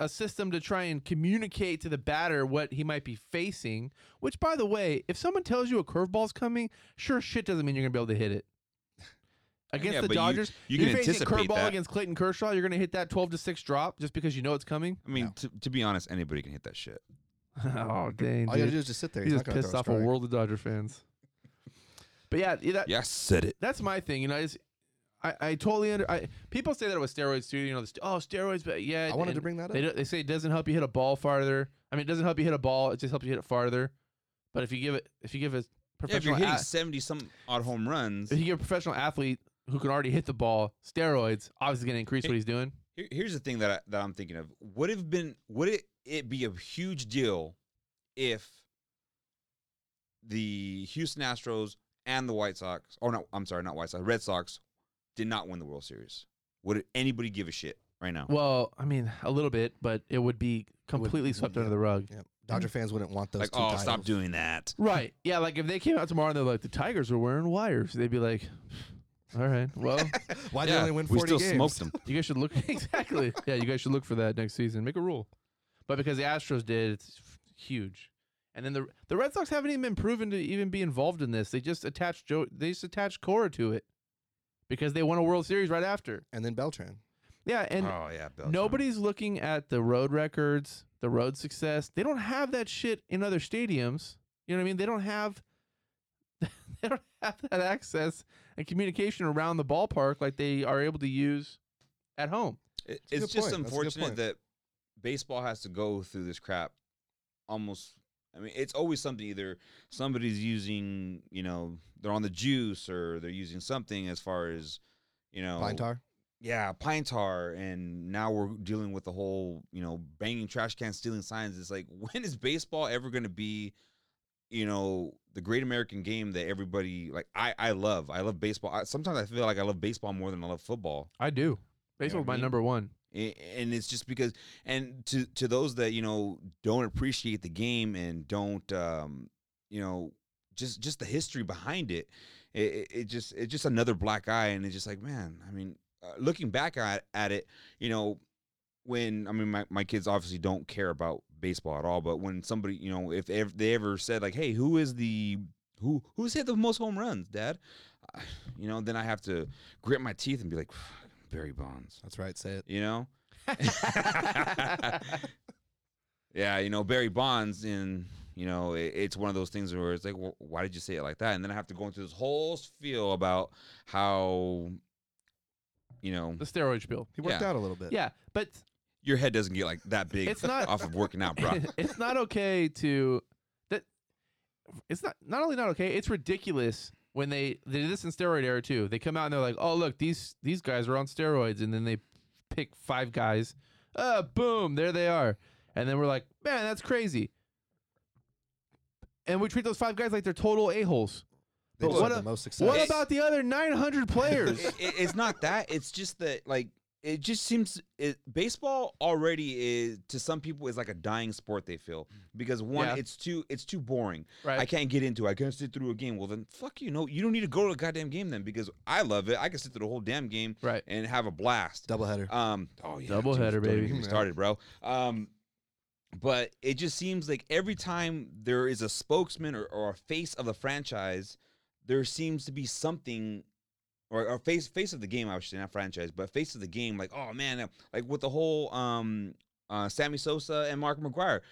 Speaker 1: a system to try and communicate to the batter what he might be facing, which, by the way, if someone tells you a curveball's coming, sure shit doesn't mean you're going to be able to hit it. Against
Speaker 2: Yeah,
Speaker 1: the
Speaker 2: but you-
Speaker 1: Dodgers,
Speaker 2: you
Speaker 1: you're
Speaker 2: can
Speaker 1: facing a
Speaker 2: anticipate
Speaker 1: curveball
Speaker 2: that.
Speaker 1: against Clayton Kershaw. You're going to hit that 12 to 6 drop just because you know it's coming.
Speaker 2: I mean,
Speaker 3: No.
Speaker 2: to, to be honest, anybody can hit that shit.
Speaker 1: oh, dang.
Speaker 3: All you gotta
Speaker 1: dude.
Speaker 3: do is just sit there.
Speaker 1: He
Speaker 3: He's
Speaker 1: just
Speaker 3: not gonna
Speaker 1: pissed
Speaker 3: throw
Speaker 1: off a
Speaker 3: strike.
Speaker 1: world of Dodger fans. But yeah, that,
Speaker 2: Yeah, I said it.
Speaker 1: that's my thing. You know, I just, I, I totally under. I people say that it was steroids too. You know, the st- oh steroids, but yeah,
Speaker 3: I wanted to
Speaker 1: and
Speaker 3: bring that up.
Speaker 1: They don't- they say it doesn't help you hit a ball farther. I mean, it doesn't help you hit a ball. It just helps you hit it farther. But if you give it, if you give a
Speaker 2: Yeah, if you're
Speaker 1: professional,
Speaker 2: hitting
Speaker 1: ath-
Speaker 2: seventy some odd home runs,
Speaker 1: if you give a professional athlete who can already hit the ball steroids, obviously going to increase what he's doing.
Speaker 2: Here- Here's the thing that I, that I'm thinking of. Would have been would it, it be a huge deal if the Houston Astros and the White Sox, or no, I'm sorry, not White Sox, Red Sox, did not win the World Series? Would anybody give a shit right now?
Speaker 1: Well, I mean, a little bit, but it would be completely swept
Speaker 3: yeah.
Speaker 1: under the rug.
Speaker 3: Yeah. Dodger fans wouldn't want those.
Speaker 2: like,
Speaker 3: two
Speaker 2: oh, stop
Speaker 3: titles.
Speaker 2: doing that.
Speaker 1: Right. Yeah. Like if they came out tomorrow and they're like, the Tigers are wearing wires, they'd be like, all right, well,
Speaker 3: Why do you only win
Speaker 2: we
Speaker 3: 40
Speaker 2: still
Speaker 3: games?
Speaker 2: smoked them.
Speaker 1: you guys should look. exactly. Yeah. You guys should look for that next season. Make a rule. But because the Astros did, it's f- huge. And then the the Red Sox haven't even been proven to even be involved in this. They just attached Joe. They just attached Cora to it because they won a World Series right after.
Speaker 3: And then Beltran.
Speaker 1: Yeah. And
Speaker 2: oh yeah, Beltran.
Speaker 1: Nobody's looking at the road records, the road success. They don't have that shit in other stadiums. You know what I mean? They don't have they don't have that access and communication around the ballpark like they are able to use at home.
Speaker 2: It,
Speaker 3: a
Speaker 2: it's
Speaker 3: good point.
Speaker 2: just
Speaker 3: That's a good
Speaker 2: unfortunate
Speaker 3: point.
Speaker 2: that baseball has to go through this crap almost. I mean, it's always something. Either somebody's using, you know, they're on the juice, or they're using something as far as, you know,
Speaker 3: Pine tar.
Speaker 2: Yeah, pine tar, and now we're dealing with the whole, you know, banging trash cans, stealing signs. It's like, when is baseball ever going to be, you know, the great American game that everybody like? I I love. I love baseball. I, sometimes I feel like I love baseball more than I love football.
Speaker 1: I do.
Speaker 2: Baseball's my number
Speaker 1: one.
Speaker 2: A- and it's just because and to to those that you know don't appreciate the game and don't um you know just just the history behind it it, it- it just it's just another black eye and it's just like man i mean uh, looking back at, at it you know when i mean my, my kids obviously don't care about baseball at all but when somebody you know if, ev they ever said like hey who is the who who's hit the most home runs dad you know then i have to grit my teeth and be like barry bonds
Speaker 3: That's right. Say it.
Speaker 2: you know? yeah, you know, Barry Bonds, and, you know, it, it's one of those things where it's like, well, why did you say it like that? And then I have to go into this whole spiel about how, you know,
Speaker 1: The steroid spill.
Speaker 3: He worked
Speaker 2: Yeah.
Speaker 3: out a little bit.
Speaker 1: Yeah, but
Speaker 2: your head doesn't get like that big
Speaker 1: It's not-
Speaker 2: off of working out, bro.
Speaker 1: it's not okay to that it's not not only not okay it's ridiculous when they they did this in steroid era too they come out and they're like oh look these these guys are on steroids and then they pick five guys uh boom there they are and then we're like man that's crazy and we treat those five guys like they're total a-holes
Speaker 3: They
Speaker 1: But
Speaker 3: just
Speaker 1: what
Speaker 3: had
Speaker 1: a-
Speaker 3: the most success.
Speaker 1: what about the other 900 players
Speaker 2: it, it- it's not that. It's just that like it just seems it, baseball already is to some people is like a dying sport. They feel because one,
Speaker 1: Yeah.
Speaker 2: it's too it's too boring.
Speaker 1: Right.
Speaker 2: I can't get into. it. I can't sit through a game. Well, then fuck you. No, you don't need to go to a goddamn game then because I love it. I can sit through the whole damn game
Speaker 1: right
Speaker 2: and have a blast.
Speaker 3: doubleheader?
Speaker 2: Um, oh yeah,
Speaker 1: Doubleheader,
Speaker 2: don't even
Speaker 1: baby.
Speaker 2: Get me
Speaker 3: Yeah.
Speaker 2: started, bro. Um, but it just seems like every time there is a spokesman or, or a face of the franchise, there seems to be something. Or, or face face of the game, I should say, not franchise, but face of the game. Like, oh man, uh, like with the whole um, uh, Sammy Sosa and Mark McGuire,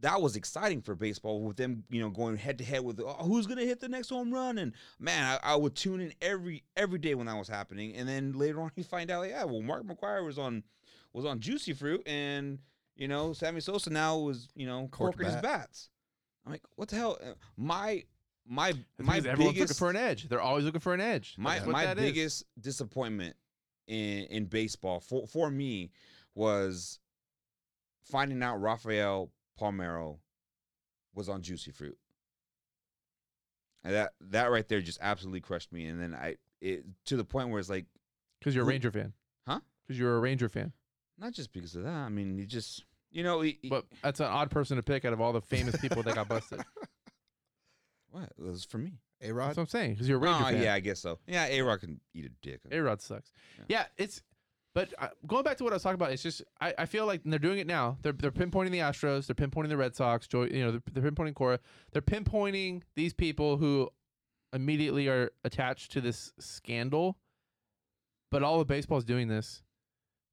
Speaker 2: that was exciting for baseball with them, you know, going head to head with oh, who's gonna hit the next home run, and man, I, I would tune in every every day when that was happening, and then later on you find out, like, yeah, well, Mark McGuire was on was on Juicy Fruit, and you know, Sammy Sosa now was you know
Speaker 3: Corked
Speaker 2: corking his
Speaker 3: bat.
Speaker 2: bats. I'm like, what the hell? Uh, My my
Speaker 1: It's
Speaker 2: my
Speaker 1: because everyone's
Speaker 2: biggest
Speaker 1: looking for an edge they're always looking for an edge
Speaker 2: my
Speaker 1: That's what
Speaker 2: my
Speaker 1: that is.
Speaker 2: biggest disappointment in in baseball for for me was finding out Rafael Palmero was on Juicy Fruit. And that that right there just absolutely crushed me. And then I it to the point where it's like
Speaker 1: Because you're a
Speaker 2: Who-
Speaker 1: Ranger fan.
Speaker 2: Huh?
Speaker 1: Because you're a Ranger fan.
Speaker 2: not just because of that. I mean, you just you know it, it-
Speaker 1: But that's an odd person to pick out of all the famous people that got busted.
Speaker 2: what it was for me.
Speaker 3: A
Speaker 1: That's
Speaker 3: Rod.
Speaker 1: what I'm saying. Because you're a Ranger
Speaker 2: Oh,
Speaker 1: fan.
Speaker 2: yeah, I guess so. Yeah, A Rock can eat a dick.
Speaker 1: A Rod sucks.
Speaker 2: Yeah.
Speaker 1: Yeah. it's. But uh, going back to what I was talking about, it's just I, I feel like and they're doing it now. They're they're pinpointing the Astros. They're pinpointing the Red Sox. Joy, you know, they're, they're pinpointing Cora. They're pinpointing these people who immediately are attached to this scandal. But all of baseball's doing this.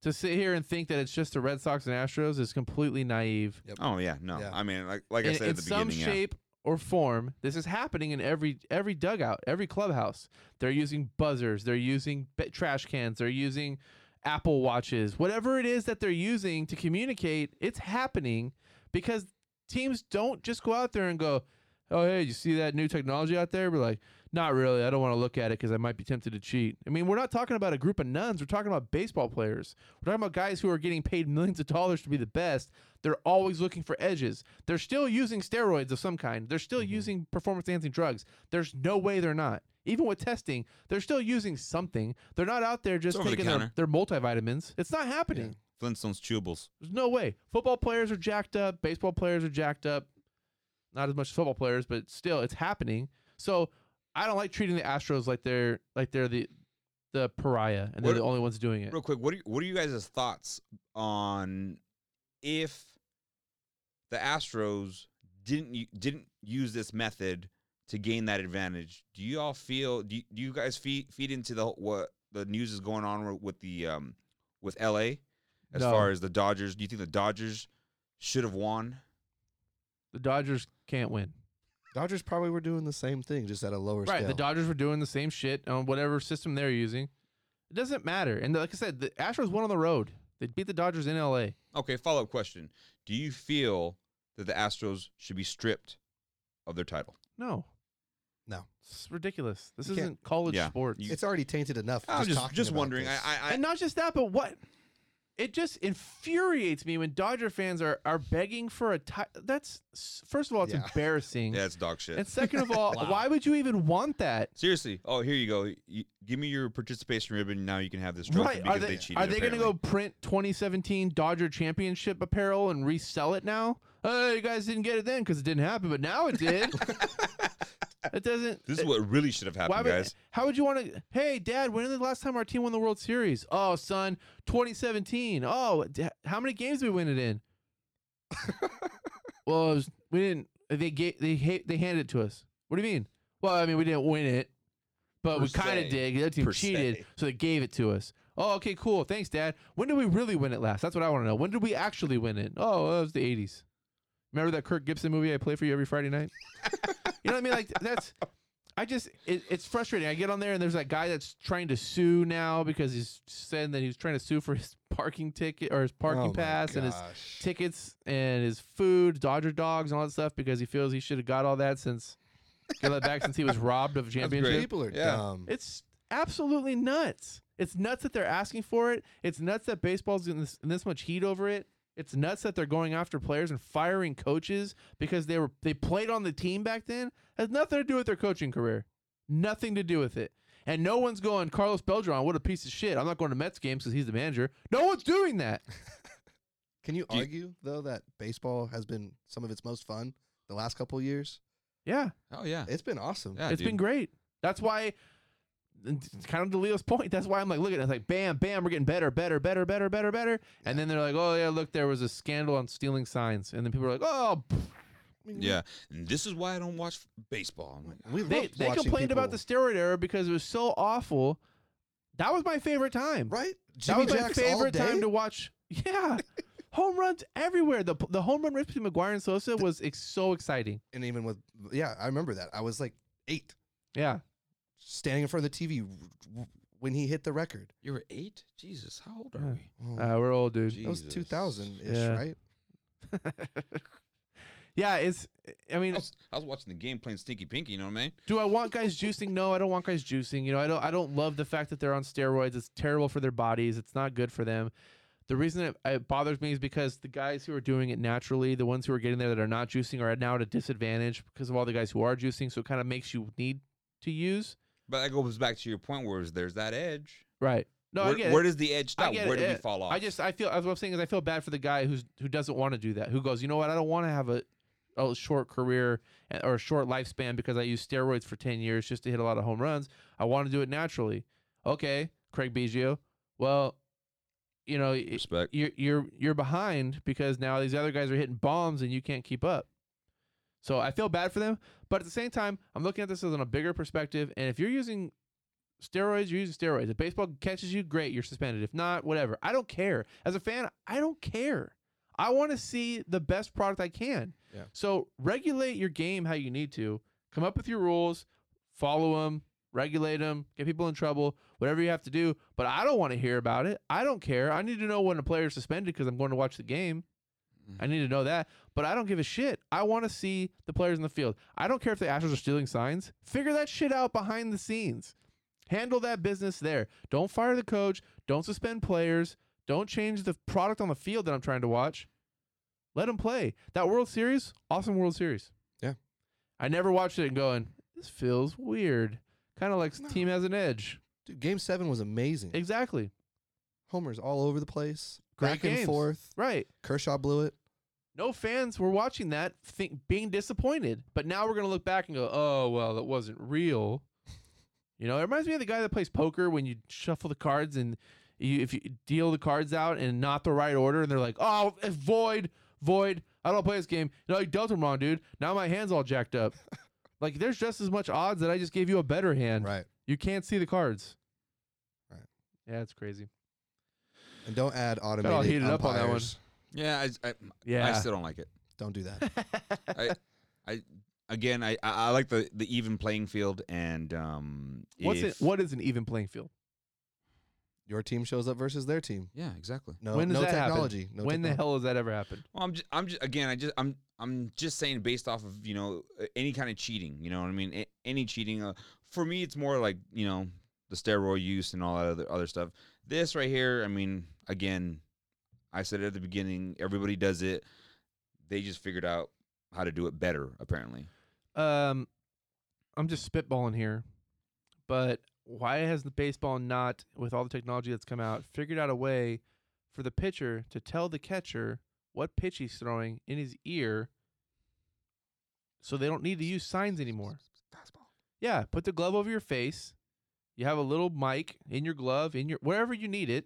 Speaker 1: To sit here and think that it's just the Red Sox and Astros is completely naive.
Speaker 2: Oh yeah, no.
Speaker 3: Yeah.
Speaker 2: I mean, like like I
Speaker 1: in,
Speaker 2: said
Speaker 1: in
Speaker 2: at the
Speaker 1: some
Speaker 2: beginning, yeah.
Speaker 1: shape or form, this is happening in every every dugout, every clubhouse. They're using buzzers, they're using ba- trash cans, they're using Apple watches, whatever it is that they're using to communicate. It's happening because teams don't just go out there and go, oh hey, you see that new technology out there? We're like, not really. I don't want to look at it because I might be tempted to cheat. I mean, we're not talking about a group of nuns. We're talking about baseball players. We're talking about guys who are getting paid millions of dollars to be the best. They're always looking for edges. They're still using steroids of some kind. They're still
Speaker 2: Mm-hmm.
Speaker 3: Mhm.
Speaker 1: using performance enhancing drugs. There's no way they're not. Even with testing, they're still using something. They're not out there just
Speaker 2: over the
Speaker 1: taking
Speaker 2: counter.
Speaker 1: their, their multivitamins. It's not happening.
Speaker 2: Flintstones chewables.
Speaker 1: There's no way. Football players are jacked up. Baseball players are jacked up. Not as much as football players, but still, it's happening. So I don't like treating the Astros like they're like they're the the pariah and they're
Speaker 2: What-
Speaker 1: the only ones doing it.
Speaker 2: Real quick, what are, what are you guys' thoughts on if the Astros didn't u- didn't use this method to gain that advantage? Do you all feel? Do you, do you guys feed feed into the whole- what the news is going on wi- with the um with LA as
Speaker 1: No.
Speaker 2: far as the Dodgers? Do you think the Dodgers should have won?
Speaker 1: The Dodgers can't win.
Speaker 3: Dodgers probably were doing the same thing, just at a lower
Speaker 1: right.
Speaker 3: scale.
Speaker 1: The Dodgers were doing the same shit on whatever system they're using. It doesn't matter. And like I said, the Astros won on the road. They beat the Dodgers in LA.
Speaker 2: Okay, follow up question: Do you feel that the Astros should be stripped of their title?
Speaker 1: No.
Speaker 3: No.
Speaker 1: It's ridiculous. This
Speaker 3: You can't-
Speaker 1: isn't college
Speaker 2: Yeah.
Speaker 1: sports.
Speaker 2: You-
Speaker 3: it's already tainted enough.
Speaker 2: I'm just just,
Speaker 3: talking about
Speaker 2: wondering. I,
Speaker 3: this.
Speaker 2: I, I
Speaker 1: and not just that, but what it just infuriates me when Dodger fans are are begging for a tie. That's first of all, it's
Speaker 3: Yeah.
Speaker 1: embarrassing,
Speaker 2: yeah, it's dog shit.
Speaker 1: and second of all,
Speaker 3: Wow.
Speaker 1: why would you even want that?
Speaker 2: Seriously. Oh, here you go. You, give me your participation ribbon. Now you can have this trophy
Speaker 1: right?
Speaker 2: because
Speaker 1: Are they,
Speaker 2: they, cheated.
Speaker 1: are they going to go
Speaker 2: apparently.
Speaker 1: print 2017 Dodger championship apparel and resell it now? Oh, you guys didn't get it then because it didn't happen, but now it did. it doesn't.
Speaker 2: This is what really should have happened,
Speaker 1: eh, Why would,
Speaker 2: guys.
Speaker 1: How would you want to? Hey, Dad, when did the last time our team won the World Series? Oh, son, 2017. Oh, d- how many games did we win it in? well, it was, we didn't. They ga- they ha- they handed it to us. What do you mean? Well, I mean we didn't win it, but
Speaker 2: Per
Speaker 1: we kind
Speaker 2: se.
Speaker 1: of did. The other team
Speaker 2: Per
Speaker 1: cheated,
Speaker 2: se.
Speaker 1: so they gave it to us. Oh, okay, cool. Thanks, Dad. When did we really win it last? That's what I want to know. When did we actually win it? Oh, it was the 80s. Remember that Kirk Gibson movie I play for you every Friday night? you know what I mean? Like that's I just it, it's frustrating. I get on there and there's that guy that's trying to sue now because he's saying that he's trying to sue for his parking ticket or his
Speaker 3: Oh
Speaker 1: parking
Speaker 3: my
Speaker 1: pass and his
Speaker 3: gosh.
Speaker 1: tickets and his food, Dodger dogs, and all that stuff because he feels he should have got all that since got that back since he was robbed of a championship.
Speaker 3: people are
Speaker 2: Yeah.
Speaker 3: dumb.
Speaker 1: It's absolutely nuts. It's nuts that they're asking for it. It's nuts that baseball's in this, in this much heat over it. It's nuts that they're going after players and firing coaches because they were they played on the team back then. Has nothing to do with their coaching career. Nothing to do with it. And no one's going Carlos Beltran. What a piece of shit! I'm not going to Mets games because he's the manager. No one's doing that.
Speaker 3: Can you
Speaker 2: Do you-
Speaker 3: argue though that baseball has been some of its most fun the last couple years?
Speaker 1: Yeah.
Speaker 2: Oh yeah.
Speaker 3: It's been awesome.
Speaker 2: Yeah,
Speaker 1: It's been great. That's why, and it's kind of to Leo's point, that's why I'm like, look at it. It's like, bam, bam, we're getting better, better, better, better, better, better. And then they're like, oh, yeah, look, there was a scandal on stealing signs. And then people are like, oh, pff."
Speaker 3: I mean,
Speaker 2: Yeah, and this is why I don't watch baseball. I'm like,
Speaker 3: we
Speaker 1: they,
Speaker 3: loved
Speaker 1: they
Speaker 3: watching
Speaker 1: complained about the
Speaker 3: people-
Speaker 1: steroid era because it was so awful. That was my favorite time.
Speaker 3: right.
Speaker 1: that
Speaker 3: Jimmy
Speaker 1: was
Speaker 3: Jack's
Speaker 1: my
Speaker 3: all
Speaker 1: favorite
Speaker 3: day.
Speaker 1: time to watch. Yeah. Home runs everywhere. The the home run race between McGuire and Sosa was ex- so exciting.
Speaker 3: and even with yeah, I remember that. I was like eight,
Speaker 1: Yeah.
Speaker 3: standing in front of the TV w- w- when he hit the record.
Speaker 2: you were eight? Jesus, how old
Speaker 1: Yeah.
Speaker 2: are we?
Speaker 3: Oh,
Speaker 1: Uh, we're old, dude.
Speaker 3: that was
Speaker 2: Jesus.
Speaker 3: two thousand ish,
Speaker 1: Yeah.
Speaker 3: right?
Speaker 1: yeah, it's, I
Speaker 2: I
Speaker 1: mean,
Speaker 2: was, I was watching the game playing Stinky Pinky. You know what I mean?
Speaker 1: Do I want guys juicing? No, I don't want guys juicing. You know, I don't. I don't love the fact that they're on steroids. It's terrible for their bodies. It's not good for them. The reason it, it bothers me is because the guys who are doing it naturally, the ones who are getting there that are not juicing, are now at a disadvantage because of all the guys who are juicing. So it kind of makes you need to use.
Speaker 2: But that goes back to your point where there's that edge.
Speaker 1: Right. No,
Speaker 2: where,
Speaker 1: I get
Speaker 2: where
Speaker 1: it.
Speaker 2: does the edge
Speaker 1: I
Speaker 2: stop?
Speaker 1: get
Speaker 2: Where
Speaker 1: it,
Speaker 2: do we
Speaker 1: yeah.
Speaker 2: fall off?
Speaker 1: I just I feel as what I'm saying is I feel bad for the guy who's who doesn't want to do that. Who goes, you know what? I don't want to have a a short career and- or a short lifespan because I used steroids for ten years just to hit a lot of home runs. I want to do it naturally. Okay, Craig Biggio. Well, you know, y-
Speaker 2: respect.
Speaker 1: you're you're you're behind because now these other guys are hitting bombs and you can't keep up. So I feel bad for them, but at the same time, I'm looking at this as on a bigger perspective. And if you're using steroids, you're using steroids. If baseball catches you, great, you're suspended. If not, whatever. I don't care. As a fan, I don't care. I want to see the best product I can.
Speaker 3: Yeah.
Speaker 1: So regulate your game how you need to. Come up with your rules, follow them, regulate them, get people in trouble, whatever you have to do. But I don't want to hear about it. I don't care. I need to know when a player is suspended because I'm going to watch the game.
Speaker 3: Mm-hmm.
Speaker 1: I need to know that. But I don't give a shit. I want to see the players in the field. I don't care if the Astros are stealing signs. Figure that shit out behind the scenes. Handle that business there. Don't fire the coach. Don't suspend players. Don't change the product on the field that I'm trying to watch. Let them play. That World Series, awesome World Series.
Speaker 3: Yeah.
Speaker 1: I never watched it and going, this feels weird. Kind of like
Speaker 3: No.
Speaker 1: team has an edge.
Speaker 3: Dude, game seven was amazing.
Speaker 1: Exactly.
Speaker 3: Homers all over the place.
Speaker 1: Great
Speaker 3: back
Speaker 1: games.
Speaker 3: and forth.
Speaker 1: Right.
Speaker 3: Kershaw blew it.
Speaker 1: No fans were watching that, think, being disappointed. But now we're gonna look back and go, "Oh well, that wasn't real." You know, it reminds me of the guy that plays poker when you shuffle the cards and you, if you deal the cards out in not the right order, and they're like, "Oh, it's void, void. I don't play this game." No, you dealt them wrong, dude. Now my hand's all jacked up. like, there's just as much odds that I just gave you a better hand.
Speaker 3: Right.
Speaker 1: You can't see the cards.
Speaker 3: Right.
Speaker 1: Yeah, it's crazy.
Speaker 3: And don't add automated
Speaker 1: heated up on that one.
Speaker 3: umpires.
Speaker 2: Yeah, I, I, I
Speaker 1: Yeah.
Speaker 2: still don't like it.
Speaker 3: Don't do that.
Speaker 2: Again, I, I, I like the, the even playing field and um.
Speaker 1: What's
Speaker 2: if-
Speaker 1: it? What is an even playing field?
Speaker 3: Your team shows up versus their team.
Speaker 2: Yeah, exactly.
Speaker 3: No,
Speaker 1: When does
Speaker 3: no
Speaker 1: that happen?
Speaker 3: technology. No
Speaker 1: when the
Speaker 3: technology.
Speaker 1: hell has that ever happened?
Speaker 2: Well, I'm just, I'm just again, I just I'm I'm just saying based off of you know uh, any kind of cheating. You know what I mean? A- any cheating. Uh, for me, it's more like you know the steroid use and all that other other stuff. This right here, I mean, again, I said it at the beginning. Everybody does it. They just figured out how to do it better, apparently.
Speaker 1: Um, I'm just spitballing here, but why has the baseball not, with all the technology that's come out, figured out a way for the pitcher to tell the catcher what pitch he's throwing in his ear, so they don't need to use signs anymore? Yeah, put the glove over your face. You have a little mic in your glove, in your wherever you need it,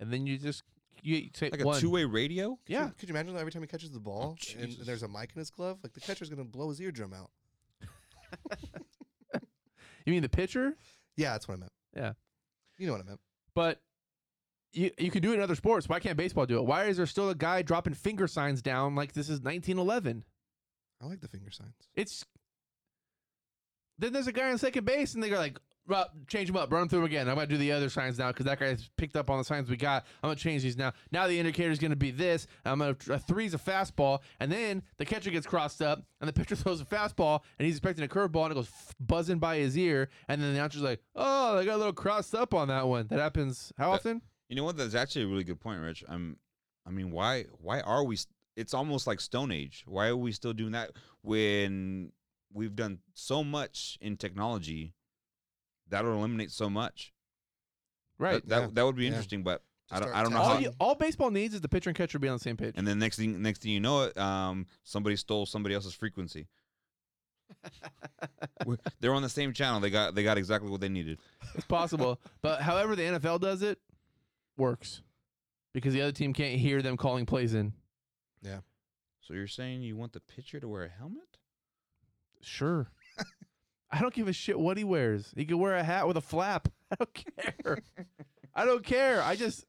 Speaker 1: and then you just you say
Speaker 2: Like a
Speaker 1: one.
Speaker 2: two way radio.
Speaker 3: Could you-
Speaker 1: yeah, Oh,
Speaker 3: Could, you imagine that every time he catches the ball and- and,
Speaker 2: Jesus.
Speaker 3: there's a mic in his glove? Like the catcher's gonna blow his eardrum out.
Speaker 1: you mean the pitcher?
Speaker 3: Yeah, that's what I meant.
Speaker 1: Yeah.
Speaker 3: You know what I meant.
Speaker 1: But you you can do it in other sports. Why can't baseball do it? Why is there still a guy dropping finger signs down like this is 1911?
Speaker 3: I like the finger signs.
Speaker 1: It's then there's a guy on second base and they go like, "Ru- change him up, run him through 'em again. I'm gonna do the other signs now because that guy's picked up on the signs we got. I'm gonna change these now. Now the indicator is gonna be this. I'm gonna a three's a fastball, and then the catcher gets crossed up and the pitcher throws a fastball and he's expecting a curveball and it goes f- buzzing by his ear, and then the announcer's like, oh, they got a little crossed up on that one. That happens how
Speaker 2: That-
Speaker 1: often?
Speaker 2: You know what? That's actually a really good point, Rich. I'm, I mean, why why are we? st- It's almost like Stone Age. Why are we still doing that when we've done so much in technology that'll eliminate so much?
Speaker 1: Right.
Speaker 2: That that,
Speaker 3: yeah,
Speaker 2: that would be
Speaker 3: yeah.
Speaker 2: interesting, but
Speaker 3: To
Speaker 2: I don't-
Speaker 3: start
Speaker 2: I don't know
Speaker 3: testing.
Speaker 1: all,
Speaker 2: how-
Speaker 1: you, all baseball needs is the pitcher and catcher be on the same page.
Speaker 2: and then next thing next thing you know it, um, somebody stole somebody else's frequency. We're- They're on the same channel. They got they got exactly what they needed.
Speaker 1: It's possible, but however the NFL does it, works because the other team can't hear them calling plays in.
Speaker 2: So you're saying you want the pitcher to wear a helmet?
Speaker 1: Sure. I don't give a shit what he wears. He could wear a hat with a flap. I don't care. I don't care. I just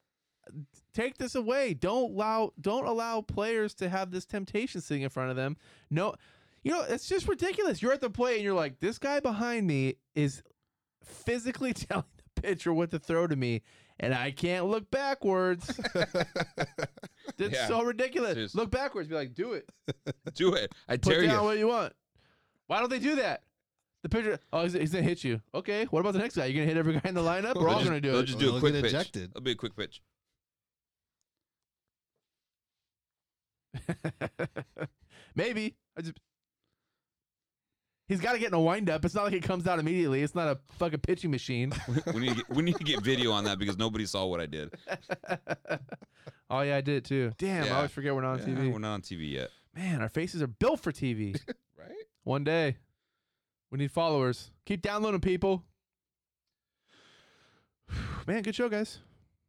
Speaker 1: take this away. Don't allow don't allow players to have this temptation sitting in front of them. No, you know it's just ridiculous. You're at the plate and you're like, this guy behind me is physically telling the pitcher what to throw to me, and I can't look backwards. It's
Speaker 2: Yeah.
Speaker 1: so ridiculous.
Speaker 2: Seriously.
Speaker 1: Look backwards. Be like, do it.
Speaker 2: Do it. I
Speaker 1: Put
Speaker 2: dare
Speaker 1: down
Speaker 2: you.
Speaker 1: what you want. Why don't they do that? The pitcher, oh, he's, he's gonna hit you. Okay, what about the next guy? You're gonna hit every guy in the lineup. We're
Speaker 2: They'll
Speaker 1: all
Speaker 2: just-
Speaker 1: gonna do
Speaker 2: they'll
Speaker 1: it.
Speaker 2: Just
Speaker 3: Or
Speaker 2: do a
Speaker 3: they'll
Speaker 2: quick
Speaker 3: get
Speaker 2: pitch.
Speaker 3: ejected.
Speaker 2: It'll be a quick pitch.
Speaker 1: Maybe I just. He's got to get in a windup. It's not like it comes out immediately. It's not a fucking pitching machine.
Speaker 2: we need to get, we need to get video on that because nobody saw what I did.
Speaker 1: oh yeah, I did it too. Damn, I
Speaker 2: Yeah.
Speaker 1: always forget we're not on
Speaker 2: Yeah,
Speaker 1: TV.
Speaker 2: We're not on TV yet,
Speaker 1: Man, our faces are built for TV.
Speaker 2: right?
Speaker 1: One day, we need followers. Keep downloading, people. Man, good show, guys.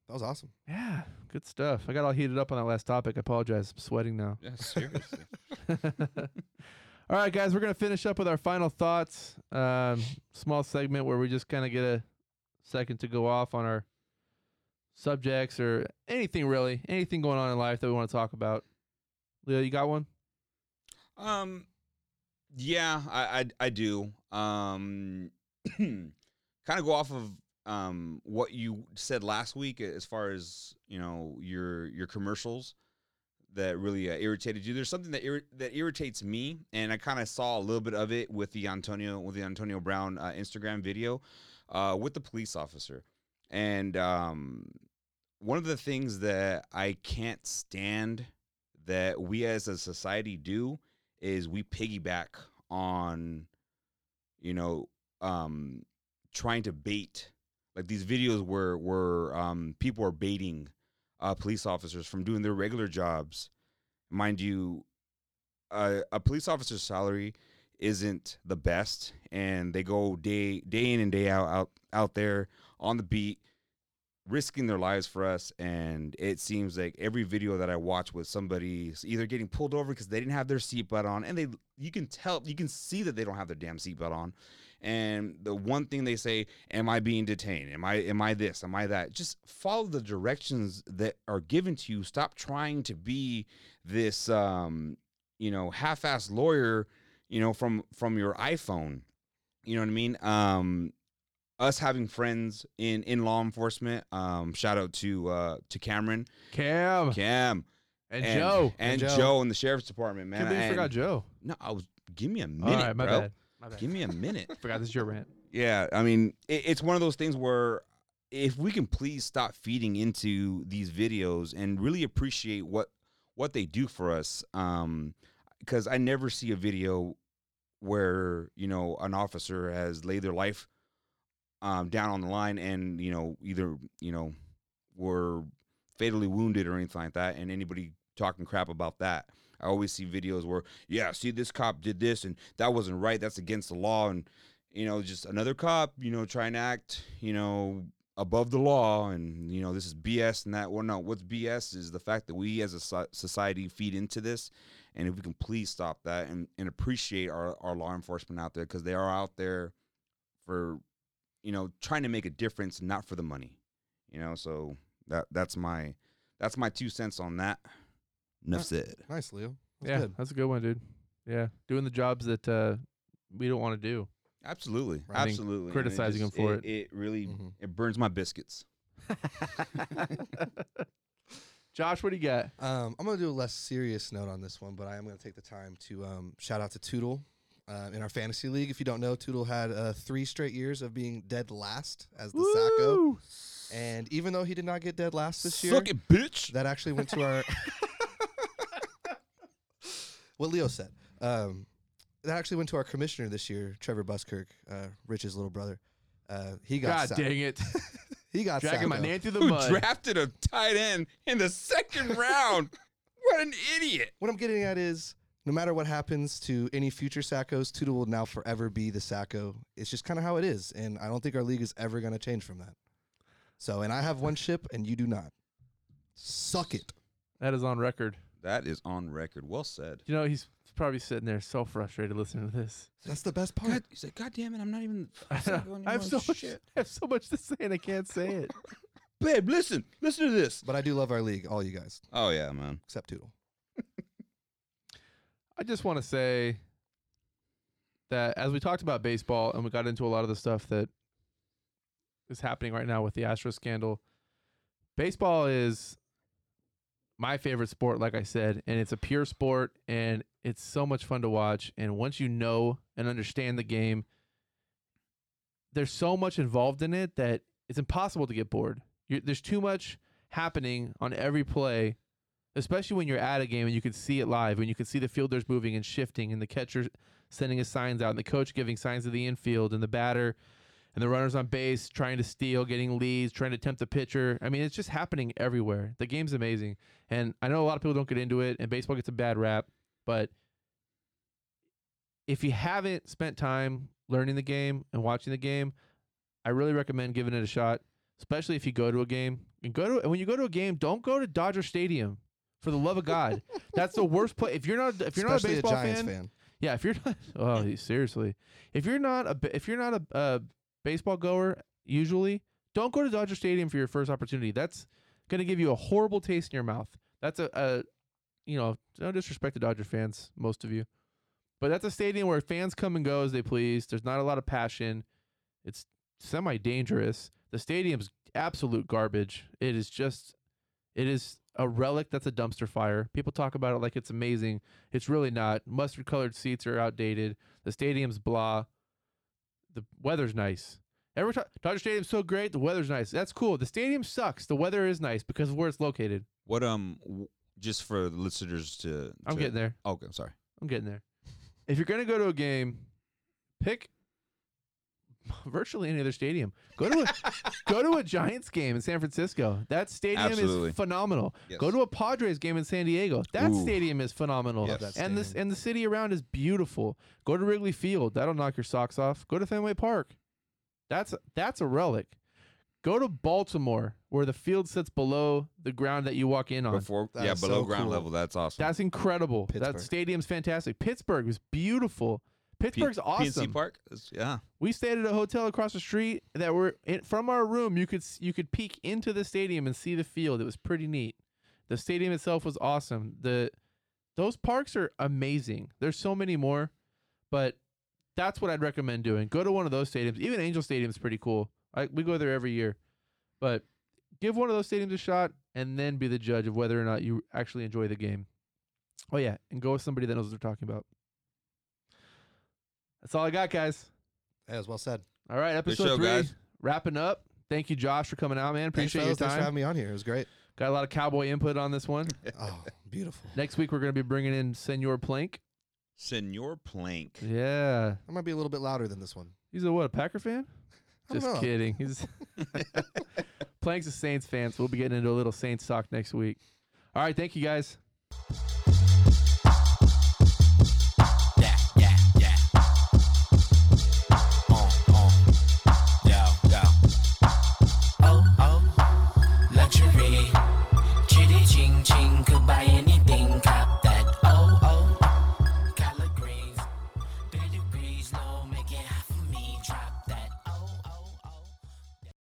Speaker 3: That was awesome.
Speaker 1: Yeah, good stuff. I got all heated up on that last topic. I apologize. I'm sweating now.
Speaker 2: Yeah, seriously.
Speaker 1: all right, guys, we're going to finish up with our final thoughts. Um, small segment where we just kind of get a second to go off on our subjects or anything really, anything going on in life that we want to talk about. Leo, you got one?
Speaker 2: um, yeah, I I, I do. Um, kind of go off of um what you said last week as far as you know your your commercials. that really uh, irritated you? There's something that irri- that irritates me, and I kind of saw a little bit of it with the Antonio with the Antonio Brown uh, Instagram video uh, with the police officer, and um, one of the things that I can't stand that we as a society do is we piggyback on, you know, um, trying to bait like these videos where where um, people are baiting uh, police officers from doing their regular jobs. Mind you, uh, a police officer's salary isn't the best, and they go day day in and day out out out there on the beat, risking their lives for us. And it seems like every video that I watch with somebody's either getting pulled over because they didn't have their seatbelt on, and they you can tell you can see that they don't have their damn seatbelt on. And the one thing they say, am I being detained? Am I am I this? Am I that? Just follow the directions that are given to you. Stop trying to be this um, you know, half-ass lawyer, you know, from from your iPhone. You know what I mean? Um us having friends in in law enforcement. Um shout out to uh to Cameron,
Speaker 1: Cam
Speaker 2: Cam,
Speaker 1: and, Joe.
Speaker 2: and,
Speaker 3: And Joe.
Speaker 2: Joe in the sheriff's department, man.
Speaker 1: Can't believe you
Speaker 2: And-
Speaker 1: forgot Joe.
Speaker 2: No, I was give me a
Speaker 1: All
Speaker 2: minute,
Speaker 1: right, my
Speaker 2: bro.
Speaker 1: bad. My bad.
Speaker 2: Give me a minute.
Speaker 1: Forgot this is your rant.
Speaker 2: Yeah, I mean, it, it's one of those things where if we can please stop feeding into these videos and really appreciate what what they do for us, um, because I never see a video where you know an officer has laid their life um, down on the line and you know either you know were fatally wounded or anything like that, and anybody talking crap about that. I always see videos where, yeah, see this cop did this and that wasn't right. That's against the law, and you know, just another cop, you know, trying to act, you know, above the law, and you know, this is BS and that. Well, no, what's BS is the fact that we as a so- society feed into this, and if we can please stop that and, and appreciate our our law enforcement out there because they are out there for, you know, trying to make a difference, not for the money, you know. So that that's my that's my two cents on that. Enough said.
Speaker 3: Nice, Leo. That's
Speaker 1: yeah,
Speaker 3: good.
Speaker 1: that's a good one, dude. Yeah, doing the jobs that uh, we don't want to do.
Speaker 2: Absolutely,
Speaker 3: Right.
Speaker 1: I think
Speaker 2: absolutely. And it
Speaker 1: criticizing
Speaker 2: just-
Speaker 1: him for Mm-hmm.
Speaker 2: It really
Speaker 3: Mhm.
Speaker 2: it burns my biscuits.
Speaker 1: Josh, what do you got?
Speaker 3: Um, I'm gonna do a less serious note on this one, but I am gonna take the time to um, shout out to Tootle uh, in our fantasy league. If you don't know, Tootle had uh, three straight years of being dead last as the Sacco,
Speaker 1: Woo!
Speaker 3: and even though he did not get dead last this year,
Speaker 2: Suck it, bitch.
Speaker 3: that actually went to our what Leo said. Um, that actually went to our commissioner this year, Trevor Buskirk, uh, Rich's little brother. Uh, he got
Speaker 1: God
Speaker 3: sacked.
Speaker 1: dang it!
Speaker 3: he got
Speaker 1: Dragging my
Speaker 3: Sacco.
Speaker 1: nan through the
Speaker 2: who
Speaker 1: mud.
Speaker 2: drafted a tight end in the second round. What an idiot.
Speaker 3: What I'm getting at is no matter what happens to any future Sackos, Tootle will now forever be the Sacco. It's just kind of how it is. And I don't think our league is ever going to change from that. So, and I have one ship and you do not. Suck it.
Speaker 1: that is on record.
Speaker 2: That is on record. Well said.
Speaker 1: You know he's probably sitting there so frustrated listening to this.
Speaker 3: That's the best part.
Speaker 2: God, he's like, God damn it, I'm not even.
Speaker 1: I, know. I have so much. I have so much to say and I can't say it.
Speaker 2: Babe, listen. Listen to this.
Speaker 3: But I do love our league, all you guys,
Speaker 2: Oh, yeah, man.
Speaker 3: except Tootle.
Speaker 1: I just want to say that as we talked about baseball and we got into a lot of the stuff that is happening right now with the Astro scandal, baseball is my favorite sport, like I said, and it's a pure sport and it's so much fun to watch. And once you know and understand the game, there's so much involved in it that it's impossible to get bored. you there's too much happening on every play especially when you're at a game and you can see it live, when you can see the fielders moving and shifting, and the catcher sending his signs out, and the coach giving signs to the infield, and the batter, and the runners on base trying to steal, getting leads, trying to tempt the pitcher. I mean, it's just happening everywhere. The game's amazing, and I know a lot of people don't get into it, and baseball gets a bad rap, but if you haven't spent time learning the game and watching the game, I really recommend giving it a shot. Especially if you go to a game and go to and when you go to a game, don't go to Dodger Stadium. For the love of God, that's the worst place. If you're not if you're
Speaker 3: Especially
Speaker 1: not a baseball
Speaker 3: Giants
Speaker 1: fan, yeah, if you're not, oh, you- seriously, if you're not a, ba- if you're not a, a baseball goer, usually don't go to Dodger Stadium for your first opportunity. That's gonna give you a horrible taste in your mouth. That's a, a you know, no disrespect to Dodger fans, most of you, but that's a stadium where fans come and go as they please. There's not a lot of passion. It's semi dangerous. The stadium's absolute garbage. It is just, It is a relic that's a dumpster fire. People talk about it like it's amazing. It's really not. Mustard colored seats are outdated. The stadium's blah. The weather's nice. Every time Dodger Stadium's so great, the weather's nice. That's cool. The stadium sucks. The weather is nice because of where it's located.
Speaker 2: What um, w- just for the listeners to.
Speaker 1: I'm
Speaker 2: to-
Speaker 1: getting there.
Speaker 2: Okay, I'm sorry.
Speaker 1: I'm getting there. If you're gonna go to a game, pick virtually any other stadium. Go to a go to a Giants game in San Francisco. That stadium
Speaker 2: Absolutely.
Speaker 1: is phenomenal.
Speaker 2: Yes.
Speaker 1: Go to a Padres game in San Diego. That
Speaker 2: Ooh.
Speaker 1: stadium is phenomenal.
Speaker 2: Yes.
Speaker 3: that
Speaker 1: And this
Speaker 3: stadium.
Speaker 1: and the city around is beautiful. Go to Wrigley Field. That'll knock your socks off. Go to Fenway Park. That's that's a relic. Go to Baltimore, where the field sits below the ground that you walk in on.
Speaker 2: Before,
Speaker 3: That
Speaker 2: yeah,
Speaker 3: is
Speaker 2: below
Speaker 3: so
Speaker 2: ground
Speaker 3: cool.
Speaker 2: level. That's awesome.
Speaker 1: That's incredible.
Speaker 3: Pittsburgh.
Speaker 1: That stadium's fantastic. Pittsburgh was beautiful.
Speaker 2: P-
Speaker 1: Pittsburgh's awesome.
Speaker 2: PNC Park. It's- yeah.
Speaker 1: We stayed at a hotel across the street that were in, from our room. You could s- you could peek into the stadium and see the field. It was pretty neat. The stadium itself was awesome. The those parks are amazing. There's so many more, but that's what I'd recommend doing. Go to one of those stadiums. Even Angel Stadium's pretty cool. I, we go there every year, but give one of those stadiums a shot and then be the judge of whether or not you actually enjoy the game. Oh yeah, and go with somebody that knows what they're talking about. That's all I got, guys.
Speaker 3: That was well said.
Speaker 1: All right, episode
Speaker 2: show,
Speaker 1: three,
Speaker 2: guys.
Speaker 1: wrapping up. Thank you, Josh, for coming out, man.
Speaker 3: Thanks,
Speaker 1: Appreciate
Speaker 3: fellas.
Speaker 1: your
Speaker 3: Thanks for
Speaker 1: time.
Speaker 3: having me on here. It was great.
Speaker 1: Got a lot of cowboy input on this one.
Speaker 3: Oh, beautiful.
Speaker 1: Next week, we're going to be bringing in Senor Plank.
Speaker 2: Senor Plank.
Speaker 1: Yeah,
Speaker 3: I might be a little bit louder than this one.
Speaker 1: he's a what? A Packer fan?
Speaker 3: I don't
Speaker 1: Just
Speaker 3: know.
Speaker 1: kidding. He's Plank's a Saints fan, so we'll be getting into a little Saints talk next week. All right, thank you guys.